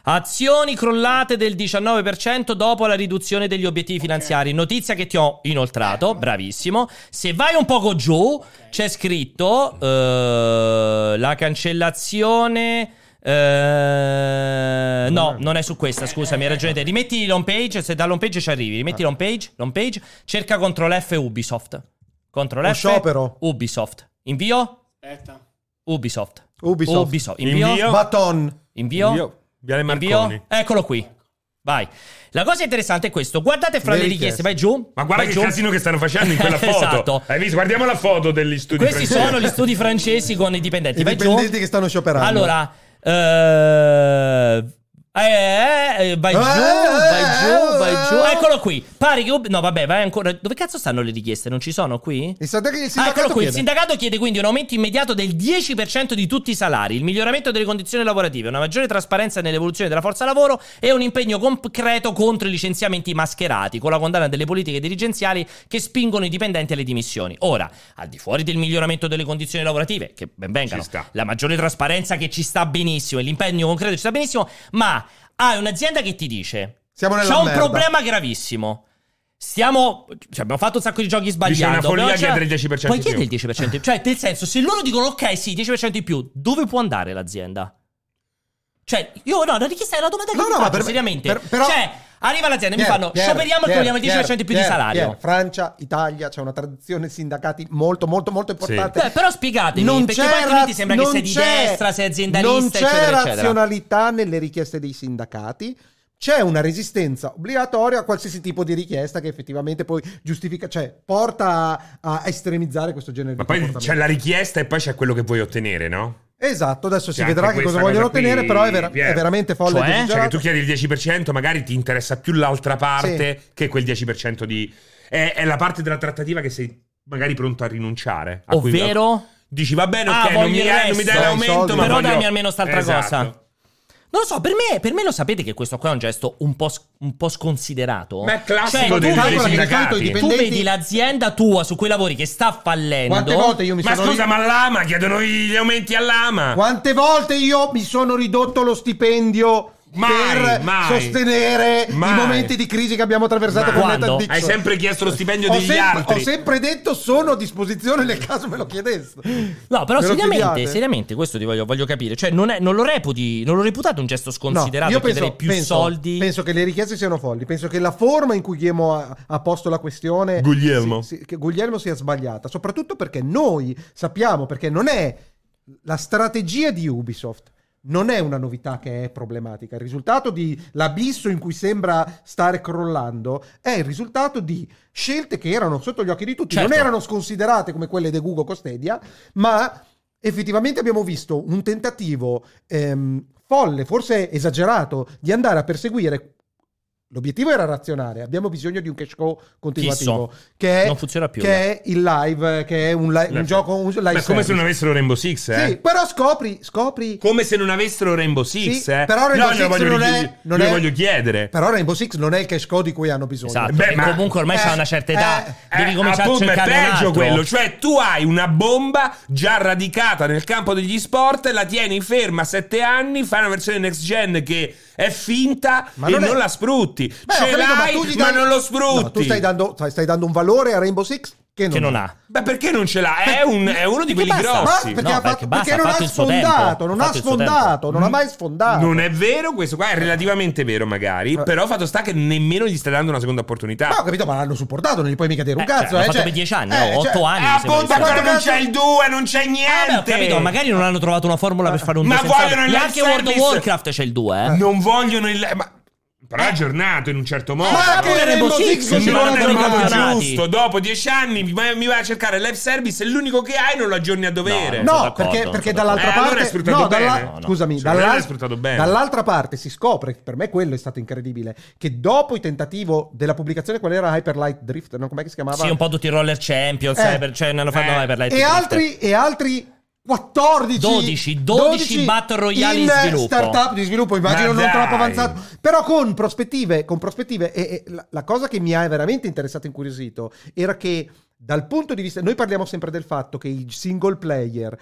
I: Azioni crollate del 19% dopo la riduzione degli obiettivi finanziari. Notizia che ti ho inoltrato, bravissimo. Se vai un poco giù, c'è scritto eh, la cancellazione. eh, no, non è su questa, scusami, hai ragione te. Rimetti l'home page, se dall'home page ci arrivi, rimetti l'home page, l'home page, cerca Ctrl F Ubisoft. Ctrl
J: Lo
I: F
J: sciopero.
I: Ubisoft. Invio
H: Aspetta.
I: Ubisoft.
J: Ubisoft.
I: Invio.
G: Invio.
J: Baton.
I: Invio.
G: Invio. Viale
I: Invio?
G: Marconi.
I: Eccolo qui. Vai. La cosa interessante è questo. Guardate fra
J: Le
I: le richieste,
J: richieste.
I: vai giù.
G: Ma guarda
I: vai
G: che
I: giù.
G: casino che stanno facendo in quella foto.
I: Esatto.
G: Hai visto? Guardiamo la foto degli studi
I: Questi
G: francesi.
I: sono gli studi francesi con i dipendenti.
J: I
I: vai
J: dipendenti
I: giù.
J: che stanno scioperando.
I: Allora, eh, eh, eh, vai
J: Eh,
I: giù, vai
J: eh,
I: giù, vai giù.
J: eh.
I: Eccolo qui. Pare che Ub- no, vabbè, vai ancora. Dove cazzo stanno le richieste? Non ci sono qui?
J: Il sindacato, il
I: Ah,
J: sindacato
I: eccolo qui. Il
J: chiede.
I: sindacato chiede quindi un aumento immediato del 10% di tutti i salari, il miglioramento delle condizioni lavorative, una maggiore trasparenza nell'evoluzione della forza lavoro e un impegno concreto contro i licenziamenti mascherati, con la condanna delle politiche dirigenziali che spingono i dipendenti alle dimissioni. Ora, al di fuori del miglioramento delle condizioni lavorative, che ben vengano,
G: Ci sta.
I: la maggiore trasparenza che ci sta benissimo e l'impegno concreto ci sta benissimo, ma hai un'azienda che ti dice
J: Siamo nella
I: c'è un
J: merda."
I: problema gravissimo. Stiamo. cioè, abbiamo fatto un sacco di giochi sbagliati.
G: Dice una follia,
I: abbiamo-
G: chiedere il 10%
I: Puoi
G: in più.
I: chiedere il 10%. Cioè, nel senso, se loro dicono ok, sì, 10% in più, dove può andare l'azienda? Cioè, io no, la richiesta è la domanda che
J: No,
I: mi
J: no, ma
I: faccio,
J: per me-
I: seriamente.
J: per- però-
I: Cioè, arriva l'azienda e mi
J: Pier,
I: fanno
J: Pier,
I: scioperiamo e
J: Pier,
I: togliamo il 10% in
J: Pier,
I: più di
J: Pier,
I: salario.
J: Pier, Francia, Italia, c'è una tradizione sindacati molto, molto, molto importante.
I: Beh, però spiegatemi, perché poi
J: c'è
I: altrimenti
J: raz-
I: sembra che
J: non
I: sei di
J: c'è-
I: destra, sei aziendalista,
J: Non c'è
I: eccetera, eccetera.
J: razionalità nelle richieste dei sindacati. C'è una resistenza obbligatoria a qualsiasi tipo di richiesta che effettivamente poi giustifica, cioè porta a, a estremizzare questo genere
G: Ma
J: di
G: poi c'è
J: comportamenti.
G: la richiesta e poi c'è quello che vuoi ottenere, no?
J: Esatto, adesso si
G: C'è
J: vedrà
G: Cioè, anche
J: che cosa
G: questa
J: vogliono
G: cosa qui,
J: ottenere, però è, vera-
G: Pier.
J: è veramente folle. e
I: Cioè?
G: Cioè che
J: degenerata.
G: tu chiedi il 10%, magari ti interessa più l'altra parte che quel 10% di... È, è la parte della trattativa che sei magari pronto a rinunciare. a cui-
I: Ovvero?
G: Dici va bene,
I: Ah,
G: ok,
I: voglio
G: non mi,
I: il
G: non mi
I: resto.
G: dai
J: Dai,
G: l'aumento,
J: soldi.
G: ma
I: Però
G: voglio-
I: dammi almeno st'altra
G: Esatto.
I: cosa. Non lo so, per me, per me lo sapete che questo qua è un gesto un po', sc- un po' sconsiderato.
G: Ma è classico
I: Cioè,
G: dei,
I: tu-
J: calcola che
G: dei
J: di solito i
G: sindacati.
J: dipendenti-
I: tu vedi l'azienda tua su cui lavori che sta fallendo.
J: Quante volte io mi
G: Ma
J: sono
G: scusa, ma l'ama, chiedono gli aumenti all'ama.
J: Quante volte io mi sono ridotto lo stipendio
G: Mai,
J: per
G: mai.
J: sostenere
G: Mai.
J: i momenti di crisi che abbiamo attraversato
G: Ma
J: con
I: quando?
J: Nathan Dixon?
G: Hai sempre chiesto lo stipendio
J: ho
G: degli
J: sempre,
G: altri.
J: ho sempre detto sono a disposizione nel caso me lo chiedeste.
I: No, però
J: Me lo
I: seriamente,
J: chiediate?
I: seriamente, questo ti voglio, voglio capire. Cioè, non, è- non lo reputi, non lo reputate un gesto
J: No,
I: sconsiderato
J: io
I: chiedere
J: penso,
I: più
J: penso-
I: soldi?
J: penso che le richieste siano folli. Penso che la forma in cui Guglielmo ha, ha posto la questione
G: Guglielmo.
J: si- si- che Guglielmo sia sbagliata, soprattutto perché noi sappiamo perché non è la strategia di Ubisoft. Non è una novità che è problematica. Il risultato di l'abisso in cui sembra stare crollando è il risultato di scelte che erano sotto gli occhi di tutti,
I: Certo.
J: non erano sconsiderate come quelle di Google Costedia, ma effettivamente abbiamo visto un tentativo ehm, folle, forse esagerato, di andare a perseguire L'obiettivo era razionale, abbiamo bisogno di un cash cow continuativo. Che è,
I: Non funziona più,
J: Che è il live, che è un, li- un
G: Live.
J: gioco, un live
G: Ma è come
J: service.
G: se non avessero Rainbow Six, eh?
J: Sì, però scopri, scopri.
G: Come se non avessero Rainbow Six,
J: Sì,
G: eh?
J: però Rainbow
G: no, glielo
J: Six
G: voglio
J: non è-
G: richied-
J: non
G: glielo
J: è-
G: voglio chiedere.
J: Però Rainbow Six non è il cash cow di cui hanno bisogno.
I: Esatto, e comunque ormai
J: eh,
I: c'è una certa età,
G: Eh,
I: devi cominciare a
G: appunto,
I: cercare
G: è
I: un
G: peggio
I: altro.
G: quello, cioè tu hai una bomba già radicata nel campo degli sport, la tieni ferma a 7 anni, fai una versione next gen che è finta
J: Ma
G: e
J: non
G: non,
J: è-
G: la sfrutti.
J: Beh, ho
G: Ce
J: capito,
G: l'hai,
J: tu gli
G: ma
J: dai-
G: non lo sfrutti.
J: No, tu stai dando, stai- stai dando un valore a Rainbow Six che non,
I: Che non ha.
G: Beh, perché non ce l'ha? È, un- è uno di
I: Perché
G: quelli
I: basta,
J: Ma
G: grossi.
J: perché,
I: No,
J: ha fatto-
I: perché basta,
J: perché non
I: ha
J: ha,
I: fatto il suo tempo,
J: sfondato, non
I: ha
J: ha
I: fatto il suo
J: sfondato, non ha mai sfondato.
G: Non è vero questo qua, è relativamente vero magari, però fatto sta che nemmeno gli stai dando una seconda opportunità.
J: Ma ho capito, ma l'hanno supportato, non gli puoi mica dire un
I: Eh,
J: cazzo.
I: cioè, l'ha
J: eh,
I: fatto
J: cioè-
I: per dieci anni,
J: eh,
I: no?
J: cioè-
I: Otto anni.
G: Ah,
I: mi sembra
G: appunto,
I: di sì.
G: ancora non
J: cazzo-
G: c'è il 2, non
J: Ah,
G: c'è
I: Eh, beh, ho
G: niente.
I: capito, magari non hanno trovato una formula per fare un
G: Ma
I: 2 senza
G: vogliono il live
I: Neanche World of
G: service.
I: Warcraft c'è il 2, eh.
G: Non vogliono il... Ma... Però è aggiornato in un certo modo.
J: Eh. Ma
G: no?
J: anche Rainbow Six
G: Non
J: ci
G: è
J: vogliono
G: il
J: dei
G: modo
I: campionati.
J: Eh,
G: giusto. Dopo dieci anni mi vai, mi vai a cercare il live service e l'unico che hai non lo aggiorni a dovere.
I: sono
J: No,
I: d'accordo,
J: perché,
I: non
J: perché
I: sono
J: dall'altra
G: d'accordo. Eh, allora
J: parte.
G: è sfruttato
J: no,
G: bene.
J: dalla-
G: No, no.
J: Scusami,
G: Secondo me
J: dall'al-
G: l'hai sfruttato bene.
J: dall'altra parte si scopre, per me quello è stato incredibile, che dopo il tentativo della pubblicazione, qual era Hyper Light Drift? No, com'è che si chiamava?
I: Sì, un po' tutti i roller champions,
J: Eh.
I: eh, per- cioè, ne hanno fatto
G: Eh.
I: mai per lei.
J: e, altri, e altri 14
I: 12, 12 battle royale in sviluppo.
J: startup di sviluppo immagino
G: Ma
J: non troppo
G: dai.
J: avanzato però con prospettive con prospettive e, e la, la cosa che mi ha veramente interessato e incuriosito era che dal punto di vista, noi parliamo sempre del fatto che i single player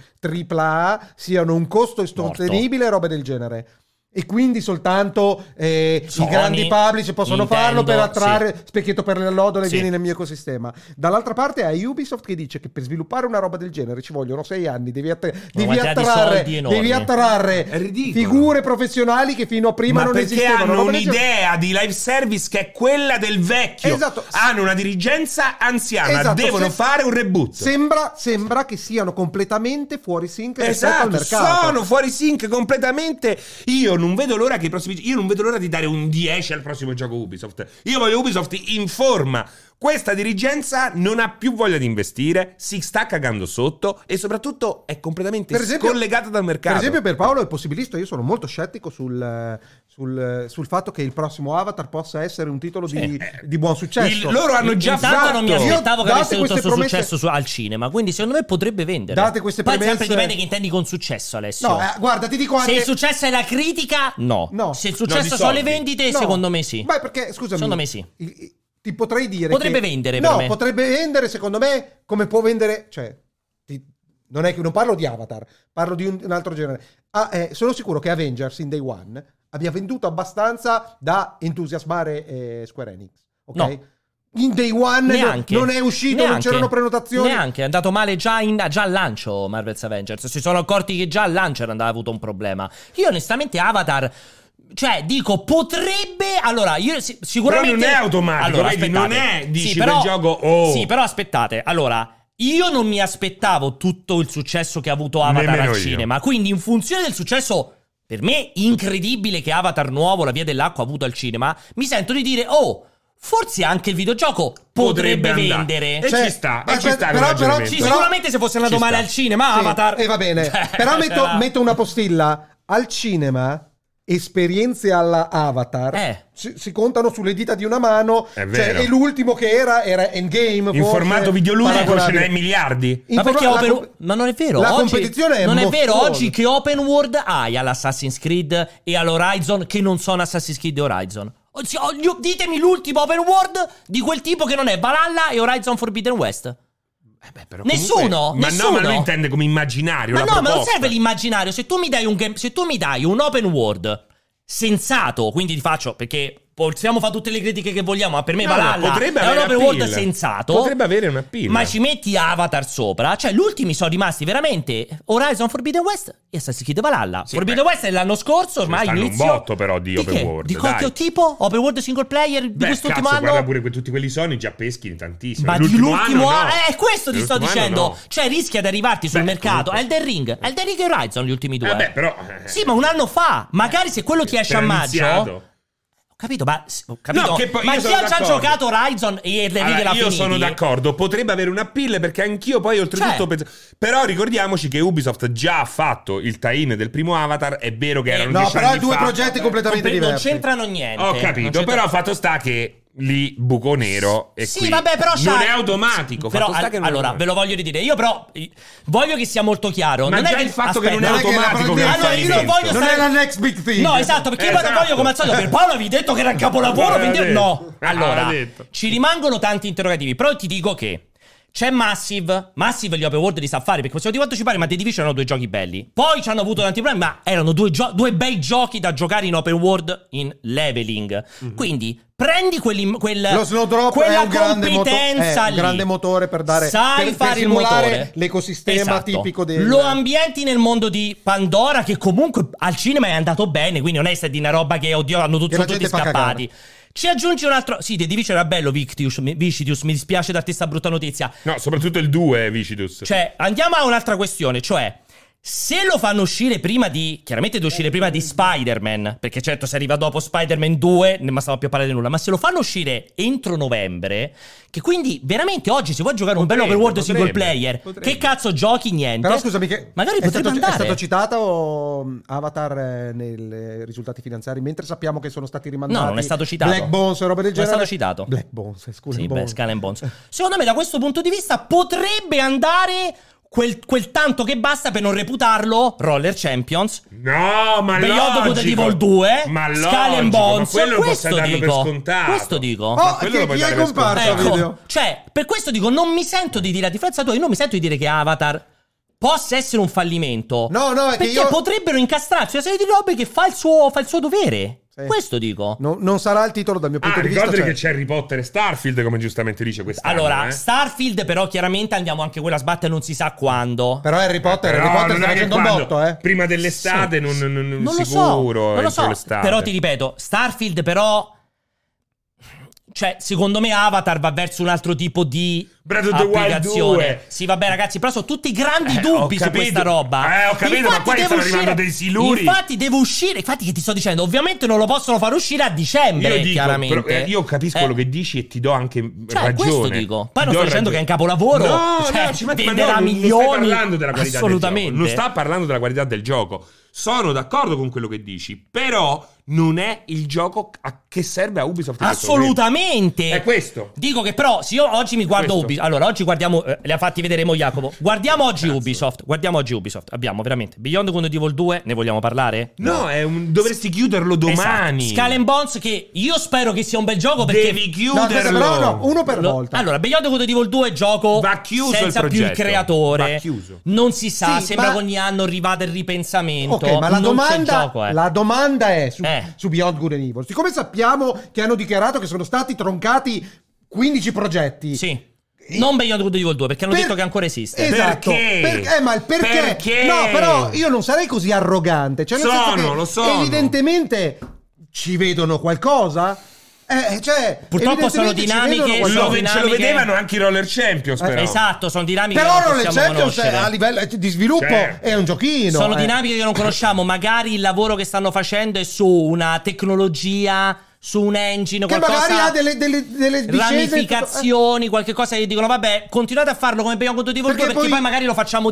J: AAA siano un costo insostenibile e roba del genere. E quindi soltanto eh,
I: Sony,
J: i grandi publisher possono farlo per
I: Nintendo,
J: attrarre specchietto per le allodole e
I: Sì.
J: vieni nel mio ecosistema. Dall'altra parte hai Ubisoft che dice che per sviluppare una roba del genere ci vogliono sei anni, devi, attra- devi
I: quantità di
J: attrarre,
I: soldi enormi.
J: devi attrarre
G: È ridicolo.
J: figure professionali che fino a prima
G: Ma
J: non
G: perché
J: esistevano.
G: hanno
J: roba del genere.
G: un'idea di live service che è quella del vecchio.
J: Esatto.
G: Hanno una dirigenza anziana,
J: Esatto,
G: devono
J: se-
G: fare un reboot.
J: Sembra, sembra che siano completamente fuori sync rispetto al
G: Esatto,
J: mercato.
G: sono fuori sync completamente. Io non vedo l'ora che i prossimi. Io non vedo l'ora di dare un 10 al prossimo gioco Ubisoft. Io voglio Ubisoft in forma. Questa dirigenza non ha più voglia di investire, si sta cagando sotto e soprattutto è completamente scollegata dal mercato.
J: Per esempio, per Paolo è possibilista. Io sono molto scettico sul, sul- sul fatto che il prossimo Avatar possa essere un titolo di, di buon successo. esatto.
G: Il- loro hanno già
I: Esatto. Intanto
G: fatto.
I: non mi
J: Io-
I: aspettavo che
J: date
I: avesse tutto
J: queste
I: il suo
J: promesse-
I: successo su- al cinema, quindi secondo me potrebbe vendere.
J: Date queste
I: Poi sempre
J: promesse-
I: dipende che intendi con successo, Alessio.
J: No, eh, guarda, ti dico
I: Se
J: anche.
I: il successo è la critica, no.
J: No.
I: Se il
G: No, di
I: successo sono le
G: soldi.
I: vendite,
J: No.
I: secondo me sì.
J: Beh, perché scusami.
I: Secondo me sì.
J: il- il- Ti potrei dire.
I: Potrebbe
J: che-
I: vendere per
J: No,
I: me.
J: potrebbe vendere, secondo me, come può vendere. Cioè, ti- non è che non parlo di Avatar, parlo di un, un altro genere. Ah, eh, sono sicuro che Avengers in Day One abbia venduto abbastanza da entusiasmare eh, Square Enix. Ok?
I: No.
J: In Day One non-
I: Neanche.
J: non è uscito, non
I: Neanche.
J: c'erano prenotazioni.
I: Neanche, è andato male già, in, già al lancio Marvel's Avengers. Si sono accorti che già al lancio era andato- avuto un problema. Io onestamente Avatar... Cioè, dico, potrebbe... Allora, io si- sicuramente...
G: Però non è automatico, vedi,
I: aspettate.
G: non è, dici, quel gioco, oh.
I: Sì, però aspettate. Allora... Io non mi aspettavo tutto il successo che ha avuto Avatar
G: Nemmeno
I: al
G: io.
I: cinema, quindi in funzione del successo per me incredibile che Avatar nuovo, la via dell'acqua ha avuto al cinema, mi sento di dire "Oh, forse anche il videogioco potrebbe,
G: andare.
I: vendere".
G: E
J: Cioè,
G: ci sta, e
J: aspetta,
G: ci sta
J: però-
G: quel
J: però-
G: ragionamento.
I: Sì,
J: Però-
I: sicuramente se fosse andato
G: Ci
I: male
G: sta.
I: al cinema,
J: Sì,
I: Avatar.
J: E va bene.
I: Cioè,
J: Però metto,
I: era-
J: metto una postilla. Al cinema, esperienze alla Avatar
I: Eh.
J: si, si contano sulle dita di una mano.
G: È
J: Cioè,
G: vero.
J: e l'ultimo che era era Endgame. forse,
G: In formato videoludico ce
J: paragonabile.
G: n'è miliardi.
J: In
I: Ma
J: forma-
I: perché
J: la
I: Open
J: comp-
I: Ma non è vero.
J: La
I: oggi-
J: competizione è
I: Non è vero
J: mostruosa.
I: oggi che Open World hai all'Assassin's Creed e all'Horizon che non sono Assassin's Creed e Horizon. O- sì, o- gli- Ditemi l'ultimo Open World di quel tipo che non è Valhalla e Horizon Forbidden West.
G: Eh Beh, però
I: Nessuno,
G: Ma
I: nessuno.
G: no, ma lui intende come immaginario. la
I: Ma no, ma non
G: proposta.
I: serve l'immaginario. Se tu mi dai un, game- se tu mi dai un open world sensato, quindi ti faccio perché possiamo fare tutte le critiche che vogliamo, ma per me
G: No,
I: Valhalla
G: ma potrebbe
I: è un
G: avere
I: open
G: appeal.
I: world sensato.
G: Potrebbe avere un appeal.
I: Ma ci metti Avatar sopra, cioè gli ultimi sono rimasti veramente Horizon Forbidden West e Assassin's Creed Valhalla.
G: Sì,
I: Forbidden
G: beh.
I: West è l'anno scorso, ormai
G: stanno un
I: inizio.
G: botto, però, di open
I: che?
G: world,
I: Di qualche
G: dai.
I: tipo? Open world single player di
G: Beh,
I: quest'ultimo
G: cazzo, guarda
I: anno?
G: pure que- tutti quelli sono già peschi tantissimi.
I: Ma di l'ultimo
G: Cioè, anno,
I: anno,
G: no.
I: eh, questo ti sto
G: L'ultimo anno
I: dicendo.
G: no.
I: Cioè, rischia di arrivarti sul
G: Beh,
I: mercato.
G: comunque.
I: Elden Ring, Elden Ring e Horizon, gli ultimi due.
G: Vabbè, però. eh,
I: Sì, ma un anno fa. Magari se quello ti esce a
G: era
I: maggio.
G: iniziato.
I: Ho Capito? Ma, ho capito.
G: No, che poi
I: ma
G: io
I: chi
G: sono
I: ha già
G: d'accordo.
I: giocato Horizon e le righe
G: Allora,
I: l'ha
G: io
I: finiti?
G: sono d'accordo, potrebbe avere un appeal perché anch'io poi oltretutto
I: Cioè.
G: penso... Però ricordiamoci che Ubisoft già ha fatto il tie-in del primo Avatar, è vero
I: Eh,
G: che erano
J: No,
G: dieci
J: però
G: anni
J: due
G: fa.
J: progetti completamente
I: Compre- non
J: diversi.
I: c'entrano niente.
G: Ho
I: Non
G: capito,
I: c'entra-
G: però fatto sta che lì buco nero e
I: Sì,
G: qui
I: vabbè, però
G: non
I: sai-
G: è automatico,
I: Però,
G: fatto sta
I: al-
G: che non è
I: allora, ve
G: automatico.
I: lo voglio ridire. Io, però, eh, voglio che sia molto chiaro.
G: Ma
I: non è
G: già
I: che
G: il fatto che
I: aspetta.
G: non è automatico che è un
I: Allora, io non
G: fallimento.
I: voglio
J: Non
I: stare-
J: è la next big thing.
I: No, esatto, perché io non
G: Esatto.
I: voglio come al solito per Paolo vi detto che era il capolavoro,
G: L'aveva
I: quindi io-
G: detto.
I: no. Allora,
G: L'aveva detto.
I: ci rimangono tanti interrogativi, però ti dico che c'è Massive, Massive gli open world li sa fare, perché possiamo dire quanto ci pare, ma The Division erano due giochi belli. Poi ci hanno avuto tanti problemi, ma erano due, gio- due bei giochi da giocare in open world in leveling.
G: Mhm.
I: Quindi prendi quell'im- quel,
J: Lo Snowdrop
I: quella
J: è un grande, moto-
I: competenza
J: è un
I: lì.
J: grande motore per dare
I: Sai
J: per,
I: fare
J: per
I: il
J: simulare
I: motore.
J: l'ecosistema
I: Esatto.
J: tipico del
I: Lo ambienti nel mondo di Pandora che comunque al cinema è andato bene, quindi non è stata di una roba che oddio hanno tutti,
J: Che la
I: sono tutti
J: gente fa
I: scappati. Ci aggiungi un altro. Sì, The Division era bello, Victius, mi- Vicidius. Mi dispiace darti questa brutta notizia.
G: No, soprattutto il 2, Vicidus.
I: Cioè, andiamo a un'altra questione, cioè. Se lo fanno uscire prima di. Chiaramente deve uscire prima di Spider-Man. Perché certo, se arriva dopo Spider-Man 2, non stiamo più a parlare di nulla. Ma se lo fanno uscire entro novembre, che quindi veramente oggi si può giocare un bello
G: Potrebbe,
I: overworld single
G: potrebbe,
I: player.
G: potrebbe.
I: Che cazzo giochi niente?
J: Però scusami che
I: Magari
J: è, stato,
I: potrebbe
J: è
I: andare.
J: stato citato mh, Avatar eh, nei risultati finanziari, mentre sappiamo che sono stati rimandati
I: No, non è stato citato.
J: Black Bones e roba del
I: Non è
J: genere.
I: stato citato.
J: Black Bones, eh, scusa.
I: Sì, beh,
J: Bones. Oh,
I: Skull and Bones. Secondo me, da questo punto di vista, potrebbe andare quel, quel tanto che basta per non reputarlo Roller Champions.
G: No, ma
I: Beyond Good
G: logico.
I: and Evil 2,
G: ma
I: Skull
G: logico,
I: and Bones.
G: ma quello lo
I: Questo
G: posso darlo per
I: dico.
G: scontato.
I: Questo dico.
G: Ma
J: Oh,
G: quello
J: chi-
G: lo puoi
J: chi è
G: dare per
J: comparso?
G: scontato.
J: Ecco. video.
I: Cioè, per questo dico, non mi sento di dire, a differenza tua, io non mi sento di dire che Avatar possa essere un fallimento.
J: No, no, è che
I: perché
J: io-
I: potrebbero incastrarci una serie di robe che fa il suo, fa il suo dovere.
J: Sì.
I: Questo dico.
J: No, non sarà il titolo dal mio punto
G: Ah,
J: di vista.
G: ricordati
J: cioè-
G: che c'è Harry Potter e Starfield, come giustamente dice quest'anno.
I: Allora,
G: eh.
I: Starfield, però, chiaramente andiamo anche quella a sbattere, non si sa quando.
J: Però Harry Potter,
G: Però
J: Harry Potter
G: non
J: sta
G: è che
J: facendo un
G: quando-
J: botto, eh.
G: Prima dell'estate,
I: Sì.
G: non, non, non,
I: Non lo
G: sicuro.
I: so, non lo
G: entro
I: so.
G: l'estate.
I: Però ti ripeto, Starfield, però. Cioè, secondo me Avatar va verso un altro tipo di
G: Breath of the Wild
I: applicazione.
G: 2.
I: Sì, vabbè, ragazzi, però sono tutti grandi
G: Eh, ho
I: dubbi su
G: capito.
I: questa roba.
G: Eh, ho capito, ma qua
I: deve
G: stanno arrivando dei siluri.
I: Infatti, deve uscire. Infatti, che ti sto dicendo, ovviamente non lo possono far uscire a dicembre.
G: Io, dico,
I: chiaramente.
G: però, eh, io capisco
I: Eh,
G: quello che dici e ti do anche
I: Cioè,
G: ragione.
I: questo dico. Poi
G: Ti
I: non
G: do
I: sto dicendo
G: ragione.
I: che è un capolavoro.
G: No,
I: cioè,
G: no, ci metti- ma no,
I: venderà
G: non- non
I: milioni.
G: stai parlando della qualità
I: Assolutamente.
G: del gioco. Non sta parlando della qualità del gioco. Sono d'accordo con quello che dici, però non è il gioco a- che serve a Ubisoft. in questo
I: Assolutamente.
G: momento. È eh, questo.
I: Dico che però, se io oggi mi guardo
G: Questo.
I: Ubisoft, allora oggi guardiamo, eh, le ha fatti vedere mo Jacopo. Guardiamo oggi Ubisoft, guardiamo oggi Ubisoft. Abbiamo veramente Beyond Good and Evil 2, ne vogliamo parlare?
G: No, è un- dovresti chiuderlo domani.
I: Esatto. Skull and Bones che io spero che sia un bel gioco perché
G: Devi
J: No, aspetta,
G: chiuderlo.
J: però no, uno per
I: Lo-
J: volta.
I: Allora, Beyond Good and Evil 2 gioco
G: Va chiuso il
I: senza più il
G: progetto.
I: creatore.
G: Va chiuso.
I: Non si sa,
J: Sì,
I: sembra
J: ma-
I: che ogni anno rivada il ripensamento.
J: Ok, ma la
I: Non c'è il
J: domanda,
I: gioco, eh.
J: la domanda è su,
I: Eh.
J: su Beyond Good and Evil. Siccome sappiamo che hanno dichiarato che sono stati troncati 15 progetti,
I: Sì. Non Beyond Good and Evil 2 perché hanno
J: Per-
I: detto che ancora esiste.
J: Esatto.
G: Perché?
J: Per- eh, ma il perché?
G: Perché?
J: No, però io non sarei così arrogante. Cioè, nel
G: Sono,
J: senso che
G: lo sono.
J: Evidentemente ci vedono qualcosa. Eh, cioè,
I: Purtroppo sono
J: evidentemente ci
I: dinamiche,
J: vedono
I: sono
G: Lo,
J: qualcosa.
G: ve- ce lo
I: dinamiche-
G: vedevano anche i Roller Champions,
J: Eh,
G: però.
I: Esatto, sono dinamiche
J: Però
I: che non
J: non le
I: possiamo
J: Champions eh,
I: conoscere.
J: a livello di sviluppo
G: Certo.
J: è un giochino.
I: Sono
J: eh.
I: dinamiche che non conosciamo. Magari il lavoro che stanno facendo è su una tecnologia, su un engine,
J: Che
I: qualcosa.
J: magari ha delle, delle, delle discese- eh.
I: ramificazioni, qualche cosa che dicono vabbè continuate a farlo come Beyond Good and Evil 2
J: Perché
I: perché poi...
J: poi
I: magari lo facciamo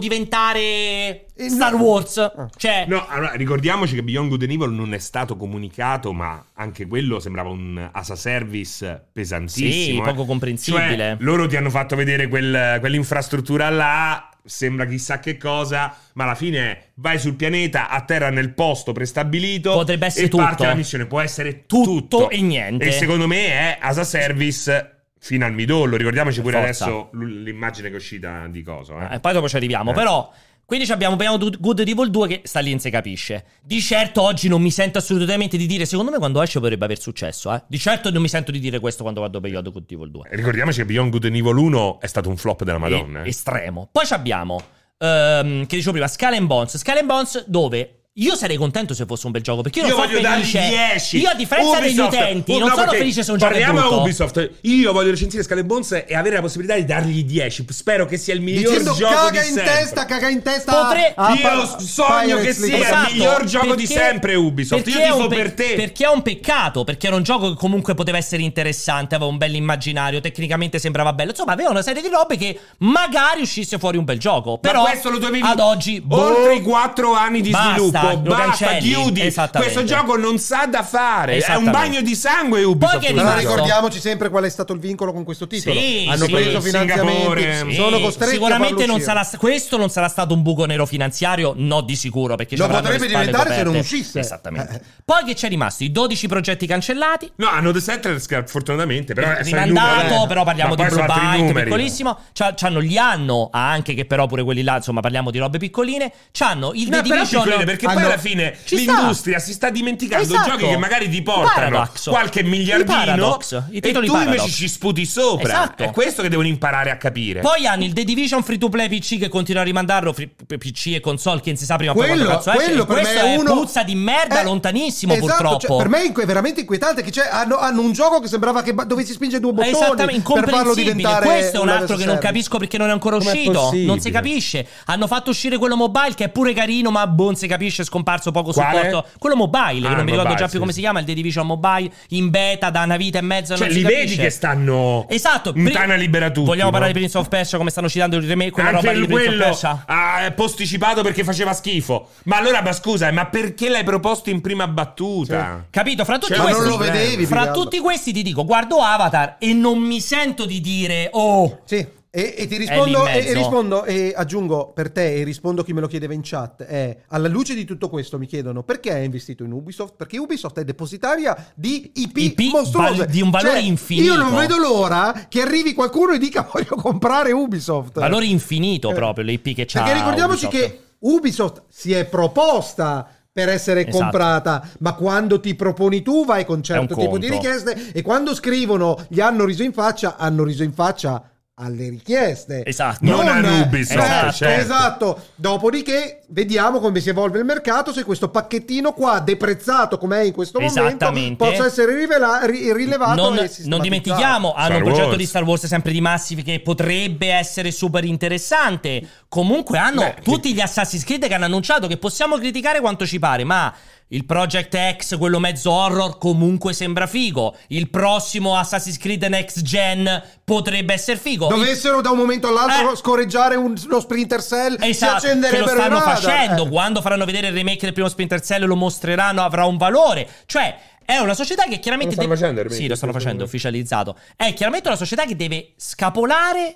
I: diventare
J: Eh,
I: Star
J: no.
I: Wars cioè
G: No, allora ricordiamoci che Beyond Good and Evil non è stato comunicato, ma anche quello sembrava un as a service pesantissimo.
I: Sì,
G: eh.
I: poco comprensibile.
G: Cioè, loro ti hanno fatto vedere quel- quell'infrastruttura là, sembra chissà che cosa, ma alla fine è, vai sul pianeta, atterra nel posto prestabilito.
I: Potrebbe essere
G: e parte
I: tutto.
G: la missione, può essere
I: Tutto
G: tutto,
I: e niente.
G: E secondo me è as a service fino al midollo. Ricordiamoci pure
I: Forza.
G: adesso l- l'immagine che è uscita di coso. eh.
I: Eh, poi dopo ci arriviamo
G: Eh.
I: però quindi ci abbiamo Beyond Good- Good and Evil 2 che sta lì e si capisce di certo oggi non mi sento assolutamente di dire secondo me quando esce potrebbe aver successo eh. di certo non mi sento di dire questo quando guardo Beyond Good and Evil 2
G: Ricordiamoci che Beyond Good and Evil 1 è stato un flop della Madonna.
I: e-
G: eh.
I: estremo. Poi ci abbiamo, ehm, che dicevo prima, Skull and Bones. Skull and Bones dove Io sarei contento se fosse un bel gioco, perché io,
G: Io
I: non sono
G: voglio dargli
I: felice.
G: 10.
I: Io a differenza
G: Ubisoft,
I: degli utenti,
G: oh,
I: non
G: no,
I: sono
G: perché
I: felice se un gioco è
G: Parliamo
I: brutto.
G: a Ubisoft. Io voglio recensire Skull and Bones e avere la possibilità di dargli 10. Spero che sia il miglior
J: eh, Dicendo
G: gioco
J: caga
G: di
J: in
G: sempre.
J: testa, caga in testa.
I: Potre-
J: a-
G: Io
J: a-
G: sogno che
J: Pirates
G: sia
J: League.
I: Esatto.
G: il miglior gioco di sempre Ubisoft. Io
I: perché è
G: tifo
I: un pe-
G: per te.
I: Perché è un peccato, perché era un gioco che comunque poteva essere interessante, aveva un bel immaginario, tecnicamente sembrava bello. Insomma, aveva una serie di robe che magari uscisse fuori un bel gioco. Però
G: Ma questo lo dovevi
I: ad oggi
G: oltre
I: boh,
G: i 4 anni di
I: basta,
G: sviluppo.
I: lo
G: Basta,
I: cancelli.
G: chiudi.
I: Esattamente.
G: Questo gioco non sa da fare. È un
I: Esattamente.
G: bagno di sangue Ubisoft.
I: Poi che è
G: questo
J: Però
G: gioco.
J: ricordiamoci sempre qual è stato il vincolo con questo titolo.
I: Esatto. Sì,
J: Hanno
I: sì,
J: preso finanziamenti,
G: Singapore.
J: Ehm, sono
I: Sì,
J: costretti a
I: sicuramente
J: farlo
I: non
J: uscire.
I: sarà, questo non sarà stato un buco nero finanziario, no di sicuro, perché ci
J: Lo
I: avranno le
J: potrebbe
I: spalle
J: diventare se non
I: coperte.
J: uscisse.
I: Esattamente. Poi che c'è rimasto? I 12 progetti cancellati,
G: No, hanno The Settlers che fortunatamente però è eh.
I: rimandato, però parliamo di Blue Byte,
G: piccolissimo
I: piccolissimo. C'ha- C'hanno gli anno ah, anche, che però pure quelli là, insomma, parliamo di robe piccoline. C'hanno il
G: No,
I: The
G: però
I: Division.
G: piccole, perché poi
J: hanno-
G: alla fine
I: Ci sta.
G: l'industria si sta dimenticando
I: Esatto.
G: giochi che magari ti
I: I
G: portano
I: Paradox.
G: qualche
I: I
G: miliardino
I: Paradox, i
G: e tu
I: titoli
G: invece
I: Paradox.
G: ci sputi sopra.
I: Esatto.
G: È questo che devono imparare a capire.
I: Poi hanno il The Division free to play PC che continua a rimandarlo, free- PC e console che non si sa prima o poi
J: Quello,
I: quando cazzo esce.
J: quello per me
I: Questo
J: è uno
I: puzza di merda
J: Eh,
I: lontanissimo
J: esatto,
I: purtroppo.
J: cioè, per me è veramente inquietante che c'è- hanno, hanno un gioco che sembrava che ba- dovessi spingere due bottoni
I: Esattamente,
J: per farlo
I: incomprensibile.
J: diventare
I: Questo è un
J: una
I: altro che non
J: versus
I: capisco perché non è ancora
L: Com'è
I: uscito. Non si
L: possibile?
I: capisce. Hanno fatto uscire quello mobile che è pure carino, ma bon, si capisce, è scomparso poco
G: Quale?
I: supporto. Quello mobile,
G: Ah,
I: che non mi ricordo
G: mobile,
I: già più
G: sì,
I: come
G: sì.
I: si chiama, il The Division Mobile in beta da una vita e mezza.
G: cioè,
I: non
G: li
I: si capisce.
G: vedi che stanno
I: Esatto,
G: in
I: pri-
G: tana libera tutti.
I: Vogliamo
G: no?
I: parlare di Prince of Persia come stanno citando il remake, quella roba
G: Anche
I: di Prince of
G: quello
I: Persia?
G: ha eh, posticipato perché faceva schifo. Ma allora, ma scusa, ma perché l'hai proposto in prima battuta?
I: Capito? Fra tutti,
G: Cioè, ma
I: questi,
G: non lo vedevi,
I: fra
J: Fidalgo.
I: tutti questi ti dico, guardo Avatar e non mi sento di dire,
G: Certo.
I: oh,
J: Sì, e, e ti
I: lì
J: rispondo
I: in
J: e, e
I: mezzo.
J: rispondo e aggiungo per te e rispondo chi me lo chiedeva in chat. È, alla luce di tutto questo mi chiedono perché hai investito in Ubisoft? Perché Ubisoft è depositaria di IP,
I: IP
J: mostruose.
I: val- di un valore
J: Cioè,
I: infinito.
J: Io non vedo l'ora che arrivi qualcuno e dica voglio comprare Ubisoft.
I: valore infinito
J: Eh.
I: proprio le IP che c'ha.
J: Perché ricordiamoci
I: Ubisoft.
J: che Ubisoft si è proposta per essere
I: Esatto.
J: comprata, ma quando ti proponi tu vai con certo
I: È un
J: tipo di
I: conto.
J: richieste e quando scrivono gli hanno riso in faccia, hanno riso in faccia alle richieste.
I: Esatto.
G: Non a Ubisoft,
J: Esatto,
G: certo.
J: esatto. Dopodiché vediamo come si evolve il mercato, se questo pacchettino qua deprezzato come è in questo momento
I: Esattamente.
J: possa essere rivela- ri- rilevato
I: non,
J: e
I: non
J: sistematizzato.
I: dimentichiamo, hanno un
G: Star
I: progetto
G: Wars.
I: di Star Wars sempre di Massive che potrebbe essere super interessante. Comunque hanno
G: Beh,
I: tutti gli Assassin's Creed che hanno annunciato che possiamo criticare quanto ci pare, ma il Project X, quello mezzo horror, comunque sembra figo. Il prossimo Assassin's Creed Next Gen potrebbe essere figo.
J: Dovessero da un momento all'altro
I: Eh.
J: scoreggiare un- uno Sprinter Cell, si
I: Esatto, che lo
J: accenderebbero i
I: stanno
J: radar.
I: facendo.
J: Eh.
I: Quando faranno vedere il remake del primo Splinter Cell lo mostreranno, avrà un valore. Cioè, è una società che chiaramente...
G: Lo stanno
I: deve-
G: facendo il remake?
I: Sì, lo stanno facendo, ufficializzato. È chiaramente una società che deve scapolare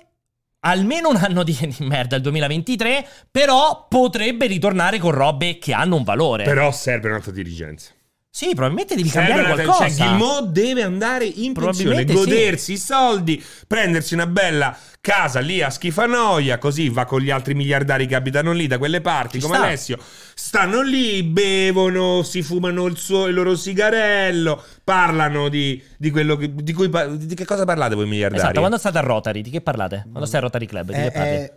I: almeno un anno di, di merda, il 2023, però potrebbe ritornare con robe che hanno un valore.
G: Però serve un'altra dirigenza.
I: Sì, probabilmente devi
G: Serve
I: cambiare
G: una-
I: qualcosa.
G: Cioè, Gilmour deve andare in pensione,
I: Probabilmente sì.
G: godersi i soldi, prendersi una bella casa lì a Schifanoia, così va con gli altri miliardari che abitano lì da quelle parti,
I: Ci
G: come
I: sta.
G: Alessio. Stanno lì, bevono, si fumano il, suo- il loro sigarello, parlano di, di quello che, di, cui, pa- di che cosa parlate voi miliardari?
I: Esatto, quando state a Rotary, di che parlate? Quando stai a Rotary Club, di
J: È,
I: che parli?
J: è- eh,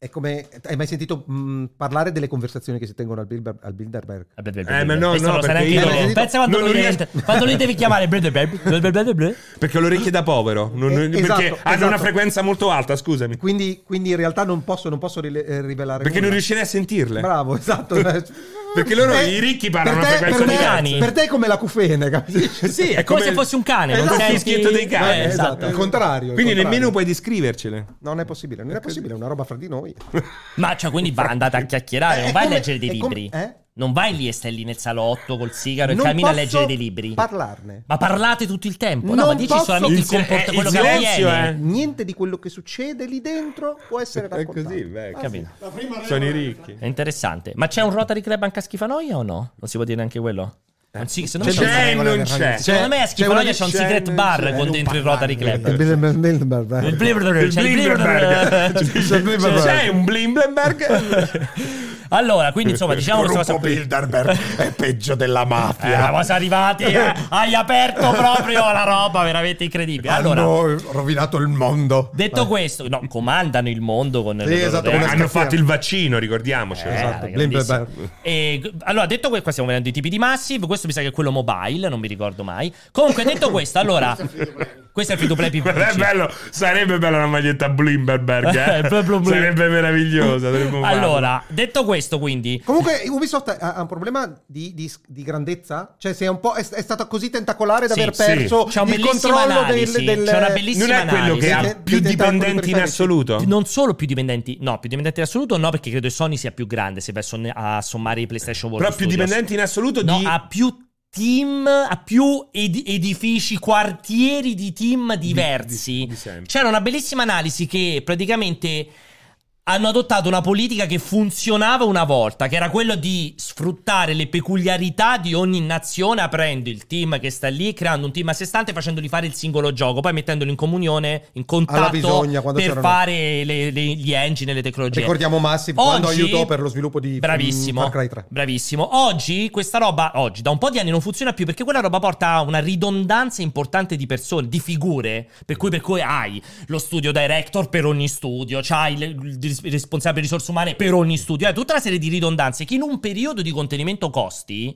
J: è come hai mai sentito mh, parlare delle conversazioni che si tengono al, Bilber- al Bilderberg?
I: Beh, beh, beh,
G: Eh,
I: beh,
G: ma no,
I: questo
G: no,
I: non lo sa
G: perché
I: neanche
G: io-
I: loro. Pensa quando,
G: non
I: lui
G: riesco-
I: deve- quando lui devi chiamare. blah, blah, blah, blah, blah, blah.
G: Perché ho le orecchie da povero, non-
J: Eh,
G: perché
J: esatto,
G: hanno
J: esatto.
G: una frequenza molto alta, scusami.
J: Quindi, quindi in realtà non posso, non posso rile- eh, rivelare.
G: Perché
J: nulla.
G: non riuscirei a sentirle.
J: Bravo, esatto. Eh,
G: Perché loro, i ricchi, parlano
J: per te,
G: frequenza
J: per te-
I: di cani.
J: Per te è come la cufene, capisci?
G: Sì,
I: È come se fossi un cane.
G: È
I: non
J: Esatto.
G: il
I: senti-
G: fischietto dei cani.
I: Eh, esatto.
J: Il contrario. il
G: Quindi
J: contrario.
G: nemmeno puoi descrivercele.
J: Non è possibile, non è possibile, è una roba fra di noi.
I: Ma cioè, quindi va andata a chiacchierare,
J: Eh,
I: non
J: è
I: vai
J: come-
I: a leggere dei
J: è come-
I: libri.
J: eh?
I: Non vai lì e stai lì nel salotto col sigaro e
J: Non
I: cammina a
J: posso
I: leggere dei libri.
J: Parlarne.
I: ma parlate tutto il tempo. No,
J: Non
I: ma dici
J: posso-
I: solamente il
G: Il sil-
I: comportamento
G: eh,
I: quello
G: il
I: che
G: silenzio
I: avviene.
J: Niente di quello che succede lì dentro può essere raccontato. Ah.
G: beh.
I: Capito?
H: La prima regola-
G: Sono i ricchi.
I: È interessante. Ma c'è un Rotary Club anche a Schifanoia o no? Non si può dire neanche quello? Non si- secondo me
G: C'è,
I: c'è un-
G: o non c'è?
I: Secondo me a Schifanoia
J: una-
I: c'è un
G: c'è-
I: secret bar
G: c'è-
I: con
G: non
I: dentro il Rotary
J: Il
I: Club.
J: Bilderberg- Bilderberg.
I: Il Blibberberg,
G: Il
I: c'è il
G: Blimberberg.
I: Blibberberg.
G: C'è un Blimberberg?
I: Allora, quindi insomma, diciamo questa cosa
M: gruppo
I: qui.
M: Bilderberg è peggio della mafia.
I: Eh, ma siamo arrivati, eh, hai aperto proprio la roba veramente incredibile. Allora,
M: Hanno rovinato il mondo.
I: detto questo, no, comandano il mondo con le
M: Sì,
I: loro
M: esatto,
I: idee.
M: con le
G: Hanno fatto il vaccino, ricordiamoci.
I: Eh, era grandissimo. E, allora, detto questo, qua stiamo vedendo i tipi di Massive. Questo mi sa che è quello mobile, non mi ricordo mai. Comunque, detto questo, allora, questo è il free to play più
G: Guarda, è
I: vicino.
G: bello, sarebbe bella una maglietta Blimberberg.
I: Eh, proprio blu.
G: Sarebbe meravigliosa. dovremmo farla.
I: Allora, detto questo, quindi.
J: Comunque Ubisoft ha, ha un problema di, di- di grandezza? Cioè se è, un po', è, è stata così tentacolare da
I: Sì,
J: aver
I: sì.
J: perso
I: C'è una
J: il
I: bellissima
J: controllo del,
I: analisi,
J: del-
I: c'è una bellissima
G: Non è quello
I: analisi.
G: che ha
J: Dei-
G: più
J: dei tentacoli
G: dipendenti in
J: periferici.
G: assoluto?
I: Non solo più dipendenti, no, più dipendenti in assoluto, no, perché credo che Sony sia più grande se vai a son- a sommare i PlayStation World.
G: Però più
I: Studios.
G: dipendenti in assoluto
I: No,
G: di...
I: ha più team, ha più ed- edifici, quartieri di team diversi.
G: di sempre.
I: C'era una bellissima analisi che praticamente hanno adottato una politica che funzionava una volta, che era quella di sfruttare le peculiarità di ogni nazione aprendo il team che sta lì, creando un team a sé stante e facendoli fare il singolo gioco, poi mettendolo in comunione, in contatto
J: bisogna, quando
I: per
J: c'erano-
I: fare le- le- gli engine e le tecnologie.
J: Ricordiamo Massive quando
I: Oggi-
J: aiutò per lo sviluppo di
I: Bravissimo.
J: Far Cry 3.
I: Bravissimo. Oggi questa roba, oggi da un po' di anni non funziona più perché quella roba porta a una ridondanza importante di persone, di figure, per cui, per cui hai lo studio director per ogni studio, c'hai il, il responsabile risorse umane per ogni studio, hai tutta una serie di ridondanze che in un periodo di contenimento costi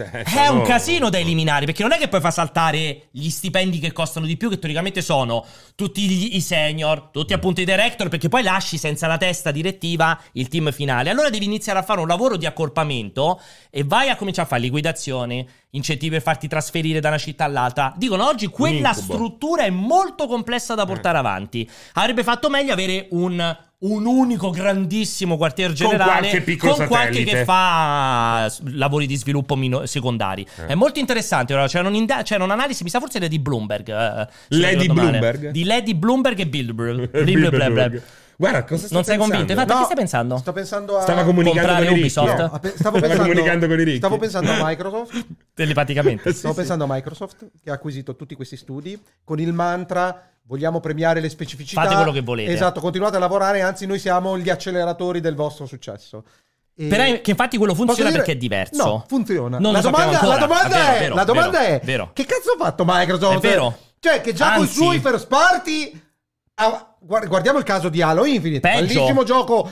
G: eh,
I: è un casino da eliminare perché non è che poi fa saltare gli stipendi che costano di più, che teoricamente sono tutti gli- i senior, tutti appunto i director, perché poi lasci senza la testa direttiva il team finale. Allora devi iniziare a fare un lavoro di accorpamento e vai a cominciare a fare liquidazione, incentivi per farti trasferire da una città all'altra. Dicono oggi
G: incubo.
I: quella
G: Eh.
I: struttura è molto complessa da portare avanti. Avrebbe fatto meglio avere un. un unico grandissimo quartier generale
G: qualche piccolo
I: con qualche
G: satellite.
I: che fa s- lavori di sviluppo mino- secondari.
J: Eh.
I: È molto interessante. cioè, Allora, c'era, un'inda- c'era un'analisi, mi sa forse Lady Bloomberg. eh, se non
G: Lady
I: ricordo male.
G: Bloomberg?
I: Di Lady Bloomberg e Bilderberg.
G: Bilderberg.
I: Bilderberg.
G: Guarda, cosa sta
I: Non sei
G: pensando?
I: convinto? Infatti,
J: No.
I: che stai pensando?
J: Sto pensando a...
G: Stava comunicando
I: Comprare
G: con i ricchi.
I: Ubisoft?
J: No, a pe- stavo,
G: Stava comunicando con i
J: pensando,
G: ricchi.
J: stavo pensando a Microsoft.
I: Telepaticamente.
J: Stavo pensando a Microsoft che ha acquisito tutti questi studi con il mantra vogliamo premiare le specificità.
I: Fate quello che volete.
J: Esatto, continuate a lavorare, anzi noi siamo gli acceleratori del vostro successo. E-
I: Però è- che infatti quello funziona
J: Posso dire-
I: perché è diverso.
J: No, funziona.
I: Non
J: la,
I: lo sappiamo
J: domanda, la
I: ancora.
J: domanda
I: Ah, vero,
J: è,
I: vero,
J: la domanda
I: vero,
J: è
I: vero.
J: che cazzo ha fatto Microsoft?
I: È vero.
J: Cioè che già con i
I: Anzi-
J: suoi first party... ah, guard- guardiamo il caso di Halo Infinite.
I: Peggio.
J: Bellissimo gioco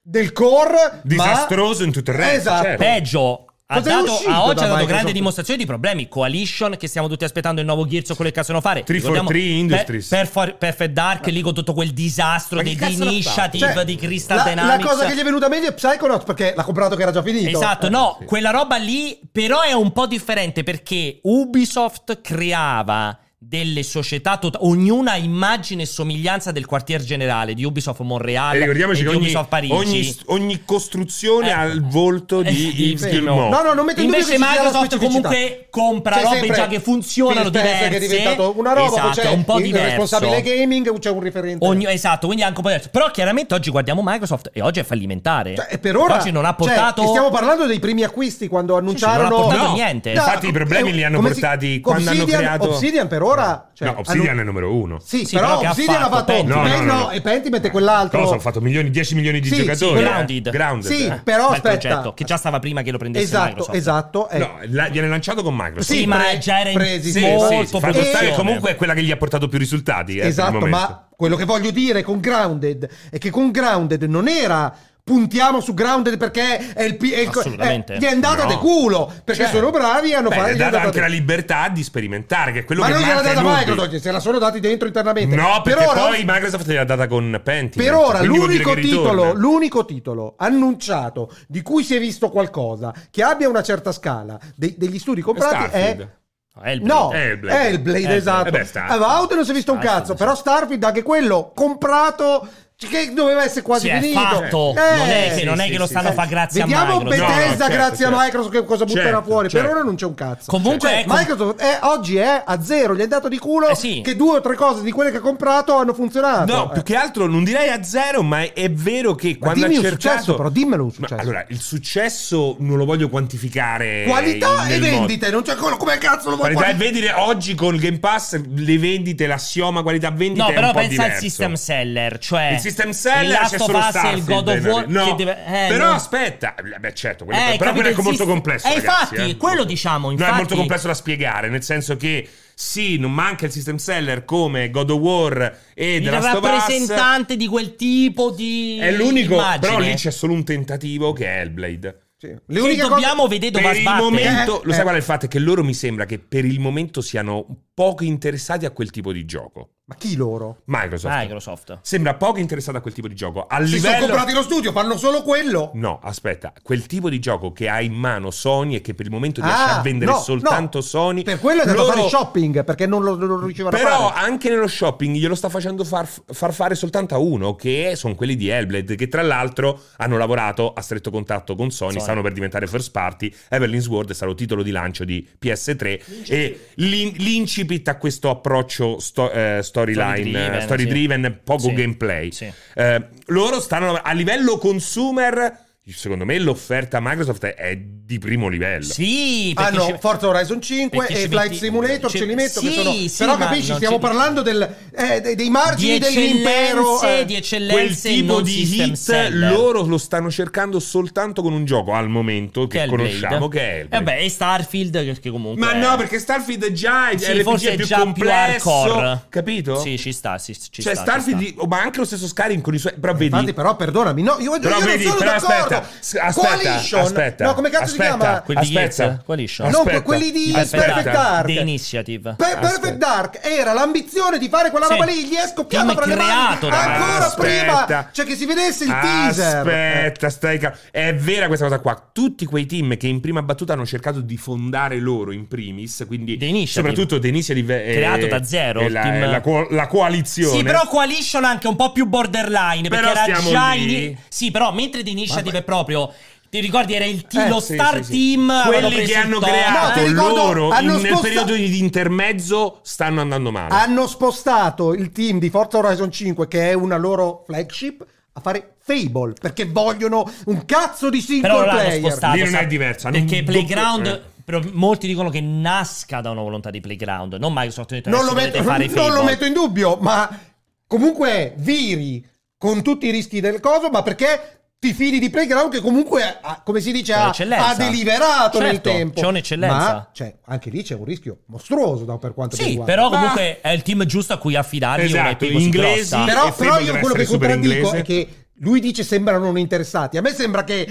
J: del core.
G: Disastroso
J: ma...
G: in tutto il resto,
J: Esatto.
G: certo.
I: Peggio. Ha
J: Cos'è
I: dato,
J: uscito da
I: a oggi ha dato
J: Microsoft?
I: grande dimostrazione di problemi. Coalition, che stiamo tutti aspettando il nuovo Gears o quello che cazzo devono fare.
G: 343
I: Ricordiamo,
G: Industries.
I: per, per- Perfect Dark, lì con tutto quel disastro
G: Ma
I: di
G: che cazzo l'ha
I: Initiative,
J: fatto? Cioè,
I: di Crystal
J: La, la
I: Dynamics.
J: cosa che gli è venuta meglio è Psychonaut perché l'ha comprato che era già finito.
I: Esatto,
J: Eh.
I: no, quella roba lì però è un po' differente perché Ubisoft creava delle società, tot- ognuna a immagine e somiglianza del quartier generale di Ubisoft Monreale
G: E ricordiamoci
I: e
G: che
I: di
G: ogni,
I: Ubisoft Parigi.
G: ogni- ogni costruzione ha il volto
I: Eh,
G: di
I: sì,
G: Yves
I: sì,
G: Guillemot.
J: No, no, non metto in dubbio
I: Invece
J: che ci sia la
I: Microsoft
J: specificità.
I: comunque compra
J: C'è
I: robe
J: sempre
I: già che funzionano
J: Phil Spencer
I: diverse.
J: che è diventato una roba, poi
I: esatto,
J: c'è
I: è un po'
J: il
I: diverso.
J: responsabile gaming, c'è un referente.
I: Ogni- esatto, quindi anche un po' diverso. Però chiaramente oggi guardiamo Microsoft e oggi è fallimentare.
J: Cioè, e per ora
I: oggi non ha
J: cioè,
I: portato
J: e stiamo parlando dei primi acquisti quando annunciarono
I: non ha portato No, niente.
G: infatti i problemi
J: eh,
G: li hanno
J: come si-
G: portati quando hanno
J: Obsidian-
G: creato-
J: Obsidian per ora cioè,
G: no, Obsidian
J: hanno-
G: è il numero uno.
J: Sì,
I: Sì, però
J: però,
I: che ha
J: Obsidian ha
I: fatto?
J: fatto,
I: Pentiment.
J: Pentiment,
G: No, no, no.
J: e Pentiment è quell'altro.
G: Cosa ho fatto milioni, 10 milioni di
J: Sì, sì,
G: giocatori. eh.
I: Grounded.
G: Grounded,
J: Sì,
G: eh.
J: però
I: Ah, Bel
J: aspetta.
I: progetto, che già stava prima che lo prendesse
J: Esatto,
I: Microsoft.
J: esatto. eh.
G: No, la- viene lanciato con Microsoft.
I: Sì,
J: Sì,
I: ma
J: pre-
I: già era in
J: presi,
G: Sì,
J: molto
G: sì, sì, fatto
J: funzione.
G: sta che comunque è quella che gli ha portato più risultati. eh, per il
J: Esatto,
G: momento.
J: ma quello che voglio dire con Grounded è che con Grounded non era puntiamo su Grounded perché è il, pi- è il co-
I: Assolutamente.
J: eh, gli è andata
G: No.
J: de culo perché
G: Certo.
J: sono bravi e hanno
G: Beh,
J: fatto
G: è
J: gli è
G: data
J: andata
G: anche
J: de-
G: la libertà di sperimentare, che è quello
J: ma
G: che
J: non gliela
G: manca
J: ha
G: ai
J: data
G: nubi.
J: Microsoft se la sono dati dentro internamente
G: No,
J: Per
G: perché
J: ora-
G: poi Microsoft gliel'ha data con cioè, Pentiment.
J: per ora
G: quindi vuol dire
J: l'unico
G: che ritorna.
J: titolo, l'unico titolo annunciato di cui si è visto qualcosa che abbia una certa scala de- degli studi comprati è,
G: Starfield.
I: No, è il-
J: No,
G: Hellblade.
J: è
G: Hellblade.
J: il Blade,
I: Hellblade.
J: esatto.
G: Eh beh, Starfield.
J: Allora, Outer non si è visto un
I: Starfield,
J: cazzo,
I: sì.
J: però Starfield anche quello comprato che doveva essere quasi
I: Sì, è
J: finito. Eh,
I: fatto. Non è che, non è
G: sì,
I: che lo
G: sì,
I: stanno a
G: sì.
I: fa grazie
J: Vediamo
I: a Microsoft.
J: Bethesda
G: No, no, certo,
J: grazie
G: certo.
J: a Microsoft che cosa butterà
G: Certo,
J: fuori.
G: certo.
J: Per ora non c'è un cazzo.
I: Comunque,
J: Cioè,
I: ecco-
J: Microsoft è- oggi è a zero, gli è dato di culo
I: Eh sì.
J: che due o tre cose di quelle che ha comprato hanno funzionato.
G: No,
J: Eh.
G: più che altro non direi a zero, ma è, è vero che
J: Ma
G: quando ha
J: dimmi un
G: cercato...
J: successo, però dimmelo un
G: Ma
J: successo.
G: allora, il successo non lo voglio quantificare.
J: Qualità
G: nel
J: e
G: modo.
J: vendite, non c'è quello come cazzo lo vuoi
G: Qualità e
J: quanti-
G: vendite oggi con il Game Pass le vendite, l'assioma qualità vendite
I: No,
G: è
I: però
G: un po'
I: pensa al
G: diverso.
I: system seller, cioè
G: Il system seller
I: Il
G: c'è
I: Last of
G: solo
I: Us e
G: Starfield
I: il God of
G: da
I: War
G: No,
I: che deve- eh,
G: però
I: no.
G: aspetta, beh certo, quello-
I: Eh,
G: però
I: capito,
G: quello è
I: il
G: molto
I: sist-
G: complesso
I: Eh,
G: ragazzi,
I: infatti,
G: eh.
I: quello diciamo, infatti.
G: No, è molto complesso da spiegare, nel senso che sì, non manca il system seller come God of War e
I: Il
G: The Last of Us.
I: rappresentante di quel tipo di
G: È l'unico,
I: immagine.
G: però lì c'è solo un tentativo che è Hellblade.
I: Le Che uniche cose- dobbiamo vedere dove
G: per
I: va a
G: il
I: sbattere.
G: momento,
I: Eh,
G: lo sai
I: eh.
G: qual è il fatto? È che loro mi sembra che per il momento siano poco interessati a quel tipo di gioco.
J: Ma chi loro?
G: Microsoft.
I: Eh? Microsoft.
G: Sembra poco interessata a quel tipo di gioco. A
J: Si sono
G: livello...
J: comprati lo studio, fanno solo quello.
G: No, aspetta, quel tipo di gioco che ha in mano Sony e che per il momento riesce
J: Ah,
G: a vendere
J: no,
G: soltanto Sony.
J: Per quello è andato a
G: loro-
J: fare shopping, perché non lo, lo ricevano
G: Però
J: fare.
G: anche nello shopping glielo sta facendo far, far fare soltanto a uno, che sono quelli di Hellblade, che tra l'altro hanno lavorato a stretto contatto con Sony,
I: Sony.
G: stanno per diventare first party. Evelyn's World è stato titolo di lancio di PS3 e l'in- l'incipit a questo approccio sto- eh,
I: Story
G: storyline,
I: driven,
G: eh, story
I: sì.
G: driven, poco
I: Sì.
G: gameplay.
I: Sì.
G: Eh, loro stanno a livello consumer. Secondo me l'offerta Microsoft è- è di primo livello.
I: Sì,
G: Ah,
I: perché
J: Hanno
I: ci-
J: Ah, Forza Horizon 5
I: perché
J: e
I: ci
J: Flight
I: metti-
J: Simulator,
I: ci-
J: ce li metto. che
I: sì,
J: sono-
I: sì,
J: però
I: ma
J: capisci,
I: non
J: stiamo
I: ci-
J: parlangando del- eh, dei, dei margini
I: Di
J: dell'impero.
I: eccellenze,
J: eh.
I: di eccellenze.
G: quel tipo
I: non
G: di
I: system
G: hit
I: seller.
G: loro lo stanno cercando soltanto con un gioco al momento che,
I: che è il
G: conosciamo
I: Blade.
G: che è
I: Eh
G: Hellblade.
I: beh, e Starfield perché comunque
G: ma
I: è-
G: no perché Starfield è già è
I: sì,
G: RPG
I: forse è
G: più
I: già
G: complesso
I: più hardcore.
G: capito?
I: Sì, ci sta, sì, ci
G: cioè
I: sta, ci
G: Starfield
I: sta. Eh,
G: di- oh, ma anche lo stesso Skyrim con i suoi però vedi
J: Infatti, però, perdonami, no, io,
G: però
J: io
G: vedi,
J: non sono
G: però
J: d'accordo.
G: aspetta, s- aspetta,
J: Coalition.
G: aspetta,
J: no, come cazzo
G: aspetta,
J: si chiama?
I: Quelli di
G: aspetta,
I: Yes, Coalition.
J: No, que- quelli di Perfect Dark.
I: The Initiative.
J: Ah, Per- Perfect Dark era l'ambizione di fare quella
I: Sì.
J: roba lì, gli è scoppiata
I: L'hanno
J: fra le mani
I: creato, ragazzi.
J: ancora
G: Aspetta.
J: prima, cioè che si vedesse il teaser.
G: Aspetta, stai calmo. È vera questa cosa qua. Tutti quei team che in prima battuta hanno cercato di fondare loro in primis, quindi
I: Initiative.
G: soprattutto The Initiative eh,
I: Creato da zero,
G: eh,
I: il
G: la,
I: team-
G: eh, la co- la coalizione. Eh,
I: Sì, però Coalition anche un po' più borderline.
G: Però
I: perché era
G: stiamo
I: già
G: lì.
I: in- Sì, però mentre The Initiative è proprio. Ti ricordi, era il team,
G: Eh,
I: lo
G: sì,
I: star
G: sì, sì.
I: team. avevano
G: quelli che
I: preso il
G: hanno
I: top. eh,
G: creato
J: No, ti ricordo,
G: loro
J: hanno
G: in- nel
J: sposta-
G: periodo di intermezzo stanno andando male.
J: Hanno spostato il team di Forza Horizon 5, che è una loro flagship, a fare Fable, perché vogliono un cazzo di single
I: Però l'hanno
J: player.
I: spostato.
G: Lì non è
I: sa-
G: diverso, hanno
I: Perché
G: un
I: Playground.
G: doppio- eh.
I: però molti dicono che nasca da una volontà di Playground. Non Microsoft. ha detto,
J: non,
I: "Adesso
J: lo metto,
I: cioè, volete fare
J: non lo
I: Fable".
J: metto in dubbio, ma comunque viri con tutti i rischi del coso, ma perché ti fidi di Playground che comunque, ha- come si dice,
I: C'è
J: ha,
I: un'eccellenza.
J: ha deliberato nel
I: Certo,
J: tempo.
I: c'è un'eccellenza.
J: Ma cioè, anche lì c'è un rischio mostruoso da- per quanto mi
I: Sì,
J: riguarda.
I: però comunque è il team giusto a cui affidargli una
G: Ah. Esatto,
I: IP così
G: inglesi,
I: grossa.
G: e
J: però,
G: Fable
J: però io
G: deve
J: quello che
G: essere super
J: contraddico
G: inglese.
J: è che lui dice sembrano non interessati. A me sembra che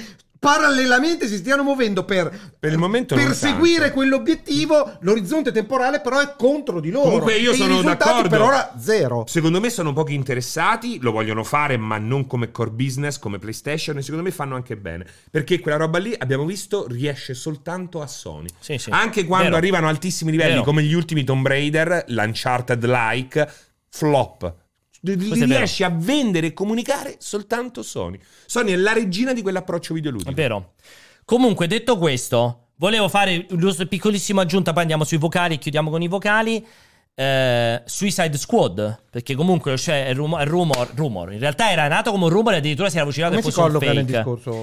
J: parallelamente si stiano muovendo per,
G: Per il momento
J: per
G: non
J: seguire
G: tanto.
J: quell'obiettivo. L'orizzonte temporale però è contro di loro.
G: Comunque io
J: E i
G: sono
J: risultati
G: d'accordo.
J: per ora zero.
G: Secondo me sono pochi interessati, lo vogliono fare, ma non come core business, come PlayStation, e secondo me fanno anche bene. Perché quella roba lì, abbiamo visto, riesce soltanto a Sony.
I: Sì, sì.
G: Anche quando
I: Vero.
G: arrivano a altissimi livelli,
I: Vero.
G: come gli ultimi Tomb Raider, l'Uncharted like, flop. D- d-
I: Questo è vero.
G: Riesce a vendere e comunicare soltanto Sony. Sony è la regina di quell'approccio
I: È
G: videoludico.
I: vero. Comunque, detto questo, volevo fare una piccolissima aggiunta, poi andiamo sui vocali e chiudiamo con i vocali. Eh, Suicide Squad, perché comunque c'è il rumo- il rumor, rumor. In realtà era nato come un rumor e addirittura si era vociferato
J: Come
I: che
J: si
I: fosse un
J: colloca
I: fake.
J: nel discorso?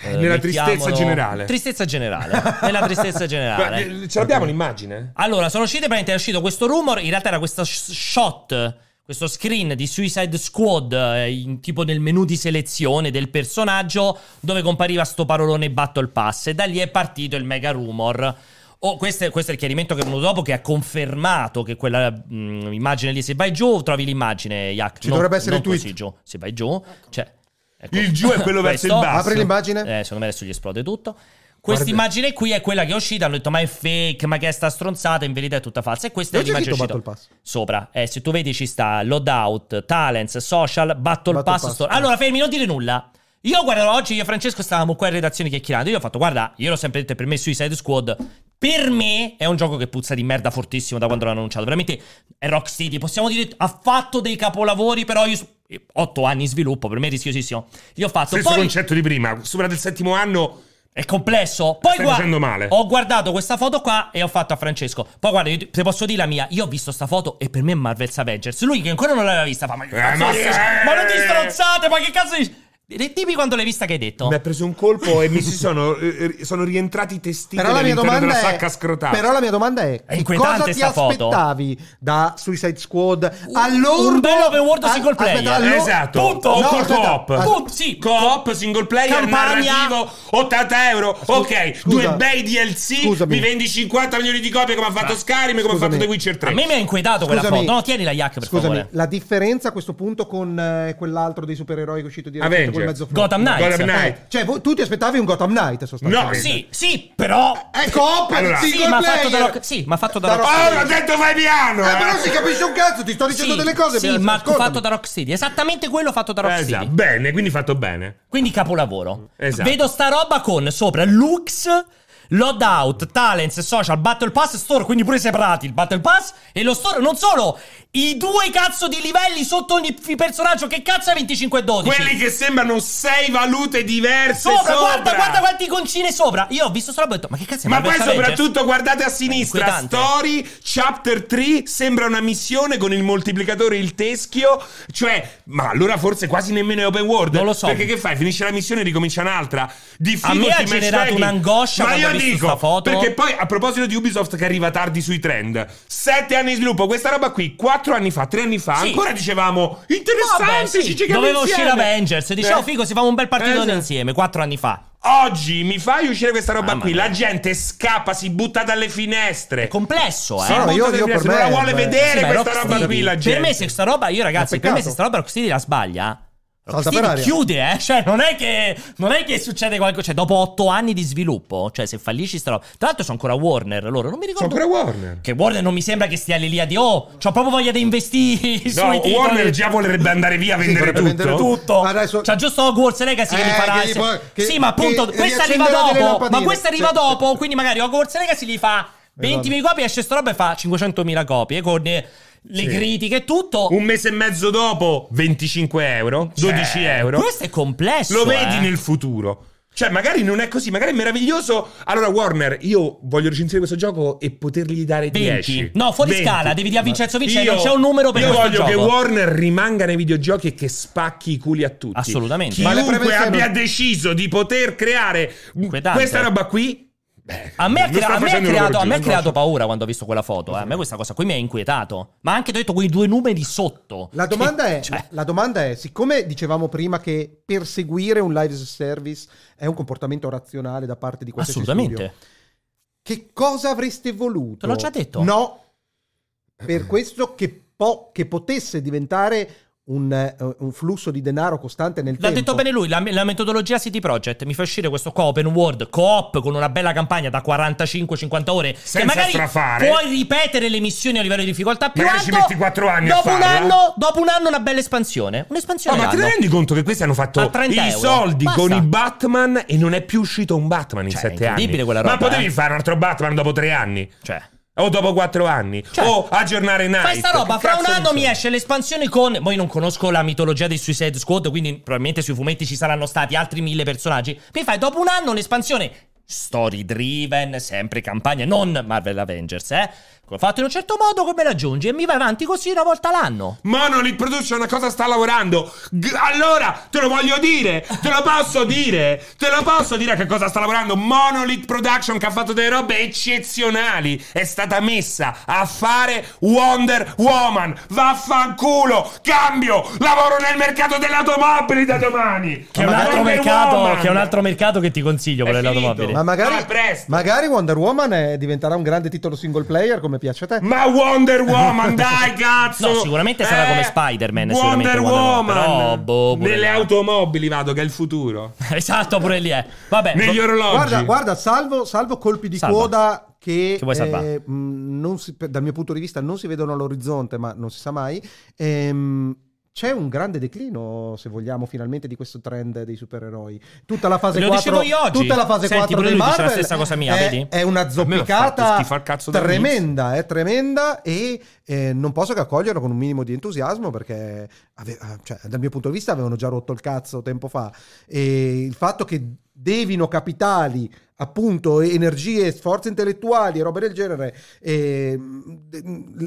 I: Eh,
G: Nella
I: mettiamolo-
G: tristezza generale.
I: Tristezza generale. Nella tristezza generale.
G: Guarda, Ce l'abbiamo l'immagine?
I: Allora, sono uscite, praticamente è uscito questo rumor, in realtà era questo sh- shot, questo screen di Suicide Squad, eh, in- tipo nel menu di selezione del personaggio, dove compariva sto parolone Battle Pass, e da lì è partito il mega rumor. Oh, questo, è, questo è il chiarimento che è venuto dopo, che ha confermato che quella mm, immagine lì, se vai giù, trovi l'immagine, Yak.
J: Ci dovrebbe essere
I: non
J: il tweet.
I: così giù, se vai giù, cioè... ecco.
G: Il giù è quello verso il
I: Questo.
G: basso.
J: Apri l'immagine?
I: Eh, secondo me adesso gli esplode tutto. Questa immagine qui è quella che è uscita. Hanno detto, ma è fake, ma che è sta stronzata. In verità è tutta falsa. E questa
J: Dove
I: è
J: c'è
I: l'immagine
J: scritto
I: uscita.
J: Battle Pass?
I: Sopra, eh, se tu vedi, ci sta Loadout, Talents, Social, Battle,
J: Battle
I: Pass.
J: Pass,
I: Store.
J: eh.
I: Allora, fermi, non dire nulla. Io, guarda, oggi io e Francesco stavamo qua in redazione chiacchierando. Io ho fatto, guarda, io l'ho sempre detto per me Suicide Squad. Per me è un gioco che puzza di merda fortissimo da quando l'hanno annunciato. Veramente è Rock City. Possiamo dire, ha fatto dei capolavori, però io. su- eh, Otto anni di sviluppo, per me è rischiosissimo. Io ho fatto.
G: Stesso
I: poi-
G: concetto di prima, superato il settimo anno...
I: è complesso. Poi
G: Stai facendo male.
I: Ho guardato questa foto qua e ho fatto a Francesco. Poi guarda, io ti- te posso dire la mia. Io ho visto sta foto e per me è Marvel's Avengers. Lui che ancora non l'aveva vista fa ma che
G: Eh,
I: cazzo
G: ma
I: dici?
G: se-
I: Ma non ti stronzate, ma che cazzo dici? Dimmi quando l'hai vista che hai detto.
G: Mi ha preso un colpo e mi si sono, eh, sono rientrati i testicoli
J: Però la, mia
G: all'interno
J: domanda
G: della
J: è,
G: sacca scrotale.
J: però la mia domanda è:
I: È
J: che
I: inquietante
J: cosa ti
I: sta foto.
J: aspettavi da Suicide Squad
I: un
J: all'orbo
I: bel open world single player.
G: Esatto,
I: Punto.
G: o
I: No,
G: col
I: aspetta,
G: co-op,
I: aspetta.
G: Co-op, sì. co-op, single player,
I: Campagna.
G: narrativo, 80 euro, ok, due bei DLC,
J: Scusami. Ah,
G: mi vendi 50 milioni di copie come ha fatto
I: Ma-
G: Skyrim, come ha fatto
J: Scusami.
G: The Witcher 3.
I: A me mi ha inquietato quella
J: Scusami.
I: foto. No, tieni la Yak per
J: Scusami,
I: favore.
J: la differenza a questo punto con eh, quell'altro dei supereroi che è uscito di recente
G: Avengers.
J: col mezzo fronte?
I: Gotham Knights. Gotham Knight.
J: Eh, Cioè, voi- tu ti aspettavi un Gotham Knight sostanzialmente. Ecco,
I: Sì, sì, però.
J: È coop,
G: Allora,
J: Eh, single
I: Sì, ma ha fatto da
J: player.
I: rock. Sì, ma ha fatto da
J: Da
I: rock.
J: rock-
G: Oh, l'ho detto vai piano!
J: Eh, ma non
G: eh.
J: si capisce un cazzo, ti sto dicendo delle cose.
I: sì,
J: Piazza,
I: ma
J: ascoltami.
I: fatto da Rock City. Esattamente quello fatto da Rock
G: Eh, esatto,
I: City.
G: bene, quindi fatto bene.
I: Quindi capolavoro.
G: Esatto.
I: Vedo sta roba con sopra Lux, Loadout, Talents, Social, Battle Pass, Store, quindi pure separati il Battle Pass e lo Store. Non solo, i due cazzo di livelli sotto ogni f- personaggio. Che cazzo è 25 e 12?
G: Quelli che sembrano sei valute diverse
I: sopra,
G: sopra.
I: guarda, guarda quanti concine sopra. Io ho visto sta roba e ho detto, ma che cazzo è
G: Ma poi
I: Marvel's Avengers?
G: soprattutto guardate a sinistra,
I: Inquietante.
G: Story Chapter 3 sembra una missione con il moltiplicatore il teschio, cioè, ma allora forse quasi nemmeno è open world.
I: Non lo so.
G: Perché che fai? Finisce la missione e ricomincia un'altra. Difficolty
I: A me ha
G: matchmaking.
I: generato un'angoscia
G: Ma
I: quando
G: io
I: ho visto
G: dico,
I: sta foto.
G: perché poi a proposito di Ubisoft che arriva tardi sui trend, 7 anni di sviluppo, questa roba qui 4 anni fa, 3 anni fa,
I: Sì.
G: ancora dicevamo interessante,
I: Vabbè, sì,
G: ci giochiamo
I: Doveva uscire
G: insieme."
I: Avengers. Diciamo,
G: Eh.
I: figo, si fa un bel partito
G: Esatto.
I: insieme. Quattro anni fa.
G: Oggi mi fai uscire questa roba
I: Mamma
G: qui. La
I: mia.
G: gente scappa, si butta dalle finestre.
I: Complesso, eh.
G: Si
J: No,
G: butta
J: io-
G: dalle
J: io per
G: finestre,
J: me-
G: non la vuole
J: beh,
G: vedere
I: Sì, ma
G: questa
I: Rock
G: roba
I: City-
G: qui. La gente.
I: Per me, se sta roba, io ragazzi,
J: Ma
I: per me, se
J: peccato.
I: sta roba Rock City la sbaglia. Rock
J: Salta
I: City
J: per aria.
I: chiude, eh? Cioè, non è che, non è che succede qualcosa. Cioè, dopo otto anni di sviluppo, cioè, se fallisci sta roba. Tra l'altro, sono ancora Warner loro. Non mi ricordo.
G: Sono ancora Warner.
I: Che Warner non mi sembra che stia lì lì a dire, oh, c'ho proprio voglia di investire
G: No,
I: sui titoli.
G: Warner già vorrebbe andare via a vendere tutto.
J: vorrebbe vendere
I: tutto. Cioè,
J: Ma adesso-
I: C'ha giusto Hogwarts Legacy che
J: Eh,
I: li farà.
J: che gli fa- che-
I: sì, ma appunto,
J: che
I: questa arriva
J: riaccenderà delle
I: dopo. Ma
J: lampadine.
I: questa arriva
J: Sì,
I: dopo.
J: sì, Esatto. sì.
I: Quindi magari Hogwarts Legacy li fa 20.000 copie, esce sta roba e fa 500.000 copie con eh, le critiche e tutto.
G: Un mese e mezzo dopo, 25 euro, 12
I: Cioè,
G: euro.
I: Questo è complesso.
G: Lo vedi
I: eh.
G: nel futuro. Cioè, magari non è così, magari è meraviglioso. Allora, Warner, io voglio recensire questo gioco e potergli dare
I: 20.
G: 10.
I: No, fuori
G: 20.
I: scala, devi dire a Vincenzo Vincenzo,
G: Io-
I: non c'è un numero per
G: Io
I: questo
G: voglio che
I: gioco.
G: Warner rimanga nei videogiochi e che spacchi i culi a tutti.
I: Assolutamente. Ma
J: le
G: Chiunque
J: premesse non-
G: abbia deciso di poter creare
I: Inquietante.
G: questa roba qui. beh,
I: A me, ha
G: non
I: crea-
G: sta
I: a me ha
G: facendo il
I: creato,
G: lavoro
I: a me ha
G: giusto.
I: creato paura quando ho visto quella foto. eh. A me questa cosa qui mi ha inquietato. Ma anche ti ho detto quei due numeri sotto.
J: La domanda,
I: Che-
J: è,
I: cioè,
J: la domanda è, siccome dicevamo prima che perseguire un live service è un comportamento razionale da parte di qualsiasi
I: assolutamente.
J: studio, che cosa avreste voluto?
I: Te l'ho già detto.
J: No, per questo che, po- che potesse diventare un, eh, un flusso di denaro costante nel
I: L'ha
J: tempo.
I: detto bene lui, la, la metodologia City Project mi fa uscire questo qua open world co-op con una bella campagna da 45-50 ore
G: Senza
I: che magari
G: strafare.
I: puoi ripetere le missioni a livello di difficoltà più
G: Magari ci
I: alto,
G: metti quattro anni a
I: dopo un
G: farla.
I: anno, dopo un anno una bella espansione,
G: No,
I: un'espansione
G: ma ti
I: l'anno.
G: rendi conto che questi hanno fatto
I: A 30
G: i
I: euro.
G: soldi
I: Basta.
G: con i Batman e non è più uscito un Batman in
I: Cioè,
G: sette
I: è
G: anni?
I: incredibile quella roba,
G: Ma potevi
I: eh.
G: fare un altro Batman dopo tre anni?
I: Cioè
G: O dopo quattro anni?
I: Cioè,
G: o aggiornare Night?
I: Fai sta roba,
G: Che
I: fra un
G: cazzo ne
I: anno
G: so?
I: mi esce l'espansione con. Poi non conosco la mitologia dei Suicide Squad, quindi probabilmente sui fumetti ci saranno stati altri mille personaggi. Mi fai dopo un anno l'espansione story driven, sempre campagna, non Marvel Avengers, eh? Fatto in un certo modo come raggiungi e mi vai avanti così una volta l'anno.
G: Monolith Production a cosa sta lavorando? G- allora, te lo voglio dire, te lo posso dire, te lo posso dire a che cosa sta lavorando. Monolith Production che ha fatto delle robe eccezionali, è stata messa a fare Wonder Woman. Vaffanculo, cambio, lavoro nel mercato delle automobili da domani.
I: Che è un altro
G: Wonder
I: mercato,
G: Woman.
I: che è un altro mercato che ti consiglio per
G: È
I: le
G: finito.
I: automobili.
J: Ma magari,
G: Ah, presto.
J: magari Wonder Woman eh, diventerà un grande titolo single player come piace a te.
G: Ma Wonder Woman, dai, cazzo! Eh,
I: No, sicuramente sarà come Spider-Man, sicuramente
G: Wonder
I: Wonder Woman,
G: Woman!
I: però, boh, pure
G: Nelle
I: là.
G: automobili vado, che è il futuro.
I: esatto, pure lì è. Vabbè,
G: Negli orologi.
J: Eh, Guarda, guarda, salvo, salvo colpi di
I: Salva.
J: coda che,
I: Che vuoi salvare?
J: eh, mh, non si- dal mio punto di vista non si vedono all'orizzonte, ma non si sa mai. ehm, c'è un grande declino, se vogliamo, finalmente di questo trend dei supereroi. Tutta la fase
I: Lo
J: 4
I: dicevo io oggi.
J: tutta la fase
I: Senti,
J: 4
I: pure
J: del
I: lui dice la
J: Marvel
I: stessa cosa mia,
J: è,
I: vedi?
J: È una
G: fatto
J: zoppicata
G: schifo al cazzo dall'inizio.
J: tremenda, è tremenda e eh, non posso che accoglierlo con un minimo di entusiasmo perché ave- ah, cioè, dal mio punto di vista avevano già rotto il cazzo tempo fa e il fatto che devino capitali appunto energie, sforze intellettuali e roba del genere, eh,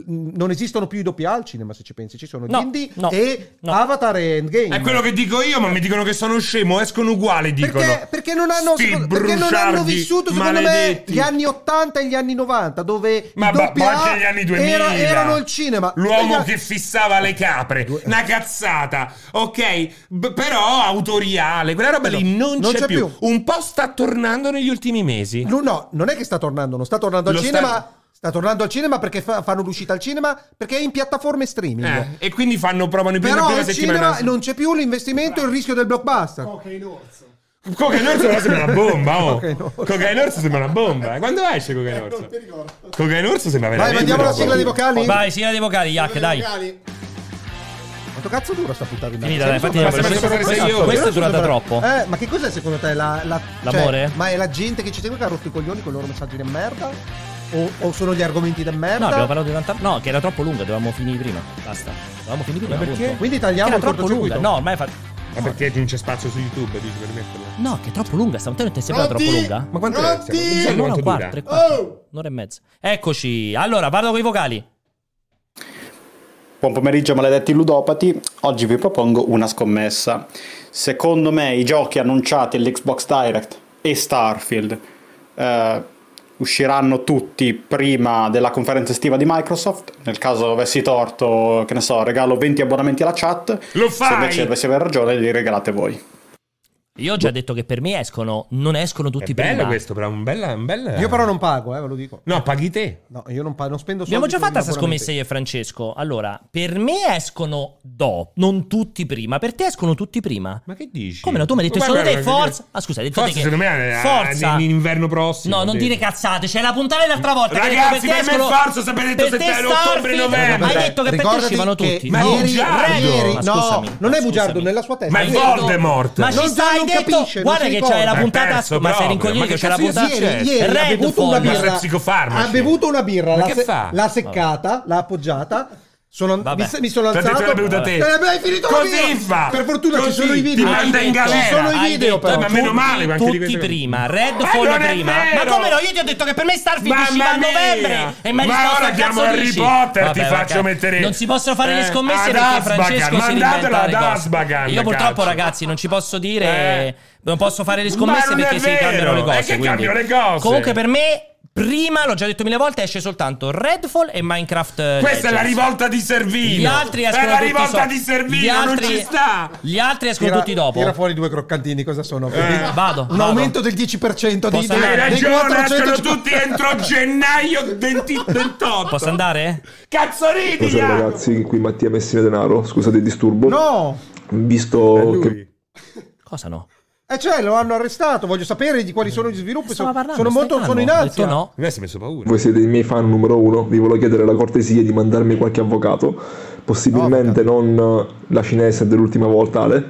J: non esistono più i doppia al cinema se ci pensi, ci sono
I: No,
J: D&D
I: no,
J: e Avatar e Endgame.
G: È quello che dico io, ma mi dicono che sono scemo, escono uguali, dicono.
J: Perché, perché non hanno,
G: Sti
J: secondo- perché non hanno
G: bruciardi
J: vissuto, secondo
G: maledetti.
J: me, gli anni 80 e gli anni 90, dove
G: Ma
J: i
G: ba-
J: doppia
G: anche
J: A
G: gli anni 2000
J: era- erano il cinema.
G: L'uomo
J: Era-
G: che fissava le capre, una cazzata, ok? B- però autoriale, quella roba lì non,
J: Non
G: c'è,
J: c'è
G: più.
J: più.
G: Un po' sta tornando negli ultimi mesi.
J: No, no, non è che sta tornando, non sta tornando al
G: Lo
J: cinema.
G: sta-
J: Sta... tornando al cinema perché fa- fanno l'uscita al cinema perché è in piattaforme streaming.
G: Eh, e quindi fanno provano i primi
J: Però
G: prima
J: al
G: settimana.
J: cinema non c'è più l'investimento e il rischio del blockbuster.
G: Cocaine Orso però sembra una bomba, oh. Cocaine Orso sembra una bomba. eh. Quando esce Cocaine Orso? Cocaine Orso sembra veramente
J: mandiamo
G: una
J: la sigla dei
G: bomba.
J: vocali?
I: Vai, sigla dei vocali, Yak, dai.
J: Quanto cazzo dura sta puntata? in
I: Finita,
J: alto? Sì,
I: dai, infatti
J: ma-
I: questo-
J: ma-
I: questo-
J: ma-
I: questo
J: ma-
I: è durata
J: ma-
I: troppo.
J: Eh, ma che cos'è secondo te? La- la- cioè,
I: L'amore?
J: ma è la gente che ci segue che ha rotto i coglioni con i loro messaggi di merda? O, o sono gli argomenti di merda?
I: No, abbiamo parlato di tanta. No, che era troppo lunga, dovevamo finire prima. Basta. Dovevamo finire prima.
G: Ma perché?
I: appunto.
J: Quindi tagliamo
I: Che
J: il
I: era troppo lunga.
J: cortocircuito.
I: No, ormai è fatta.
G: Ma perché non c'è spazio su YouTube, dici per metterlo?
I: No, che è troppo lunga. Sta non ti è sembrata troppo
G: Pronti?
I: lunga?
G: Ma quant'è? Pronti? Siamo- non so
I: Un'ora e un
G: quanto
I: quarto, tre
G: dura.
I: quarti. Un'ora e mezza. Eccoci. Allora, vado con i vocali.
N: Buon pomeriggio maledetti ludopati, oggi vi propongo una scommessa. Secondo me i giochi annunciati all'Xbox Direct e Starfield eh, usciranno tutti prima della conferenza estiva di Microsoft, nel caso avessi torto, che ne so, regalo 20 abbonamenti alla chat,
G: Lo
N: se
G: fai!
N: invece avessi aver ragione li regalate voi.
I: Io ho già detto che per me escono, non escono tutti
G: Boh.
I: eh.
G: È bello
I: prima.
G: questo, però un bel, un bel-
J: Io però non pago, eh, ve lo dico.
G: No, paghi te.
J: No, io non, pago, non spendo soldi.
I: Abbiamo già
J: per
I: fatta questa
J: l'abbonamento.
I: scommessa io e Francesco. Allora, per me escono dopo, non tutti prima. Per te escono tutti prima.
G: Ma che dici?
I: Come no, tu mi hai detto
G: Ma
I: solo
G: guarda,
I: te,
G: guarda,
I: forza. Ah, scusa, hai detto
G: Forza,
I: te che
G: secondo me, è-
I: forza.
G: è in inverno prossimo.
I: No,
G: ho
I: non
G: detto.
I: dire cazzate, c'è la puntata dell'altra volta. che hai detto
G: Ragazzi,
I: te
G: per me
I: escono-
G: forza, sapete detto
I: per te
G: settembre, ottobre,
I: Starfield,
G: novembre.
I: Hai detto che per te
J: Ricordati
I: uscivano
J: che
I: tutti.
J: Ma
I: No,
J: ieri,
I: Red-
J: ieri,
I: ma
J: no,
I: scusami,
J: non
I: ma
J: è bugiardo,
I: scusami.
J: nella sua testa.
G: Ma è
J: Io-
G: Voldemort!
I: Ma ci
J: Non
I: stai
J: non
I: detto-
J: capisce, non
I: guarda
J: si
I: che c'hai la
J: ricorda.
I: puntata-
G: perso
I: ma sei
G: proprio,
I: rincoglionito,
G: ma che
I: c'è la
G: cazzo di
I: puntata-
J: Ieri,
G: succede?
J: ieri ha
I: Red
J: bevuto una
I: Bull, ma
G: sei
J: birra.
G: psicofarmaci.
J: Ha bevuto una birra,
G: Ma
J: l'ha,
G: che
J: se-
G: fa?
J: l'ha seccata, l'ha appoggiata. Sono,
I: Vabbè.
J: mi, mi sono
G: Ti ha detto
J: alzato.
G: che l'ha bevuta te.
J: Eh, beh, hai finito la
G: Così
J: birra.
G: fa.
J: Per fortuna
G: Così.
J: ci sono i video.
G: Ti
I: Hai
G: manda in
I: detto-
G: galera.
J: Ci sono i
I: hai
J: video,
I: detto
J: però.
G: Ma meno
I: tutti-
G: male, ma anche di
I: tutti
G: quelle-
I: prima,
G: Eh,
I: Redfall
G: non è
I: prima. Ma
G: vero!
I: come no? Io ti ho detto che per me Starfield
G: Mamma
I: usciva a
G: mia!
I: novembre e mi hai
G: Ma
I: risposto
G: ora
I: "Che
G: chiamo
I: cazzo
G: Harry
I: dici?"
G: Potter,
I: Vabbè,
G: ti
I: guarda,
G: faccio mettere-
I: Non si possono fare
G: Eh,
I: le scommesse
G: ad
I: perché
G: Asbagan,
I: Francesco si
G: mandatelo
I: inventa
G: ad
I: le cose.
G: Asbagan,
I: Io purtroppo
G: cazzo.
I: ragazzi non ci posso dire
G: Eh.
I: non posso fare le
G: Ma
I: scommesse
G: non è
I: perché si
G: vero!
I: cambiano le
G: Eh,
I: cose,
G: che
I: quindi.
G: cambiano le cose?
I: Comunque per me prima l'ho già detto mille volte esce soltanto Redfall e Minecraft
G: Questa è la
I: Legends.
G: rivolta di Servino.
I: Cioè, Gli altri
G: è
I: escono
G: la
I: tutti
G: rivolta
I: so-
G: di
I: gli
G: Servino,
I: altri-
G: non ci sta.
I: Gli altri escono
J: Tira-
I: tutti dopo.
J: Tira fuori due croccantini, cosa sono?
G: Eh.
I: Vado, vado.
J: Un aumento del 10% di
I: Posso
J: dei-
G: Hai
I: andare?
J: dei
G: ragione,
J: 450
G: escono tutti entro gennaio 20 28.
I: Posso andare?
G: Cazzo ridi,
D: Buonasera
G: Iago?
D: ragazzi, qui Mattia Messina Denaro, scusate il disturbo.
J: No!
D: Visto che...
I: Cosa no?
J: Eh cioè, lo hanno arrestato, voglio sapere di quali sono gli sviluppi. Sono,
I: parlando,
J: sono
I: stai
J: molto
I: calmo.
J: sono in
I: Ho detto
J: ansia.
I: no.
G: Mi si è messo paura.
D: voi siete i miei fan numero uno, vi volevo chiedere la cortesia di mandarmi qualche avvocato, possibilmente non eh, la cinese dell'ultima volta Ale,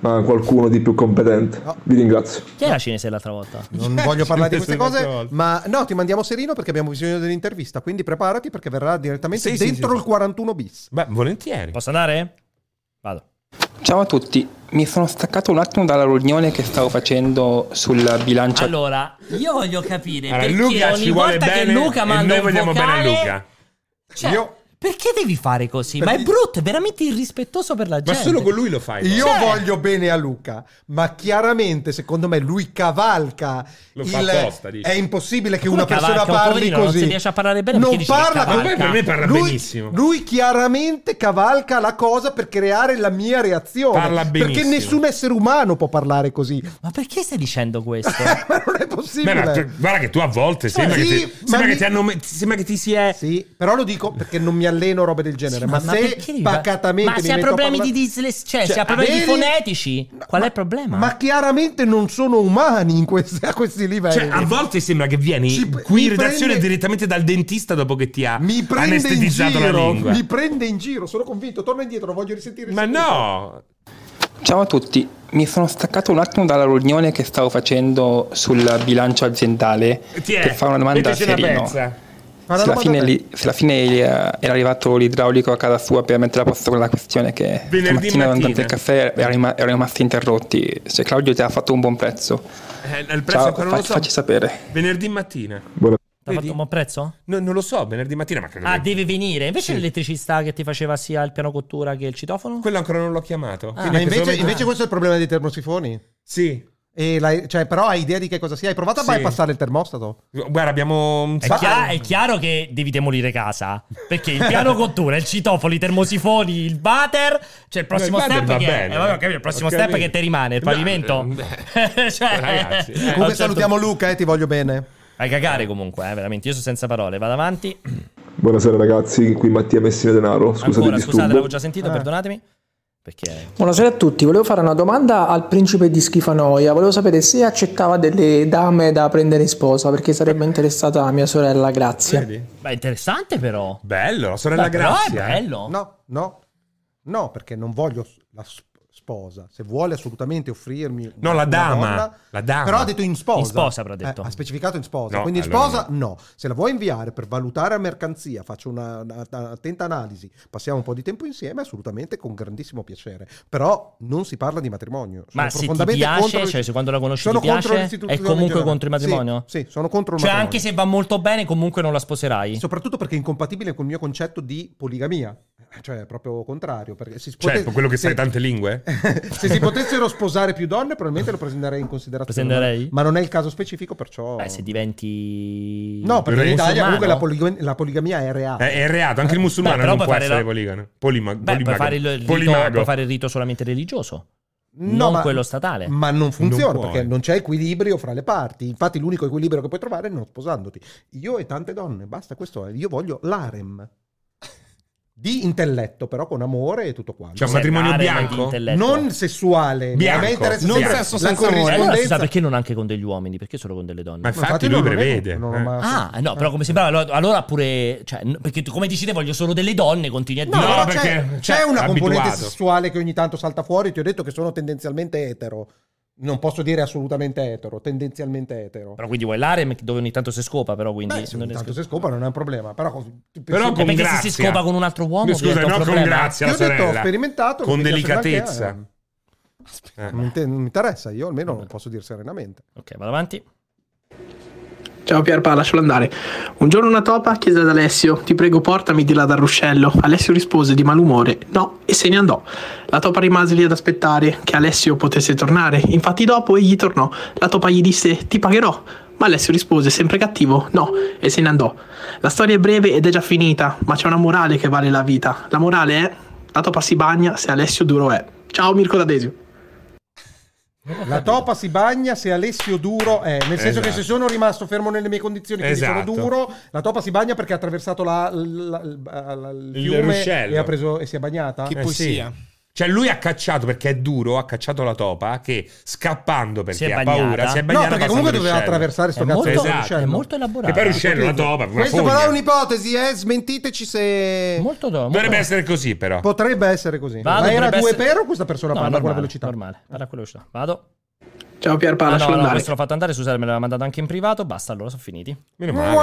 D: ma qualcuno di più competente. Vi ringrazio.
I: Chi era cinese l'altra volta?
J: Non voglio parlare di queste
I: Questa è
J: cose, ma no, ti mandiamo Serino perché abbiamo bisogno dell'intervista. Quindi preparati perché verrà direttamente
G: Sì, sì,
J: dentro
G: sì.
J: il 41 bis.
G: Beh, volentieri.
I: Posso andare? Vado.
O: Ciao a tutti, mi sono staccato un attimo dalla riunione che stavo facendo sul bilancio.
I: Allora, io voglio capire
G: Allora,
I: perché
G: Luca
I: ogni
G: ci vuole
I: volta che
G: bene
I: Luca
G: e
I: manda
G: noi
I: un
G: vogliamo bene a
I: vocale,
G: Luca.
I: cioè,
J: Io-
I: perché devi fare così? Ma è brutto, è veramente irrispettoso per la gente.
G: lui lo fai.
J: Io
I: Cioè-
J: voglio bene a Luca, ma chiaramente secondo me lui cavalca.
G: Lo fa apposta, dici.
J: È impossibile che
I: Come
J: una persona
I: cavalca? Un
J: parli
I: poverino non
J: così.
I: si riesce a parlare bene
J: Non
I: perché dice che
J: parla
I: cavalca?
G: Ma poi per me parla
J: lui,
G: benissimo.
J: Lui chiaramente cavalca la cosa per creare la mia reazione.
G: Parla
J: Perché
G: benissimo.
J: nessun essere umano può parlare così.
I: Ma perché stai dicendo questo?
J: ma non è
G: Beh, cioè,
J: possibile.
G: ma tu- guarda che tu a volte sembra,
J: Cioè, sì,
G: che, ti,
J: ma
G: sembra
J: mi-
G: che ti hanno me- sembra che ti si è
J: Sì, però lo dico perché non mi alleno robe del genere.
I: Sì,
J: ma,
I: perché
J: se
I: devi-
J: pacatamente.
I: Ma
J: mi
I: se ha
J: metto a
I: problemi di
J: parlare-
I: disles, cioè,
J: Cioè,
I: se ha problemi
J: vedi?
I: fonetici, qual è il problema?
J: Ma chiaramente non sono umani in questi- a questi livelli.
G: Cioè, a volte sembra che vieni
J: Ci pre-
G: qui in
J: mi
G: redazione
J: prende-
G: direttamente dal dentista dopo che ti ha
J: mi prende in
G: anestetizzato la
J: giro.
G: lingua.
J: Mi prende in giro, sono convinto. Torna indietro, voglio risentire. il
G: Ma
J: saluto.
G: no!
O: Ciao a tutti, mi sono staccato un attimo dalla riunione che stavo facendo sul bilancio aziendale
G: Ti è.
O: per fare una domanda a
G: Metteci una
O: Serino.
G: pezza.
O: Se alla, fine, lì- se alla fine gli, eh, era arrivato l'idraulico a casa sua per mettere a posto quella questione che
G: Venerdì
O: stamattina durante
G: mattina.
O: il caffè erano rima- erano rimasti interrotti, se Claudio ti ha fatto un buon prezzo,
G: Eh, il prezzo
O: Ciao,
G: ancora non lo
O: fa-
G: so.
O: facci sapere.
G: Venerdì mattina.
I: Ti ha fatto un buon prezzo?
G: No, non lo so, venerdì mattina, ma credo
I: Ah,
G: che-
I: deve venire. Invece
G: Sì.
I: l'elettricista che ti faceva sia il piano cottura che il citofono?
G: Quello ancora non l'ho chiamato.
I: Ah.
G: Quindi
J: Ma
G: anche
J: invece,
G: solamente-
J: invece questo è il problema dei termosifoni?
G: Sì.
J: cioè, però hai idea di che cosa sia? Hai provato a
G: Sì.
J: bypassare il termostato?
G: Guarda, abbiamo un
I: È, chia- è chiaro che devi demolire casa. Perché il piano cottura, il citofono, i termosifoni, il butter. Cioè, il prossimo
G: No, il
I: step
G: butter va
I: che.
G: bene.
I: eh, vabbè, ho capito, il prossimo
G: Ho
I: step
G: capito.
I: che ti rimane, il
G: No,
I: pavimento. Cioè,
G: Ragazzi, eh.
I: a un
J: Comunque
I: certo-
J: salutiamo Luca, eh, ti voglio bene.
I: Vai a cagare comunque, eh, veramente. Io sono senza parole. Vado avanti.
D: Buonasera ragazzi, qui Mattia Messina Denaro, scusate il
I: Ancora,
D: disturbo.
I: scusate, l'avevo già sentito, perdonatemi. Perché.
K: Buonasera a tutti, volevo fare una domanda al principe di Schifanoia, volevo sapere se accettava delle dame da prendere in sposa perché sarebbe interessata a mia sorella, grazie.
I: Beh, interessante però.
G: Bello, la sorella
J: Beh, però
G: Grazia. eh.
J: è bello. No, no, no, perché non voglio la s- sposa. Se vuole assolutamente offrirmi.
G: No, la
J: una
G: dama,
J: donna-
G: la dama.
J: Però ha detto in sposa.
G: In sposa, però ha
J: Eh,
G: detto.
J: ha specificato in sposa.
G: No,
J: Quindi in
G: allora
J: sposa, no. Se la vuoi inviare per valutare a mercanzia, faccio una, una- una attenta analisi, passiamo un po' di tempo insieme, assolutamente con grandissimo piacere. Però non si parla di matrimonio. Sono
I: Ma se ti
J: profondamente
I: piace,
J: contro-
I: cioè se quando la conosci
J: sono
I: ti
J: contro
I: piace,
J: l'istituzione
I: è comunque
J: in generale.
I: contro il matrimonio?
J: Sì, sì, sono contro il
I: Cioè,
J: matrimonio.
I: anche se va molto bene, comunque non la sposerai.
J: Soprattutto perché è incompatibile con il mio concetto di poligamia. Cioè, è proprio contrario. Perché si
I: Certo,
G: Cioè,
J: pote-
G: quello che
J: se-
G: sai tante lingue?
J: Se si potessero sposare più donne, probabilmente lo prenderei in considerazione.
I: Prenderei?
J: Ma non è il caso specifico, perciò.
I: Beh, se diventi.
J: No, perché in Italia
I: musulmano?
J: comunque la, polig- la poligamia è reale.
G: Eh, È, reato, anche il musulmano
I: Beh, però
G: non
I: puoi
G: può
I: fare
G: essere
I: la-
G: poligano. Polima-
I: Beh, puoi
G: polimago.
I: fare, il rito,
G: Polimago. Cioè,
I: puoi fare il rito solamente religioso,
J: No,
I: non
J: ma-
I: quello statale.
J: Ma non funziona
I: Non puoi.
J: perché non c'è equilibrio fra le parti. Infatti, l'unico equilibrio che puoi trovare è non sposandoti. Io e tante donne, basta. Questo è. Io voglio l'arem di intelletto, però con amore e tutto quanto.
G: Cioè, un matrimonio L'arem bianco? di intelletto.
J: non sessuale.
G: Bianco.
J: A me interessa
G: Non
J: sempre
G: sesso
J: la
G: senza amore.
I: Eh, allora si sa
J: corrispondenza.
I: perché non anche con degli uomini, perché solo con delle donne.
G: Ma infatti infatti lui non lo prevede, vedo, non l'ho eh. mai-
I: Ah, no, però come sembrava allora, allora pure cioè, n- perché tu, come dici te voglio solo delle donne, continui a
J: No,
I: dire
J: però c'è, c'è una componente
I: abituato.
J: sessuale che ogni tanto salta fuori. Ti ho detto che sono tendenzialmente etero. Non posso dire assolutamente etero, tendenzialmente etero.
I: Però quindi vuoi l'harem dove ogni tanto si scopa, però quindi
J: Beh, se
I: non
J: ogni
I: è
J: tanto
I: scopa.
J: si scopa non è un problema. Però,
I: Però con perché se si grazia. scopa con un altro uomo
G: Scusa, diventa un no, con problema. grazia la
J: Io ho detto, ho
G: sorella.
J: sperimentato.
G: Con
J: mi piace
G: delicatezza.
J: anche, eh, Non mi inter- non mi interessa, io almeno non posso dire serenamente.
I: Ok, vado avanti.
K: Ciao Pierpa, lascialo andare. Un giorno una topa chiese ad Alessio: Ti prego, portami di là dal ruscello. Alessio rispose di malumore: No, e se ne andò. La topa rimase lì ad aspettare che Alessio potesse tornare. Infatti, dopo egli tornò. La topa gli disse: Ti pagherò. Ma Alessio rispose, sempre cattivo, no, e se ne andò. La storia è breve ed è già finita, ma c'è una morale che vale la vita. La morale è: La topa si bagna se Alessio duro è. Ciao Mirko D'Adesio.
J: La topa si bagna se Alessio Duro è, nel senso che se
G: Esatto.
J: sono rimasto fermo nelle mie condizioni, quindi
G: Esatto.
J: sono duro, la topa si bagna perché ha attraversato la- la- la- la- il
G: Il
J: fiume
G: ruscello.
J: e, ha preso, e si è bagnata.
G: Eh, sì. Cioè, lui ha cacciato perché è duro, ha cacciato la topa che scappando
I: Si è
G: perché ha
I: bagnata.
G: paura, si è bagnata.
I: No,
J: perché
G: passando
J: comunque doveva
G: ruscello.
J: attraversare sto
G: È
J: cazzo di cioè,
G: molto-
I: Ah,
J: ruscello.
G: È molto elaborato. E poi ruscello la topa, una
J: Questo
G: fogna.
J: però è un'ipotesi, eh? smentiteci se...
I: Molto dopo.
G: Dovrebbe essere così, però.
J: Potrebbe essere così.
I: Vado,
J: Ma era
I: potrebbe
J: due
I: essere-
J: per o questa persona
I: No,
J: parla con la
I: normale,
J: velocità?
I: Normale, parla con la velocità. Vado.
K: Ciao Pierpa,
I: Ah, no,
K: lascialo
I: no,
K: andare.
I: questo l'ho fatto andare, scusate, me l'aveva mandato anche in privato, basta, allora sono finiti.
G: Meno
I: Infatti la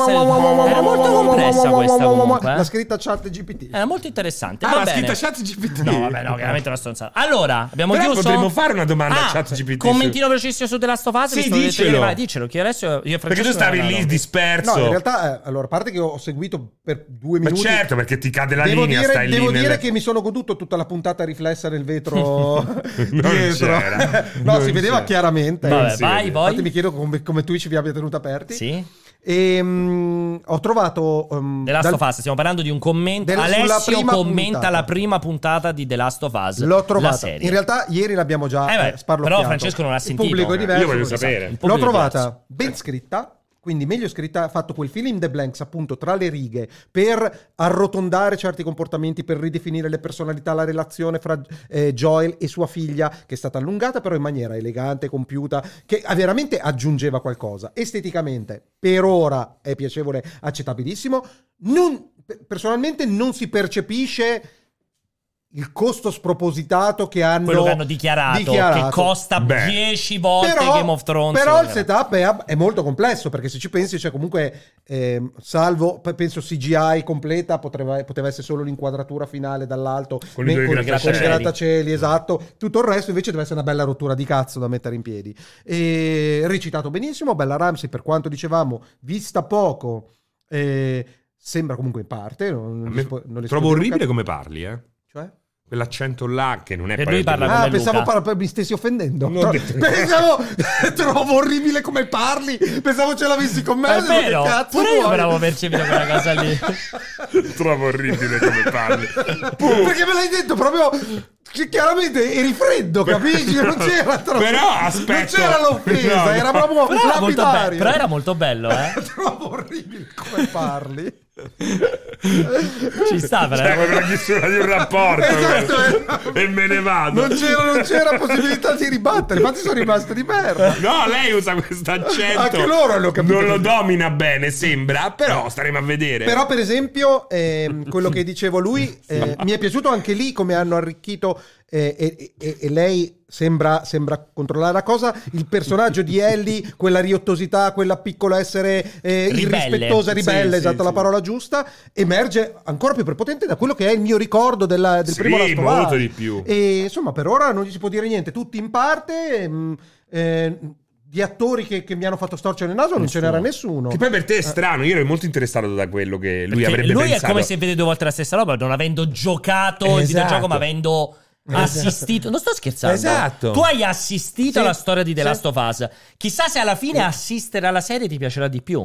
I: serie- era molto complessa questa comunque, eh.
J: La scritta chat GPT.
I: Era molto interessante.
G: Ah,
I: va
G: la
I: bene.
G: scritta chat GPT.
I: No, vabbè, no, chiaramente una stronzata. Allora, abbiamo
G: Però
I: chiuso.
G: potremmo fare una domanda
I: Ah,
G: a ChatGPT.
I: Commentino velocissimo su The Last of Us.
G: Sì,
I: mi sono detto
G: dicelo.
I: ieri, vai, dicelo, che adesso io e
G: Perché tu
I: Francesco
G: stavi
I: non-
G: lì
I: no.
G: disperso.
J: No, in realtà, eh, allora, a parte che ho seguito per due
G: Ma
J: minuti...
G: certo, perché ti cade la
J: devo
G: linea,
J: dire,
G: stai
J: devo
G: lì.
J: dire
G: nelle-
J: che mi sono goduto tutta la puntata riflessa nel vetro
G: Non
J: dietro.
G: c'era.
J: no,
G: Non
J: si vedeva
G: c'era.
J: chiaramente.
G: Vabbè, Non si vai,
J: vai,
G: vedeva. vai.
J: Infatti mi chiedo come, come Twitch vi abbia tenuto aperti.
I: Sì.
J: E, mm, ho trovato... mm,
I: The Last
J: dal-
I: of Us, stiamo parlando di un commento.
J: Della- sulla
I: Alessio
J: prima
I: commenta
J: puntata.
I: la prima puntata di The Last of Us.
J: L'ho
I: La
J: trovata.
I: serie.
J: In realtà ieri l'abbiamo già
I: Eh beh,
J: eh, sparlocchiato.
I: però Francesco non l'ha sentito.
J: Il pubblico è
I: Eh,
J: diverso.
I: io voglio
J: esatto.
I: sapere. Il pubblico
J: L'ho
I: è diverso.
J: trovata ben scritta. Quindi meglio scritta, ha fatto quel film in the blanks appunto tra le righe per arrotondare certi comportamenti, per ridefinire le personalità, la relazione fra eh, Joel e sua figlia, che è stata allungata però in maniera elegante, compiuta, che ah, veramente aggiungeva qualcosa. Esteticamente, per ora è piacevole, accettabilissimo. Non- pe- personalmente non si percepisce il costo spropositato che hanno,
I: Quello che hanno dichiarato,
J: dichiarato.
I: che costa
J: Beh.
I: 10 volte Game of Thrones.
J: però il
I: Eh,
J: setup è, ab- è molto complesso perché se ci pensi, cioè comunque, ehm, salvo p- penso CGI completa, poteva, poteva essere solo l'inquadratura finale dall'alto
G: Con i due
J: con,
G: grattacieli.
J: con i grattacieli, esatto. Tutto il resto invece deve essere una bella rottura di cazzo da mettere in piedi. E, recitato benissimo, Bella Ramsey, per quanto dicevamo, vista poco, eh, sembra comunque in parte. Non, non
G: A
J: le
G: me
J: spo- non le
G: trovo
J: sposo-
G: orribile come parli, eh.
J: Cioè?
G: Quell'accento là che non è
I: Per lui parla
J: Ah, pensavo par- mi stessi offendendo. Tro- pensavo, trovo orribile come parli. Pensavo ce l'avessi con me.
I: È
J: dico, che
I: vero,
J: cazzo
I: pure io
J: vuoi?
I: però avevo percepito quella cosa lì.
G: Trovo orribile come parli.
J: Perché me l'hai detto proprio. che Chiaramente eri freddo, capisci? Non c'era troppo.
G: Però aspetta.
J: Non c'era l'offesa,
G: No, no.
J: era proprio
I: Però era, molto be-
J: lapidario.
I: però era molto bello, eh.
J: Come parli?
I: Ci sta, però.
G: Cioè, proprio la chiusura di un rapporto.
J: Esatto,
G: questo. E me ne vado.
J: Non c'era, non c'era possibilità di ribattere, infatti sono rimasto di merda.
G: No, lei usa questo accento.
J: Anche loro hanno capito
G: Non lo
J: così.
G: domina bene, sembra, però staremo a vedere.
J: Però, per esempio, ehm, quello che dicevo lui, eh, mi è piaciuto anche lì come hanno arricchito eh, e, e- e lei sembra, sembra controllare la cosa. Il personaggio di Ellie, quella riottosità, quella piccola essere eh,
I: Ribelle.
J: irrispettosa,
I: Sì,
J: ribelle,
I: sì,
J: esatta la
I: sì.
J: parola giusta, emerge ancora più prepotente da quello che è il mio ricordo della- del
G: Sì,
J: primo Last of Us.
G: molto di più.
J: E insomma, per ora non gli si può dire niente, tutti in parte. mh, eh, di attori che, che mi hanno fatto storcere il naso non ce
G: Nessuno.
J: n'era nessuno.
G: Che poi per te è strano, io ero molto interessato da quello che lui
I: Perché
G: avrebbe
I: lui
G: pensato.
I: è come se vede due volte la stessa roba, non avendo giocato il
G: Esatto.
I: videogioco, ma avendo
G: Esatto.
I: assistito. Non sto scherzando.
G: Esatto.
I: Tu hai assistito
J: Sì.
I: alla storia di The
J: Sì.
I: Last of Us. Chissà se alla fine assistere alla serie ti piacerà di più.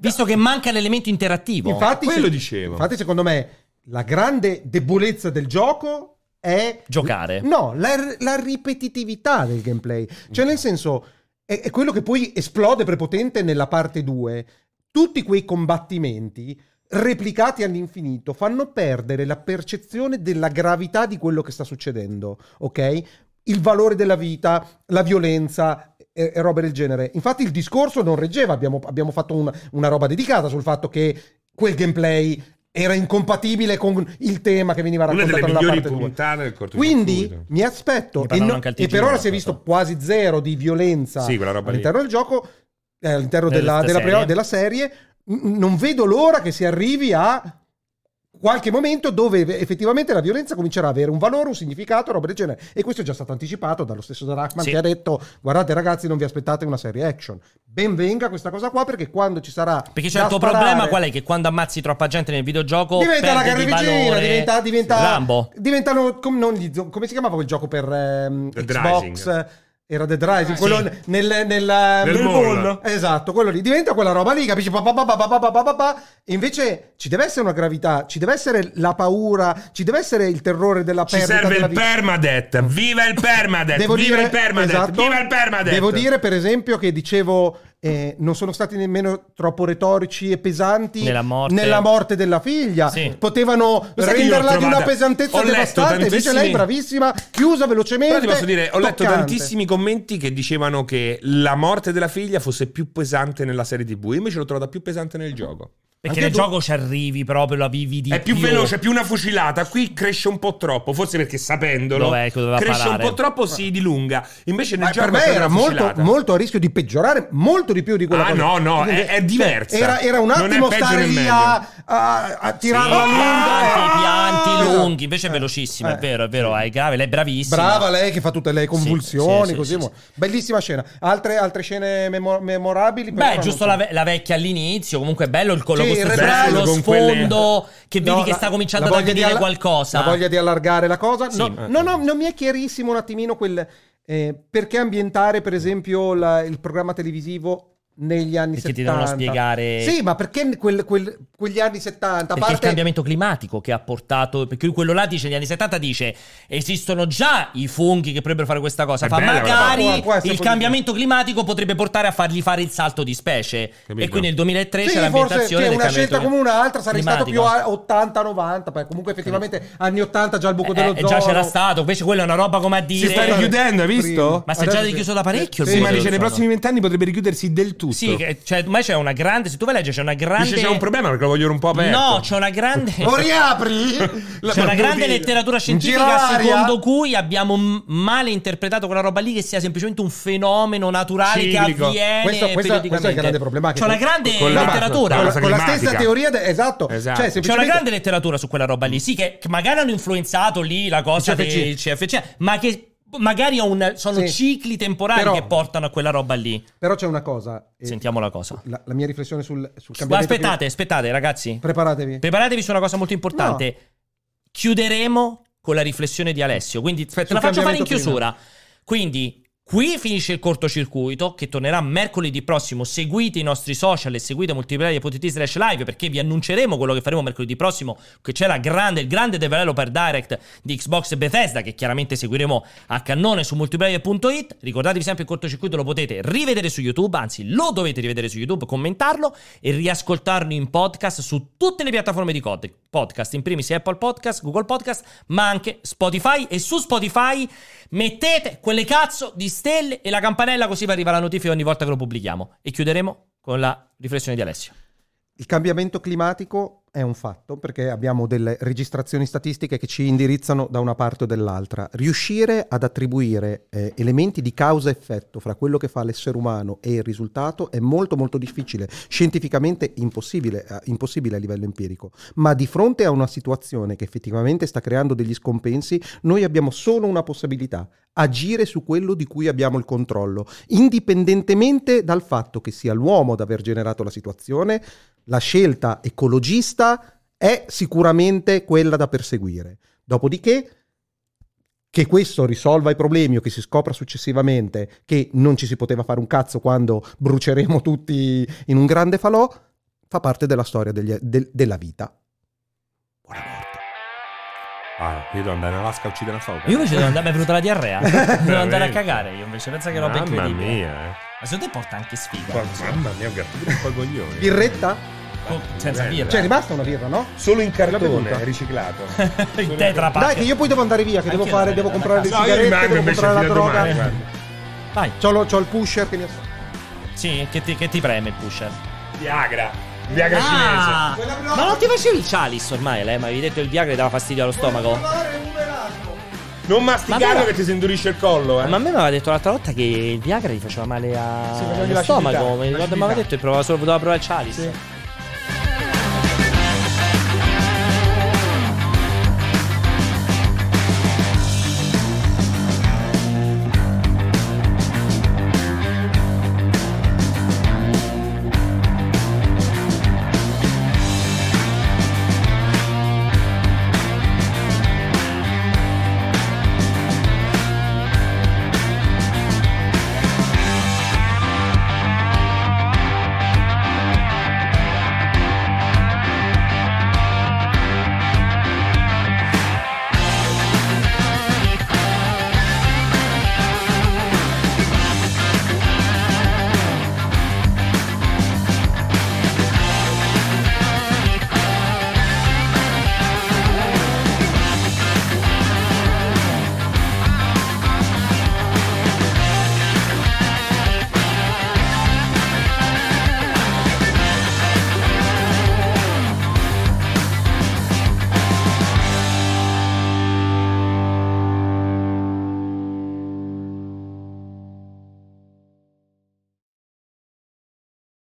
I: Visto che manca l'elemento interattivo.
J: Infatti,
G: Boh, Quello
J: se-
G: dicevo.
J: Infatti, secondo me, la grande debolezza del gioco è.
I: Giocare.
J: No, la, la ripetitività del gameplay. Cioè, nel senso, è, è quello che poi esplode prepotente nella parte 2. Tutti quei combattimenti replicati all'infinito fanno perdere la percezione della gravità di quello che sta succedendo, ok? Il valore della vita, la violenza e, e robe del genere. Infatti il discorso non reggeva, abbiamo, abbiamo fatto un- una roba dedicata sul fatto che quel gameplay era incompatibile con il tema che veniva
G: Una
J: raccontato
G: delle
J: alla
G: migliori
J: parte due.
G: puntate del cortocircuito.
J: Quindi mi aspetto,
I: Ne
J: e,
I: parlavano
J: no-
I: anche al
J: e per
I: TG,
J: ora si è
I: no?
J: visto quasi zero di violenza
G: Sì, quella roba lì.
J: all'interno del gioco, eh, all'interno
I: Della
J: della, della,
I: serie.
J: della serie. N- non vedo l'ora che si arrivi a qualche momento dove effettivamente la violenza comincerà ad avere un valore, un significato, roba del genere. E questo è già stato anticipato dallo stesso Drachman
I: Sì.
J: che ha detto guardate ragazzi non vi aspettate una serie action. Ben venga questa cosa qua perché quando ci sarà...
I: Perché c'è
J: da
I: il tuo
J: sparare-
I: problema qual è? Che quando ammazzi troppa gente nel videogioco
J: Diventa la
I: perde di
J: carrivigina,
I: valore
J: diventa, diventa
I: Rambo.
J: diventano com- non gli zo- come si chiamava quel gioco per ehm,
G: Dead
J: Xbox?
G: Rising. Ah,
J: Era Dead Rising, quello
I: Sì.
J: nel, nel,
G: Nel mall.
J: mall. Esatto, quello lì diventa quella roba lì, capisci? Pa, pa, pa, pa, pa, pa, pa, pa, pa. E invece ci deve essere una gravità, ci deve essere la paura, ci deve essere il terrore della
G: Ci
J: perdita
G: serve
J: della
G: il
J: vita.
G: permadet. Viva il permadet.
J: Devo
G: Viva
J: dire,
G: il permadet.
J: esatto.
G: Viva il permadet.
J: Devo dire, per esempio, che dicevo. eh, non sono stati nemmeno troppo retorici e pesanti
I: Nella morte.
J: nella morte della figlia.
I: Sì.
J: Potevano
G: Lo sai che io ho
J: renderla di una
G: trovata-
J: pesantezza
G: ho letto
J: devastante. Invece
G: tantissimi-
J: lei, bravissima, chiusa velocemente.
G: Però ti posso dire, ho letto
J: toccante.
G: tantissimi commenti che dicevano che la morte della figlia fosse più pesante nella serie TV. Io invece l'ho trovata più pesante nel gioco.
I: Perché
J: Anche
I: nel
J: tu-
I: gioco ci arrivi proprio, la vivi di
G: È più veloce, è più una fucilata. Qui cresce un po' troppo, forse perché sapendolo
I: Dov'è che doveva
G: cresce
I: parare?
G: un po' troppo, si dilunga. Invece nel
J: Ma
G: gioco
J: Eh, per me
G: è
J: era
G: una
J: molto,
G: fucilata.
J: molto a rischio di peggiorare molto di più di quella
G: Ah,
J: cosa. cioè,
G: no, no, è- è diversa.
J: Era, era un
G: Non è
J: attimo
G: peggio
J: stare
G: né
J: lì
G: meglio.
J: a, a, a tirarla
I: Sì,
J: lunga.
I: pianti, pianti
J: Ah!
I: lunghi, invece è velocissima, è
J: eh.
I: vero, è vero, è grave, lei è bravissima.
J: Brava lei che fa tutte le convulsioni,
I: Sì, sì,
J: così.
I: sì, sì,
J: mo- Bellissima scena. Altre, altre scene memo- memorabili? Per ora
I: Beh,
J: non
I: giusto
J: so.
I: la, ve- la vecchia all'inizio, comunque è bello il collo
J: Sì, il
I: costruzione,
J: rebraio
I: lo
G: con
I: sfondo
G: quelle-
I: che vedi
J: No,
I: che
J: la-
I: sta cominciando
J: la
I: ad
J: voglia di
I: avvenire
J: alla-
I: qualcosa.
J: La voglia di allargare la cosa.
I: Sì.
J: No,
I: Eh.
J: no, no, non mi è chiarissimo un attimino quel... eh, perché ambientare, per esempio, la- il programma televisivo negli anni
I: Perché
J: 70?
I: ti devono spiegare-
J: Sì, ma perché quel- quel- quegli anni 70? A
I: Perché il
J: parte...
I: cambiamento climatico che ha portato. Perché lui quello là dice negli anni 70 dice: esistono già i funghi che potrebbero fare questa cosa.
G: È
I: Fa
G: bella quella
I: magari
J: cosa. Può- può essere
I: il
J: così.
I: cambiamento climatico potrebbe portare a fargli fare il salto di specie.
G: Capito.
I: E quindi nel 2003
J: Sì,
I: c'è
J: forse
I: l'ambientazione
J: c'è
I: del
J: una scelta
I: cambiamento
J: come un'altra, sarei stato più
I: climatico.
J: a 80-90, poi comunque effettivamente anni 80 già il buco dello
I: Eh, eh, già c'era stato, invece quella è una roba come a
G: Si
I: dire.
G: sta richiudendo, hai visto?
I: Ma si è già richiuso da parecchio il
G: Sì, ma
I: buco
G: dice
I: dello
G: nei
I: Zono.
G: prossimi vent'anni potrebbe richiudersi del tutto.
I: Sì, che- cioè, ormai c'è una grande. Se tu vai a leggere, c'è una grande.
G: Dice c'è un problema perché lo voglio un po' aperto.
I: No, c'è una grande.
G: Lo riapri?
I: C'è una
G: bottiglia.
I: grande letteratura
G: Gira
I: scientifica
G: l'aria.
I: secondo cui abbiamo m- male interpretato quella roba lì che sia semplicemente un fenomeno naturale che
G: Ciclico.
I: avviene
J: Questo- questo-
I: periodicamente.
J: questo è il grande problema che-
I: C'è una grande
J: Con la-
I: letteratura.
J: con la- con la stessa teoria de- esatto. Cioè,
I: C'è una
J: semplicemente-
I: grande letteratura su quella roba lì. Sì, che che magari hanno influenzato lì la cosa
J: Il CFC.
I: del CFC, ma che magari ha un- sono
J: Sì.
I: cicli temporali
J: Però- Eh.
I: che portano a quella roba lì.
J: Però c'è una cosa. eh,
I: Sentiamo la cosa.
J: La, la mia riflessione sul, sul
I: Ma
J: cambiamento.
I: aspettate, aspettate, ragazzi.
J: Preparatevi.
I: Preparatevi su una cosa molto importante. Chiuderemo con la riflessione di Alessio. Quindi te la
J: Sul
I: faccio fare in
J: cambiamento prima.
I: chiusura. Quindi. Qui finisce il cortocircuito che tornerà mercoledì prossimo. Seguite i nostri social e seguite multiplayer.it slash live perché vi annunceremo quello che faremo mercoledì prossimo. Che c'è la grande, il grande developer direct di Xbox e Bethesda che chiaramente seguiremo a cannone su multiplayer.it. Ricordatevi sempre il cortocircuito lo potete rivedere su YouTube, anzi lo dovete rivedere su YouTube, commentarlo e riascoltarlo in podcast su tutte le piattaforme di cod- podcast, in primis Apple Podcast, Google Podcast, ma anche Spotify e su Spotify mettete quelle cazzo di stelle e la campanella così vi arriva la notifica ogni volta che lo pubblichiamo e chiuderemo con la riflessione di Alessio.
J: Il cambiamento climatico è un fatto perché abbiamo delle registrazioni statistiche che ci indirizzano da una parte o dall'altra. Riuscire ad attribuire eh, elementi di causa-effetto fra quello che fa l'essere umano e il risultato è molto molto difficile, scientificamente impossibile, eh, impossibile a livello empirico. Ma di fronte a una situazione che effettivamente sta creando degli scompensi, noi abbiamo solo una possibilità, agire su quello di cui abbiamo il controllo, indipendentemente dal fatto che sia l'uomo ad aver generato la situazione, la scelta ecologista è sicuramente quella da perseguire. Dopodiché, che questo risolva i problemi o che si scopra successivamente che non ci si poteva fare un cazzo quando bruceremo tutti in un grande falò, fa parte della storia degli- del- della vita.
G: Ah, io devo andare in Alaska a uccidere una foca.
I: Io invece devo andare, mi è venuta la diarrea. devo andare a
G: Veramente.
I: cagare io invece, pensa che roba
G: Mamma
I: incredibile.
G: mia, eh.
I: Ma secondo te porta anche sfiga?
G: Mamma mia, un gattino, poi coglioni.
J: Birretta?
I: Oh, senza birra.
J: C'è rimasta una birra, no? Solo in
G: cartone, riciclato.
I: Il tetra
J: Dai, che io poi devo andare via, che devo
I: Anch'io
J: fare,
I: devo
J: devo comprare le
I: andare a casa.
J: sigarette,
I: No, io
J: devo
I: rimango
J: comprare la
I: invece fino a
J: droga.
I: domani, Vai.
J: C'ho, lo- c'ho il pusher che mi ascolta.
I: Sì, che ti, che ti preme il pusher?
G: Viagra. Viagra
I: Ah,
G: cinese.
I: Ma non ti facevi il chalice ormai, lei? Ma avevi detto il Viagra e dava fastidio allo stomaco?
G: Non
I: Ma me-
G: masticarlo che ti si indurisce il collo, eh.
I: Ma a me mi aveva detto l'altra volta che il Viagra gli faceva male a...
G: Sì, per
I: allo
G: l'acidità,
I: stomaco. Mi ricordo, mi
G: l'acidità.
I: aveva detto che provava solo, poteva provare il chalice.